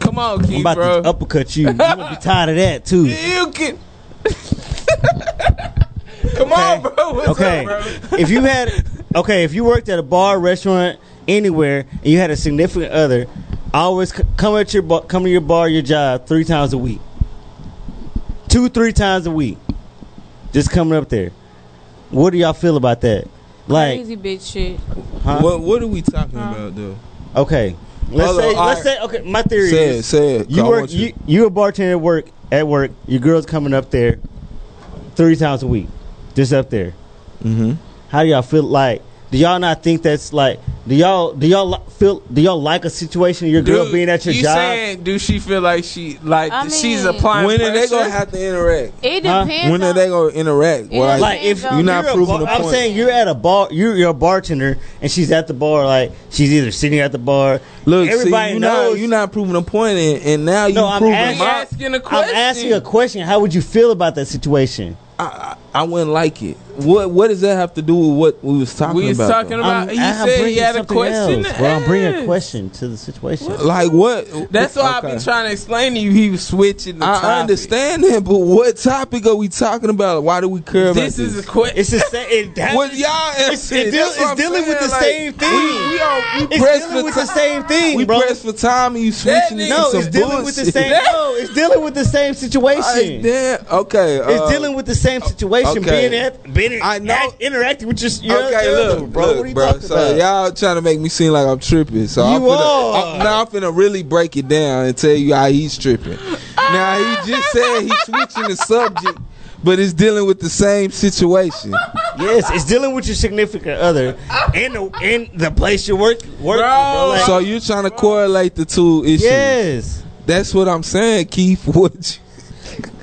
S4: Come on,
S3: I'm
S4: Keith,
S3: about
S4: bro.
S3: to uppercut you. You gonna be tired of that too.
S4: you can. Come on, bro. What's
S3: okay.
S4: up, bro?
S3: if you had, okay, if you worked at a bar, restaurant, anywhere, and you had a significant other, always c- come at your bar, come to your bar, your job three times a week, two, three times a week, just coming up there. What do y'all feel about that? Like,
S9: Crazy bitch shit.
S3: huh?
S2: What What are we talking about though?
S3: okay, let's
S2: Hold on,
S3: say,
S2: all
S3: let's
S2: right.
S3: say, okay, my theory
S2: Say it.
S3: is
S2: Say it. 'cause
S3: you
S2: I
S3: work,
S2: want you-
S3: you you a bartender at work at work. Your girl's coming up there three times a week, just up there.
S2: Mhm.
S3: How do y'all feel like? Do y'all not think that's like? Do y'all do y'all li- feel? Do y'all like a situation? of Your girl
S4: Dude,
S3: being at your
S4: you
S3: job.
S4: saying do she feel like she like
S9: I
S4: she's
S9: mean-
S4: applying
S2: When are they
S4: pressure?
S2: gonna have to interact?
S9: It
S3: Huh?
S9: depends.
S2: When are
S9: on-
S2: they gonna interact?
S9: It
S2: Well,
S9: depends
S2: like,
S3: Like if
S9: You're
S3: you're
S2: not
S3: a
S2: proving
S3: bar-
S2: the
S3: I'm
S2: point.
S3: saying you're at a bar. You're, you're a bartender, and she's at the bar. Like she's either sitting at the bar.
S2: look,
S3: everybody
S2: see, you
S3: knows.
S2: Not, you're not proving a point, and, and now you
S3: No, I'm
S2: proving
S3: asking-
S4: I'm
S2: my.
S4: asking a
S3: I'm
S4: question.
S3: asking a question. How would you feel about that situation?
S2: I, I I wouldn't like it. What What does that have to do with what we was talking
S4: We was
S2: about?
S4: talking
S2: though?
S4: about. he
S3: I'm
S4: said he
S3: bringing
S4: had a
S3: something
S4: question.
S3: else, bro. I'm bringing a
S4: ask.
S3: question to the situation.
S2: like what?
S4: That's why I've been
S2: Okay.
S4: trying to explain to you. He was switching. The
S2: I
S4: topic.
S2: understand that, but what topic are we talking about? Why do we care about
S4: This is a question.
S3: It's the same. It has,
S2: Well, y'all,
S3: it's, it deal-
S2: that's what
S3: it's
S2: I'm
S3: dealing with
S2: saying,
S3: the
S2: like,
S3: same thing.
S2: We, we all, we
S3: it's
S2: pressed
S3: dealing
S2: for
S3: with the
S2: ti-
S3: same thing,
S2: We
S3: bro.
S2: pressed for time, and you switching it to
S4: nigga-
S3: no,
S2: some
S3: it's dealing with the
S2: bullshit.
S3: same. No, it's dealing with the same
S2: Like,
S3: situation.
S2: damn, okay. uh,
S3: It's dealing with the same
S2: okay.
S3: situation. Being at, being
S2: I know-
S3: act- interacting with your, your
S2: Okay,
S3: your
S2: look,
S3: other, bro.
S2: look,
S3: what are you
S2: bro.
S3: talking
S2: so
S3: about?
S2: y'all trying to make me seem like I'm tripping. So I'm
S3: You
S2: finna,
S3: are.
S2: I'm, now I'm finna really break it down and tell you how he's tripping. now he just said he's switching the subject, but it's dealing with the same situation.
S3: yes, it's dealing with your significant other in the in the place you work work.
S4: Bro.
S3: like-
S2: So you're trying to correlate the two issues.
S3: yes,
S2: That's what I'm saying, Keith. What you,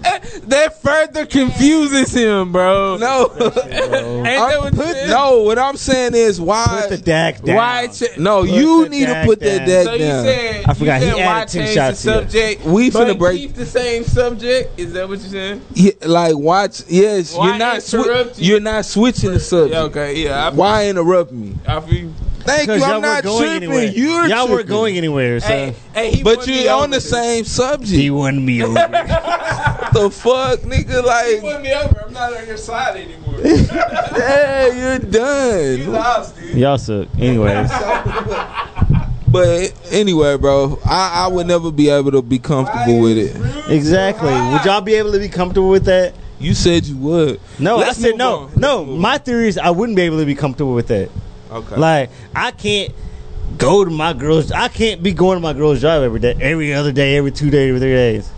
S4: Eh, that further confuses him, bro.
S2: No,
S4: Ain't
S2: I'm-
S4: that what
S2: put- no. What I'm saying is why.
S3: Put the DAC down.
S4: Why? Ch-
S2: no,
S3: put
S2: you
S3: the
S2: need to
S3: DAC
S2: put that
S3: down.
S2: deck
S4: So you
S2: down.
S4: said
S3: I forgot,
S4: You
S3: he
S4: said, why
S3: added two
S4: change
S3: shots
S4: the
S3: here.
S4: subject?
S2: We
S4: but
S2: finna break-
S4: Keep the same subject. Is that what you're saying?
S2: Yeah, like watch. Yes,
S4: Why
S2: you're not. swi-
S4: interrupt you?
S2: you're not switching the subject.
S4: Yeah. Okay. Yeah. I,
S2: Why interrupt me?
S4: I feel.
S2: Thank you.
S3: Because y'all
S2: I'm not
S3: weren't going
S2: tripping.
S3: anywhere.
S2: You're
S3: y'all weren't
S2: tripping.
S3: going anywhere, so
S4: Hey, hey, he
S2: But
S4: won me
S2: you're on
S4: over.
S2: the same subject.
S3: he won me over.
S2: What the fuck, nigga?
S4: He
S2: Like,
S4: won me over. I'm not on your side anymore.
S2: hey, you're
S4: you
S2: done.
S4: lost, dude.
S3: y'all suck. Anyways,
S2: But anyway, bro, I, I would never be able to be comfortable with it.
S3: exactly. Would y'all be able to be comfortable with that?
S2: You said you would.
S3: No,
S2: Let's
S3: I said
S2: move
S3: no.
S2: on.
S3: No,
S2: Let's move
S3: my theory is I wouldn't be able to be comfortable with that.
S2: Okay.
S3: Like I can't go to my girl's. I can't be going to my girl's job every day, every other day, every two days, every three days.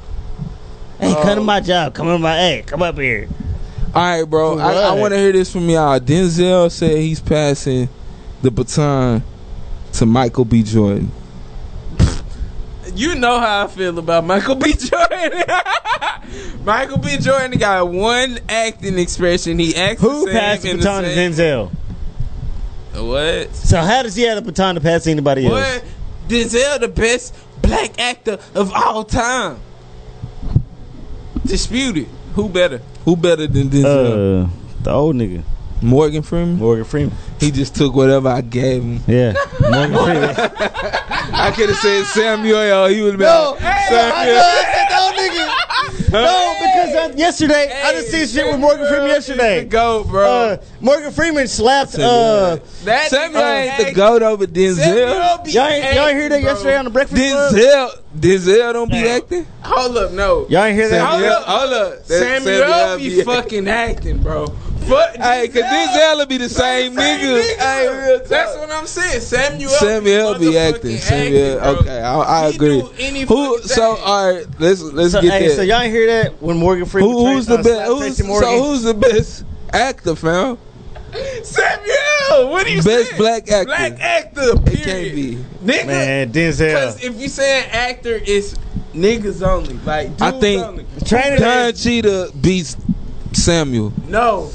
S3: Hey, come to my job. Come to my. Hey, come up here.
S2: All right, bro. I, I
S3: What?
S2: want to hear this from y'all. Denzel said he's passing the baton to Michael B. Jordan.
S4: You know how I feel about Michael B. Jordan. Michael B. Jordan got one acting expression. He acts
S3: Who
S4: the same
S3: passed the
S4: in
S3: baton to
S4: same-
S3: Denzel?
S4: What?
S3: So how does he have the baton to pass to anybody else?
S4: What? Denzel, the best black actor of all time. Disputed. Who better?
S2: Who better than Denzel?
S3: Uh, the old nigga,
S2: Morgan Freeman.
S3: Morgan Freeman.
S2: He just took whatever I gave him.
S3: Yeah, Morgan Freeman.
S2: I could have said Samuel. He would have been. like, Samuel.
S3: No, because uh, yesterday I just seen shit with Morgan Freeman yesterday.
S4: Go, bro.
S3: Uh, Morgan Freeman slapped. Uh,
S4: that
S2: Samuel ain't the
S4: act-
S2: goat over Denzel.
S4: Samuel be
S3: y'all ain't, y'all ain't hear that
S4: acting, bro.
S3: yesterday on the Breakfast Club?
S2: Denzel. Denzel don't be acting.
S4: Hold up, no.
S3: Y'all ain't hear that?
S4: Hold
S2: Samuel-
S4: up, hold up.
S2: That
S4: Samuel,
S2: Samuel
S4: be,
S2: be-
S4: fucking acting, bro. Fuck.
S2: Hey, cause Denzel will be the same, nigga. Hey, real talk.
S4: That's what I'm saying. Samuel.
S2: Samuel be acting. Samuel,
S4: bro.
S2: okay, I, I
S4: He
S2: agree.
S4: do any
S2: Who?
S4: fucking
S2: So uh,
S4: thing.
S2: all right, let's let's
S3: So,
S2: get
S3: hey,
S2: that.
S3: so y'all ain't hear that when Morgan Freeman
S2: Who,
S3: tra-
S2: who's
S3: uh,
S2: the best?
S3: slapped
S2: Who's,
S3: Tracy Morgan?
S2: so who's the best actor, fam?
S4: Samuel, what do you
S2: Best
S4: saying?
S2: black actor.
S4: Black actor. Period.
S2: It can't be.
S4: Nigga,
S3: man
S4: Because
S3: Denzel?
S4: if you saying actor, it's niggas only. Like dudes
S2: I think-
S4: only.
S3: Trainer
S2: Don Cheetah beats Samuel.
S4: no,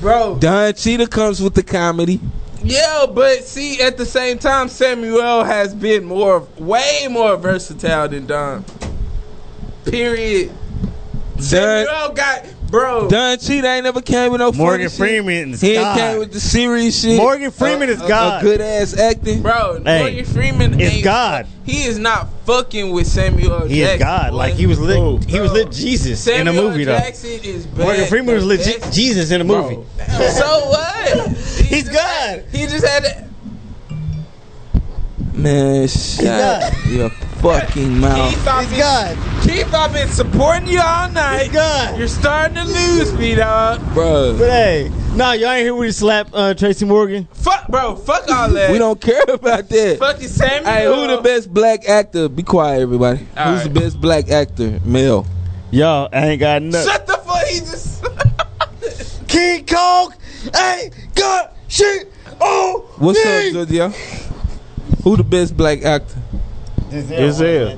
S4: bro.
S2: Don Cheetah comes with the comedy.
S4: Yeah, but see, at the same time, Samuel has been more, way more versatile than Don. Period.
S2: Don,
S4: Samuel got bro.
S2: Don Cheetah ain't never came with no funny
S3: Morgan
S2: shit.
S3: Freeman is
S2: He ain't came with
S3: God.
S2: the serious shit.
S3: Morgan Freeman
S2: A-
S3: is
S2: a-
S3: God.
S2: A good ass acting.
S4: Bro,
S3: Hey,
S4: Morgan Freeman
S3: it's
S4: ain't-
S3: God.
S4: He is not fucking with Samuel.
S3: He is
S4: Jackson,
S3: God.
S4: boy.
S3: Like he was lit.
S6: Who?
S3: He was lit Jesus
S4: Samuel
S3: in a movie though.
S4: Jackson is bad.
S3: Morgan Freeman was
S4: The
S3: legit
S4: best-
S3: Jesus in a movie.
S4: so what?
S3: He's
S4: just
S3: God.
S4: had- he just had. To,
S2: Man, shut
S3: God.
S2: your fucking mouth.
S4: Keith, I've
S3: He's
S4: been,
S3: God.
S4: Keith, I've been supporting you all night.
S3: He's God.
S4: You're starting to lose me, dog.
S3: But
S2: Bro,
S3: hey, nah, y'all ain't hear when he slapped uh, Tracy Morgan.
S4: Fuck, bro. Fuck all that.
S2: we don't care about that.
S4: Fucking Samuel.
S2: Hey, who the best black actor? Be quiet, everybody.
S4: All
S2: Who's
S4: right.
S2: the best black actor? Male.
S3: Y'all I ain't got nothing.
S4: Shut the fuck. He just.
S3: King Kong ain't got shit on
S2: What's
S3: me.
S2: up, Giorgio? Who the best black actor?
S6: Denzel.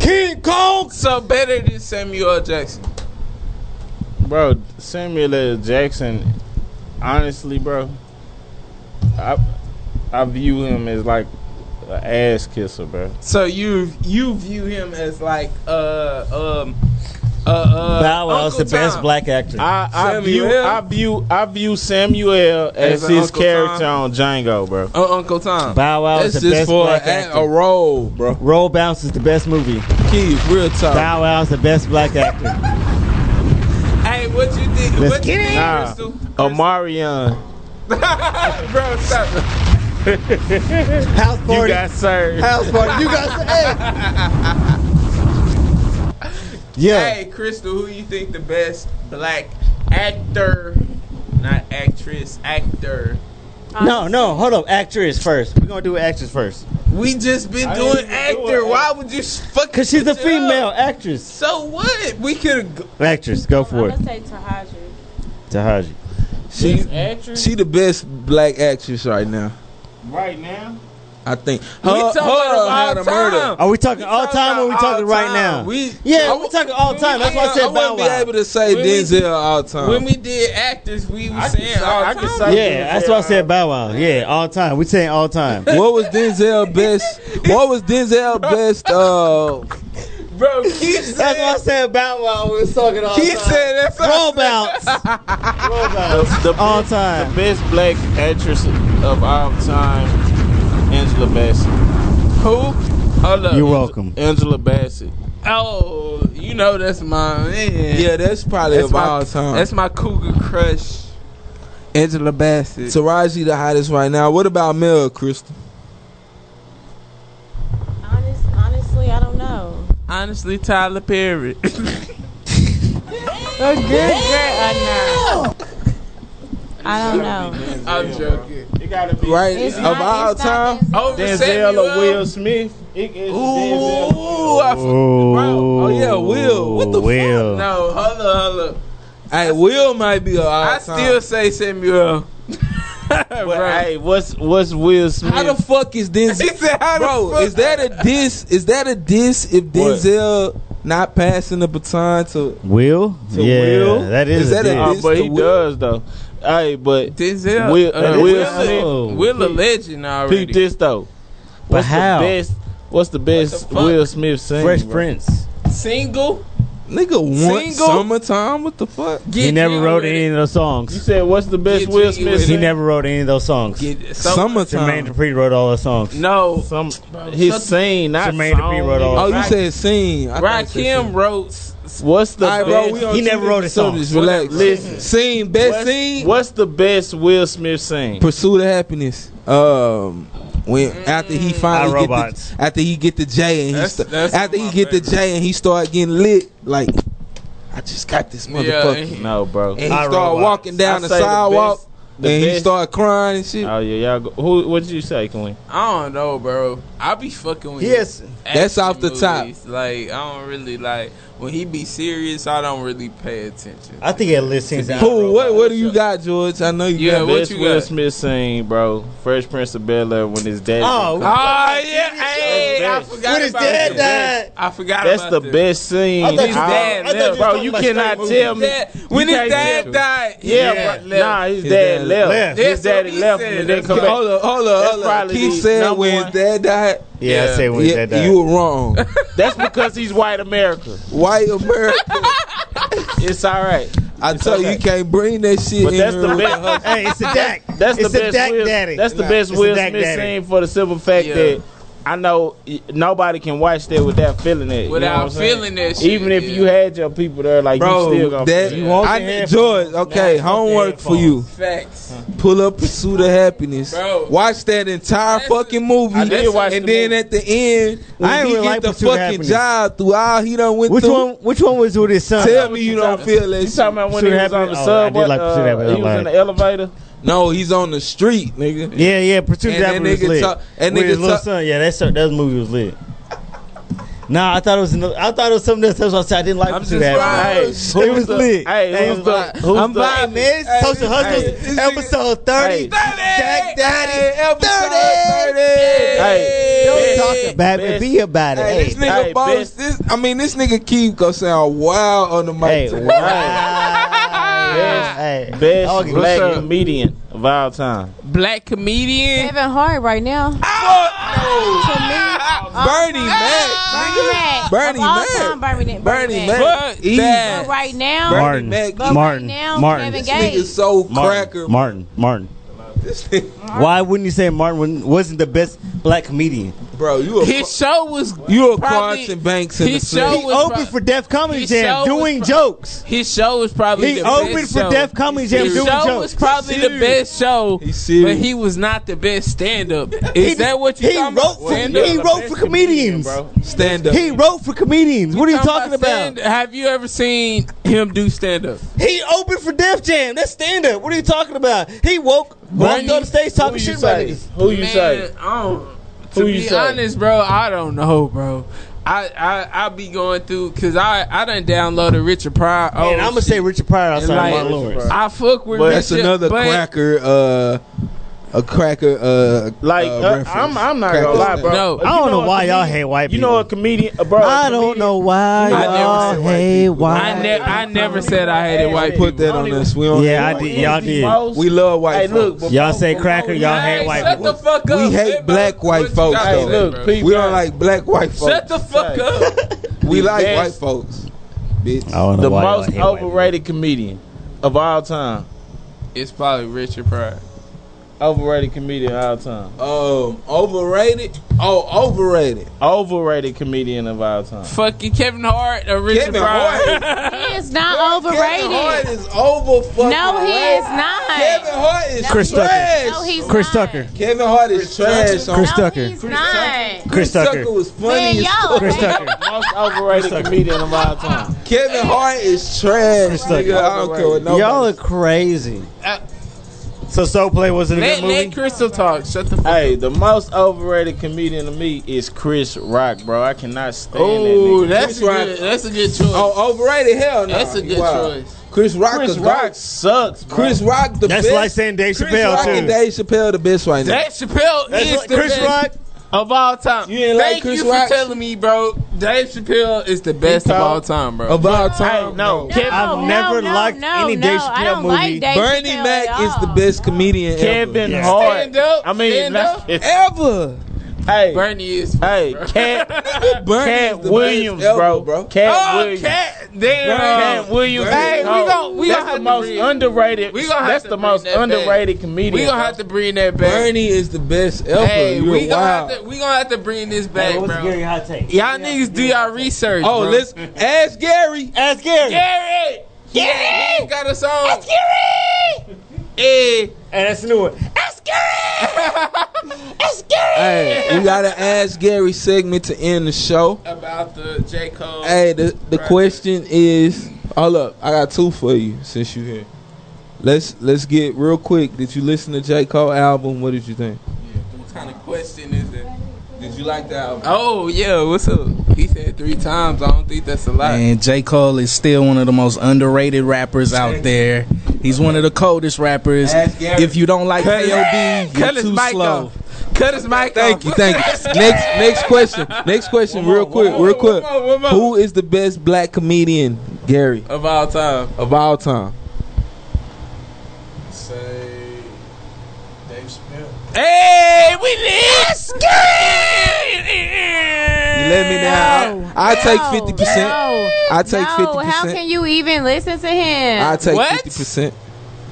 S3: King Kong.
S4: so better than Samuel Jackson.
S6: Bro, Samuel L. Jackson, honestly, bro, I I view him as like an ass kisser, bro.
S4: So you you view him as like uh um uh uh.
S3: Bow Wow's
S4: Uncle
S3: the best
S4: Tom.
S3: black actor.
S6: I, I
S4: Samuel.
S6: view I view I view Samuel as,
S4: As an
S6: his
S4: Uncle
S6: character
S4: Tom.
S6: on Django, bro.
S4: Uh, Uncle Tom.
S3: Bow Wow is
S2: That's
S3: the
S2: just
S3: best
S2: for
S3: black
S2: a, a
S3: actor.
S2: role, bro.
S3: Roll Bounce is the best movie.
S2: Keith, real talk.
S3: Bow Wow is the best black actor.
S4: Hey, what you think?
S3: Let's
S4: what
S3: get
S4: you think,
S6: Nah.
S4: Crystal?
S6: Uh, Omarion,
S4: bro, stop.
S3: House
S6: you
S3: party.
S6: got served.
S3: House party. You got. Hey. Yeah.
S4: Hey, Crystal, who you think the best black actor, not actress, actor?
S3: No, no. Hold up. Actress first. We're gonna do actress first.
S4: We just been
S6: I
S4: doing
S6: didn't even do
S4: actor.
S6: it.
S4: Why would you s- fuck?
S3: Cause she's a
S4: switch it up?
S3: female actress.
S4: So what? We could have.
S3: Actress. Go for
S9: I'm
S3: it.
S9: gonna say Taraji.
S3: Tahaji.
S2: She,
S6: actress
S2: Uh, she the best black actress right now.
S6: right now.
S2: I think.
S4: We
S2: Her-
S4: talking
S2: her
S4: about
S2: had
S4: all
S2: a murder.
S4: time.
S3: Are we talking all
S4: talking
S3: time or we
S4: about all
S3: talking right
S4: time.
S3: now?
S4: We-
S3: yeah,
S4: I
S3: we
S4: w-
S3: talking all time. That's why I
S2: I
S3: said Bow
S2: wouldn't be
S3: Wow.
S2: able to say
S4: When we-
S2: Denzel all time.
S4: When we did actors, we was saying all
S6: I
S4: I
S6: can
S4: time.
S6: say-
S3: Yeah, that's why I said Bow Wow. Yeah, all time. We saying all time.
S2: what was Denzel best? What was Denzel best? Uh,
S4: bro. Keith said,
S3: That's why I said Bow Wow. We was talking all
S4: Keith
S3: time.
S4: said that's all.
S3: Rollouts. Rollouts.
S6: The
S3: All
S6: best-
S3: time.
S6: The best black actress of all time, Angela Bassett.
S4: Who? Hold up.
S3: You're welcome.
S6: Angela Bassett.
S4: Oh, you know that's my man.
S2: yeah, that's probably
S4: that's
S2: of
S4: my
S2: all time.
S4: That's my cougar crush, Angela Bassett.
S2: Taraji the hottest right now. What about Mel, Crystal?
S5: Honest, honestly, I don't know.
S4: Honestly, Tyler Perry.
S5: A good girl, I know. I don't know.
S4: I'm joking.
S6: It gotta be
S2: Right
S9: It's
S2: of
S9: not-
S2: all
S9: it's not
S2: time.
S4: Over
S6: Denzel
S4: Samuel.
S6: or Will Smith. It is Denzel.
S4: Ooh, I f-
S3: Oh,
S2: Oh yeah, Will. What the
S3: Will.
S4: no. Hold up, hold up.
S2: fuck? Hey, Will might be a all
S4: I
S2: time.
S4: still say Samuel.
S6: But
S4: Right.
S6: hey, what's what's Will Smith?
S2: How the fuck is
S4: He
S2: Denzel?
S4: said, "How the
S2: Bro,
S4: fuck?"
S2: is that a diss? Is that a diss if Denzel not passing the baton to?
S3: Will?
S2: To
S3: yeah,
S2: Will?
S3: that is,
S2: Is that a
S3: diss.
S6: Uh,
S2: It's
S6: but
S2: the
S6: he
S2: Will.
S6: does though. Hey, but
S4: Denzel.
S6: Will-
S4: uh,
S6: Will
S4: Will,
S6: Smith.
S4: Will, a legend already.
S6: peep this though.
S3: But
S6: What's
S3: how?
S6: the best? What's the best
S4: fuck?
S6: Will Smith single?
S3: Fresh
S6: bro?
S3: Prince.
S4: Single.
S2: Nigga, one
S4: Single?
S2: summertime. What the fuck?
S4: Get
S3: he never
S4: Jiggy
S3: wrote
S4: with
S3: any
S4: it.
S3: of those
S6: You
S3: songs.
S6: said what's the best
S4: Get
S6: Will
S4: jiggy
S6: Smith?
S4: with
S3: He
S6: single?
S3: never wrote any of those songs.
S4: Get
S3: Jermaine
S2: summertime.
S3: Dupri wrote all those songs.
S4: No.
S6: Some
S4: shut
S6: his
S4: the-
S6: scene, not
S3: Jermaine
S6: song.
S3: Dupri wrote all-
S2: Oh, you
S4: Rock-
S2: said scene. I thought you said
S4: Rakim
S2: scene.
S4: wrote. s-
S6: What's the
S2: All right, bro,
S6: best?
S2: we on
S3: He
S2: two
S3: never wrote
S2: different
S3: a song.
S2: subjects. Relax.
S6: Listen.
S2: Scene, best
S6: what's,
S2: scene.
S6: what's the best Will Smith sing?
S2: Pursuit of happiness. Um, when after he finally get
S3: iRobots.
S2: the, after he get the J and he
S4: Mm. That's-
S2: sta-
S4: that's
S2: after he
S4: my
S2: get the
S4: favorite.
S2: J and he start getting lit like I just got this
S4: Yeah,
S2: motherfucker.
S4: and he-
S6: No, bro.
S2: and he
S3: iRobots.
S2: start walking down
S6: I
S2: the
S6: say the
S2: sidewalk
S6: best- the
S2: and he
S6: best-
S2: start crying and shit.
S6: Oh yeah, y'all. Go, who? What did you say, Queen?
S4: I don't know, bro. I be fucking with.
S3: Yes.
S4: action
S2: That's off the top.
S4: movies. Like I don't really like when he be serious. I don't really pay attention.
S3: I think it listens out.
S2: Who? What? What do you got, George? I know you
S4: Yeah,
S2: got.
S4: what
S6: best
S4: you
S6: Will
S4: got?
S6: Smith sing, bro. Fresh Prince of Bel Air when his dad.
S3: Oh,
S4: Oh yeah, hey, I
S6: Best.
S4: forgot
S3: When his
S4: about
S3: dad
S4: that.
S3: died.
S4: I forgot.
S6: that's
S4: about
S6: the
S4: that.
S6: best scene.
S3: I thought you
S4: His
S3: was talking-
S4: dad
S3: I thought you
S4: left.
S3: was
S6: bro,
S3: talking
S6: you
S3: about
S6: cannot
S3: straight
S6: tell
S3: movies.
S6: me.
S4: Dad- when
S6: You
S4: his
S6: can't
S4: dad
S6: tell-
S4: died, his
S6: Yeah,
S4: dad
S6: bro,
S4: left.
S6: nah, his,
S2: His
S6: dad,
S2: dad
S6: left.
S3: left.
S6: His
S4: That's
S6: daddy
S4: what he
S6: left
S4: said.
S6: and then
S4: That's
S6: come
S4: what-
S6: back.
S2: Hold up, hold up,
S6: That's
S2: hold up.
S6: probably
S2: Keith
S6: the
S2: said
S6: number
S2: when
S6: one.
S2: his dad died.
S3: Yeah, I
S4: Yeah.
S3: said when
S2: yeah,
S3: that died.
S2: you were wrong.
S6: That's because he's white America.
S2: White America.
S6: It's all right.
S2: I tell you,
S6: okay.
S2: you can't bring that shit.
S6: But
S2: in
S6: that's
S2: here
S6: the
S2: with
S6: best.
S3: hey, it's a Dak.
S6: That's
S3: it's
S6: the
S3: a
S6: best.
S3: Dak
S6: Will,
S3: daddy.
S6: That's the
S2: Nah,
S6: best
S3: it's a
S6: Will
S3: Dak
S6: Smith
S3: daddy.
S6: scene for the simple fact
S4: Yeah.
S6: that I know y- nobody can watch that without feeling it. you know what I'm
S4: Without
S6: saying?
S4: feeling that shit,
S6: Even if
S4: yeah.
S6: you had your people there, like
S2: Bro,
S6: you still gonna
S2: that
S6: feel it.
S3: want
S2: I
S3: the
S2: need
S3: headphones.
S2: George. Okay,
S3: Nah,
S2: homework for you.
S4: facts.
S2: Pull up Pursuit of Happiness.
S4: Bro.
S2: Watch that entire
S4: That's-
S2: fucking movie,
S6: I did watch
S2: and
S6: the
S2: then
S6: movie.
S2: at the end, when
S3: I ain't
S2: he
S3: really
S2: get
S3: like
S2: the
S3: Pursuit of
S2: fucking
S3: Happiness.
S2: job through all he done went
S3: Which
S2: through.
S3: one? Which one was with his son?
S2: Tell me you don't feel that.
S6: You talking
S2: shit.
S6: about when
S3: Pursuit
S6: he was on
S3: Happiness?
S6: the
S3: Oh, I
S6: subway?
S3: did like Pursuit
S6: uh,
S3: Happiness,
S6: he
S3: I
S6: was in
S3: like
S6: the elevator.
S2: No, he's on the street, nigga.
S3: Yeah, yeah. Pursuit of
S2: And that
S3: Happiness
S2: nigga
S3: was lit.
S2: talk- that
S3: With
S2: nigga
S3: his little
S2: talk-
S3: son. Yeah, that so- that movie was lit. Nah, I thought it was. Another, I thought it was something else. That's why I said I didn't like
S4: I'm
S3: Pursuit of
S4: just
S3: Happiness.
S4: right.
S3: It
S6: Hey, who's
S3: was
S6: the-
S3: lit.
S6: Hey,
S3: Hey,
S6: who's the?
S3: I'm
S6: Who's
S3: I'm
S6: the-
S3: blind, man.
S2: Hey,
S3: Social
S2: this-
S3: Hustlers,
S2: hey, this nigga-
S3: episode thirty.
S6: Hey.
S3: Dak Daddy,
S2: episode
S3: Daddy.
S2: 30.
S6: Hey,
S3: Don't
S6: Hey.
S3: talk about it.
S6: Best-
S3: Be about it.
S2: Hey, this
S3: Hey,
S2: nigga
S6: hey,
S2: boss,
S6: best-
S2: this I mean this nigga Keith gonna sound wild on the mic.
S3: hey,
S2: today.
S3: wow. hey,
S6: Best
S3: Doggy,
S6: black
S3: what's up?
S6: comedian of all time.
S4: Black comedian.
S5: Kevin Hart right now.
S2: Fuck no. Bernie Mac.
S9: Bernie Mac.
S2: Bernie
S9: of all
S2: Mac.
S9: Time, Bernie, Bernie,
S2: Bernie Mac.
S4: Fuck
S2: Easy.
S4: that.
S9: But right now,
S2: Bernie
S3: Martin,
S2: Mac.
S9: but
S3: Martin,
S9: right now,
S3: Martin,
S9: Kevin
S2: This nigga
S9: Gates.
S2: so
S3: Martin,
S2: cracker.
S3: Martin, Martin.
S2: This nigga-
S3: Why wouldn't you say Martin wasn't- wasn't the best black comedian?
S2: Bro, you a
S4: His show was
S2: you a
S4: probably-
S2: Quantum Banks in the
S4: his
S2: flesh.
S4: show
S3: He
S4: was
S3: opened
S4: pro-
S3: for Def Comedy
S4: he
S3: Jam
S4: showed
S3: doing
S4: was pro-
S3: jokes.
S4: His show was probably
S3: He
S4: the
S3: opened
S4: best
S3: for
S4: show.
S3: Def Comedy Jam
S4: His
S3: doing
S4: show
S3: jokes.
S4: was probably the
S2: serious.
S4: best show,
S2: He's serious.
S4: but he was not the best stand up. Is
S3: He-
S4: that what you
S3: he
S4: talking
S3: wrote
S4: about?
S3: for-
S4: Stand-up?
S3: he wrote for comedians.
S2: stand up.
S3: He wrote for comedians. What are you talking
S4: stand-
S3: about?
S4: Have you ever seen him do stand up?
S3: He opened for Def Jam. That's stand up. What are you talking about? He woke walked
S4: Bernie,
S3: on the stage
S6: Who
S3: talking
S6: you
S3: shit about
S6: say?
S3: niggas.
S6: Who you
S4: Man,
S6: say?
S4: I don't. To
S6: Who
S4: be
S6: you say?
S4: honest, bro, I don't know, bro. I I, I be going through because I I done downloaded Richard Pryor. Oh,
S3: And I'm gonna say Richard Pryor outside
S4: like-
S3: of Martin Lawrence.
S4: I fuck with
S2: But that's
S4: Richard,
S2: another
S4: but
S2: cracker. Uh, a cracker. Uh,
S6: Like
S2: uh,
S6: uh,
S2: reference.
S6: I'm, I'm not
S2: Cracker
S6: gonna lie,
S2: snack.
S6: bro.
S4: No.
S6: You
S3: I don't know
S6: a
S3: why y'all
S6: comedian-
S3: hate white
S6: You know a
S3: people.
S6: comedian, uh, bro. a
S3: I don't
S6: comedian-
S3: know why
S4: I never
S3: y'all
S2: said white
S3: hate
S2: people.
S3: white.
S4: I, ne- I never said I hated white people.
S2: Put that on us. We don't.
S3: yeah,
S2: hate
S3: I
S2: white
S3: did.
S2: people.
S3: Y'all did.
S2: We love white
S6: Hey, look,
S2: folks.
S6: before-
S3: Y'all say
S6: before
S3: cracker,
S6: we-
S3: y'all hate white
S4: Shut
S3: people.
S4: the fuck
S2: We
S4: up.
S2: hate
S4: Everybody-
S2: black white
S4: what you
S2: folks,
S4: gotta
S6: Hey,
S4: say,
S6: look,
S4: bro?
S6: people-
S2: we don't like black white folks.
S4: Shut the fuck up.
S2: we like
S6: Yes.
S2: white folks, bitch.
S3: I don't know
S6: the
S3: why y'all
S6: most
S3: hate white people.
S6: overrated comedian of all time.
S4: it's probably Richard Pryor.
S6: Overrated comedian of all time.
S2: Um, overrated. Oh, overrated.
S6: Overrated comedian of all time.
S4: Fucking Kevin Hart or Richard
S2: Kevin
S4: Pryor.
S9: He is not
S2: Kevin Hart
S9: overrated.
S2: is over fucking
S9: No, he
S2: rated.
S9: is not.
S2: Kevin Hart is
S3: Chris Tucker.
S2: trash.
S9: No, he's
S3: Chris
S9: not.
S3: Tucker.
S2: Kevin Hart is trash. on-
S3: Chris
S9: No,
S3: Tucker.
S9: he's not.
S3: Chris Tucker.
S2: was
S9: Man,
S2: funny. as
S9: y'all.
S2: fuck.
S3: Chris Tucker.
S6: Most overrated comedian of all time.
S2: Kevin Hart is trash.
S3: Tucker.
S2: Nigga, I don't care what nobody.
S3: Y'all are crazy.
S4: Uh,
S3: So Soul Play wasn't a good
S4: Let, let
S3: movie.
S4: Crystal talk. Shut the fuck
S6: Hey, the most overrated comedian to me is Chris Rock, bro. I cannot stand
S4: Oh,
S6: that nigga.
S4: that's a
S2: Chris
S4: good. That's a good choice.
S2: Oh, overrated? Hell no.
S4: That's a good choice.
S2: Chris Rock
S6: Chris
S2: is
S6: Rock
S2: Rock.
S6: sucks, bro.
S2: Chris Rock the
S3: That's
S2: best.
S3: like saying Dave
S2: Chris
S3: Chappelle,
S2: Rock
S3: too.
S2: and Dave Chappelle the best right now.
S4: Dave Chappelle
S3: That's
S4: is
S3: like
S4: the
S3: Chris
S4: best
S3: Rock.
S4: of all time.
S6: You didn't like
S4: Thank
S6: Chris
S4: you for
S6: Rock?
S4: telling me, bro. Dave Chappelle is the best of
S6: talk.
S4: all time, bro.
S2: Of all
S6: Hey,
S2: time,
S6: no.
S9: No,
S3: I've
S9: no,
S3: never
S9: no,
S3: liked
S9: no,
S3: any
S9: no,
S3: Dave
S9: I
S3: Chappelle
S9: don't
S3: movie.
S9: like Dave
S2: Bernie
S9: Chappelle
S2: Mac
S9: at
S2: is the
S9: all.
S2: best comedian
S6: Kevin
S3: Yeah.
S6: Hart.
S4: Stand up,
S6: I mean,
S4: stand
S6: not-
S4: up.
S2: ever.
S6: hey,
S4: Bernie is.
S6: hey,
S2: Ever.
S6: Cat,
S2: Bernie is
S6: Cat
S2: the best
S6: Williams,
S2: ever,
S6: bro.
S2: bro.
S6: Cat
S4: Oh,
S6: Williams.
S4: cat. Damn.
S6: Cat Williams.
S4: Hey,
S6: is
S4: we
S6: cold.
S4: gon' we
S6: that's
S4: gonna
S6: the
S4: have
S6: most
S4: to bring,
S6: underrated.
S4: We gonna have
S6: that's
S4: to
S6: the
S4: bring
S6: most
S4: that back.
S6: underrated comedian.
S4: We gonna
S6: bro.
S4: have to bring that back.
S2: Bernie is the best ever.
S4: Hey,
S2: You're
S4: we gonna
S2: wild.
S4: have to we gonna have to bring this back,
S3: Hey, what's
S4: bro.
S3: Gary hot take?
S4: Y'all niggas do y'all research.
S2: Oh,
S4: bro.
S2: listen. Ask Gary.
S3: Ask Gary.
S4: Gary. Gary he got a song. That's Gary. Hey,
S3: Hey, that's the new one.
S2: Hey, we got an Ask Gary segment to end the show.
S4: about the J Cole.
S2: Hey, the, the question is, hold up, I got two for you since you here. Let's let's get real quick. Did you listen to J Cole album? What did you think?
S4: What kind of question is that?
S2: Did you like the album?
S4: Oh yeah, what's up? He said three times. I don't think that's a lot.
S10: And J. Cole is still one of the most underrated rappers out there. He's one of the coldest rappers.
S2: Ask Gary.
S10: If you don't like KOD,
S4: Cut
S10: you're
S4: his
S10: too
S4: mic
S10: slow.
S4: off. Cut his mic
S2: Thank
S4: off.
S2: you, thank you. Next next question. Next question, real quick,
S4: more,
S2: real
S4: one
S2: quick.
S4: more, one more.
S2: Who is the best black comedian, Gary,
S4: Of all time,
S2: of all time?
S10: Say Dave Chappelle.
S4: hey, we let's get.
S2: You let me now. I take fifty percent.
S9: No,
S2: I take
S9: no, how
S2: 50%.
S9: can you even listen to him?
S2: I take
S4: What?
S2: fifty percent.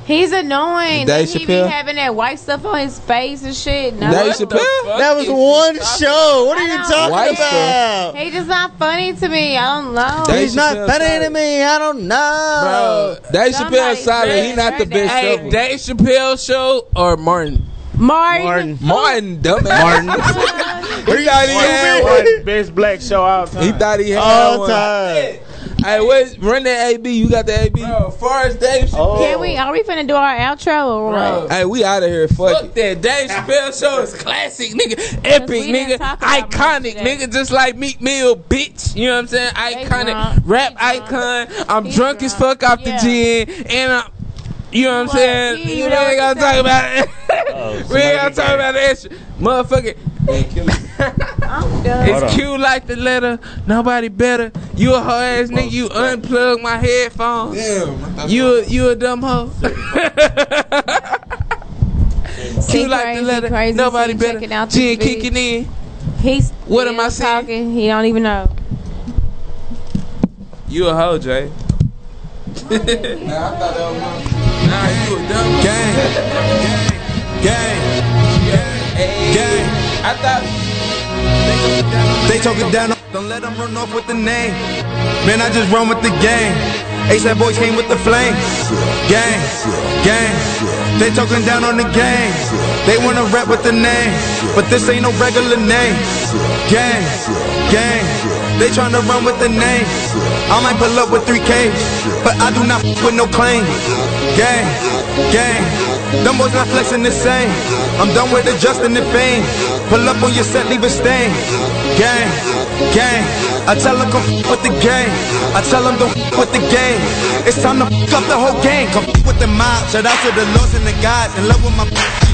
S9: He's annoying.
S2: Dave
S9: Dave he
S2: Chappelle?
S9: be having that white stuff on his face and shit. No.
S2: Dave
S4: What the
S2: Chappelle?
S4: fuck
S3: That was
S4: is he
S3: one
S4: talking
S3: show. What are
S9: I
S3: you
S9: don't
S3: talking
S2: White
S3: about?
S9: He just not funny to me. I don't know.
S2: Dave
S3: He's not
S2: Chappelle
S3: funny to
S2: started.
S3: me. I don't know.
S4: Bro,
S2: Dave Chappelle
S9: Somebody
S2: solid. He
S9: said
S2: not the
S9: that.
S2: best
S4: Hey,
S2: ever.
S4: Dave Chappelle show or Martin?
S9: Martin.
S3: Martin.
S2: Martin, dumbass. Martin. he thought he had one.
S6: One best black show all time.
S2: He thought he had
S3: All
S2: one.
S3: time.
S2: Hey, wait, run that AB. You got the AB.
S4: Bro, far as Dave Chappelle.
S9: Can we? Are we finna do our outro or what?
S2: Hey, we out of here. Fuck
S4: Fuck
S2: it.
S4: that. Dave Chappelle show is classic, nigga. Epic,
S9: we didn't
S4: nigga.
S9: talk about
S4: Iconic,
S9: Martin today.
S4: nigga. Just like Meek Mill, bitch. You know what I'm saying? Iconic.
S9: drunk.
S4: Rap
S9: He
S4: icon. I'm
S9: He
S4: drunk as
S9: drunk.
S4: fuck off
S9: Yeah.
S4: the gin. And I'm. You know what I'm
S9: What?
S4: saying?
S9: You
S4: we ain't
S9: know what
S4: gotta
S9: you
S4: talk about it. we ain't gotta talk about the extra. Motherfucker.
S9: I'm done.
S4: It's cute like the letter. Nobody better. You a hoe ass nigga. You unplug my headphones.
S2: Damn.
S4: You a, you a dumb hoe.
S9: See
S4: Cute like
S9: crazy,
S4: the letter.
S9: crazy,
S4: Nobody
S9: see,
S4: better.
S9: checking out
S4: She
S9: this
S4: ain't
S9: bitch.
S4: kicking in.
S9: He's
S4: What am
S9: still
S4: I saying?
S9: Talking. He don't even know.
S4: You a hoe, Jay. Nah, you a dumb hoe.
S8: Gang. Gang. Gang.
S4: I thought.
S8: They talking down on. Don't let them run off with the name. Man, I just run with the gang. ASAP boys came with the flames. Gang. Gang. They talking down on the gang. They wanna rap with the name. But this ain't no regular name. Gang. Gang. They tryna run with the name. I might pull up with three Ks. But I do not f- with no claim. Gang. Gang. Them boys not flexing the same. I'm done with adjusting the fame. Pull up on your set, leave a stain. gang, gang. I tell them come f- with the gang. I tell them don't f- with the gang. It's time to f- up the whole gang. Come f- with the mob. Shout out to the lords and the gods. In love with my f-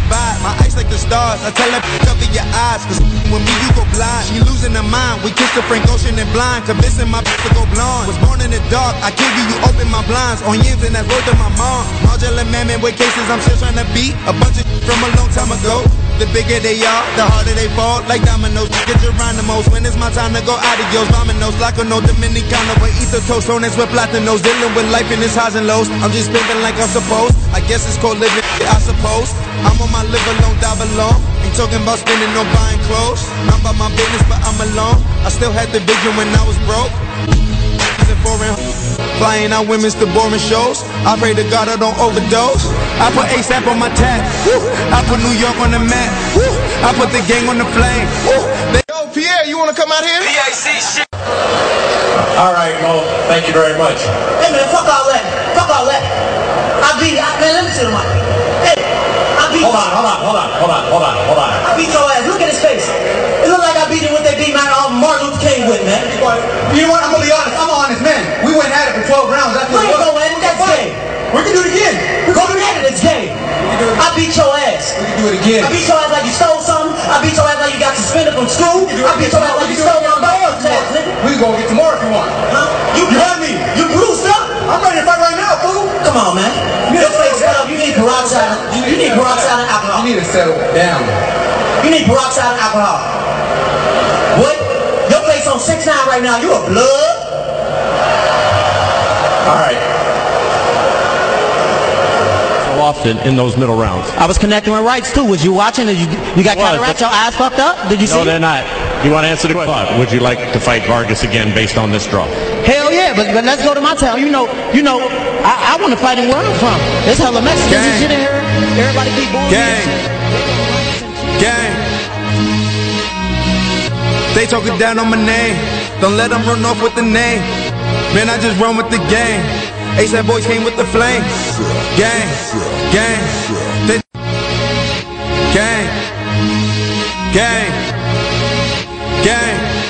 S8: vibe. My eyes like the stars. I tell her f- cover your eyes. Cause f- with me you go blind. She losing her mind. We kiss the Frank Ocean and blind. Convincing my f- to go blonde. Was born in the dark. I give you, you open my blinds. On yams and that's word to my mom. Marjorie Mammon with cases I'm still trying to beat. A bunch of from a long time ago. The bigger they are, the harder they fall. Like dominoes, get Geronimo's. When it's my time to go, adios, vominos. Like no Dominicano, but eat the toast on this with platinos. Dealing with life in its highs and lows. I'm just living like I'm supposed. I guess it's called living, I suppose. I'm on my live alone, dive alone. Ain't talking about spending no buying clothes. I'm about my business, but I'm alone. I still had the vision when I was broke. And foreign Flying out women's to boring shows. I pray to God I don't overdose. I put ASAP on my tab. Woo. I put New York on the map. Woo. I put the gang on the flame. Woo. They- Yo, Pierre, you wanna come out here? PIC shit.
S11: All right, Mo. Thank you very much.
S12: Hey man, fuck all that. Fuck all that. I beat I, man, let me see the mic. Hey, I beat
S11: Hold on, hold on, hold on, hold on, hold on, hold on.
S12: I beat your ass. Look at his face. It look like I beat him with that beat man on Martin Luther King with, man. You know what? I'm gonna be honest. I'm an honest man. We went at it for 12 rounds. That's we ain't go at it. That's gay. We can do it again. We're going at it. It's gay. I beat your ass. We can do it again. I beat your ass like you stole something. I beat your ass like you got suspended from school. I beat your ass like you stole my ball. We gonna get tomorrow if you want. Huh? You, you had me. You bruised up. I'm ready to fight right now, fool. Come on, man. You Your face up. You need peroxide. You need peroxide and alcohol. You need to settle down. You need peroxide and alcohol. What? Your face on six nine right now. You a blood? All right.
S11: So often in those middle rounds.
S12: I was connecting with rights too. Was you watching? Did you you got
S11: Was,
S12: cataract? Your eyes fucked up? Did you see?
S11: No, they're not. You want to answer the question? Would you like to fight Vargas again based on this draw?
S12: Hell yeah, but, but let's go to my town. You know, you know, I, I want to fight him where I'm from. There's hella Mexicans and shit in here. Everybody keep going.
S8: Gang. Gang. They talking down on my name. Don't let them run off with the name. Man, I just run with the gang. ASAP boys came with the flames. Gang. Gang. They gang. Gang. Gang.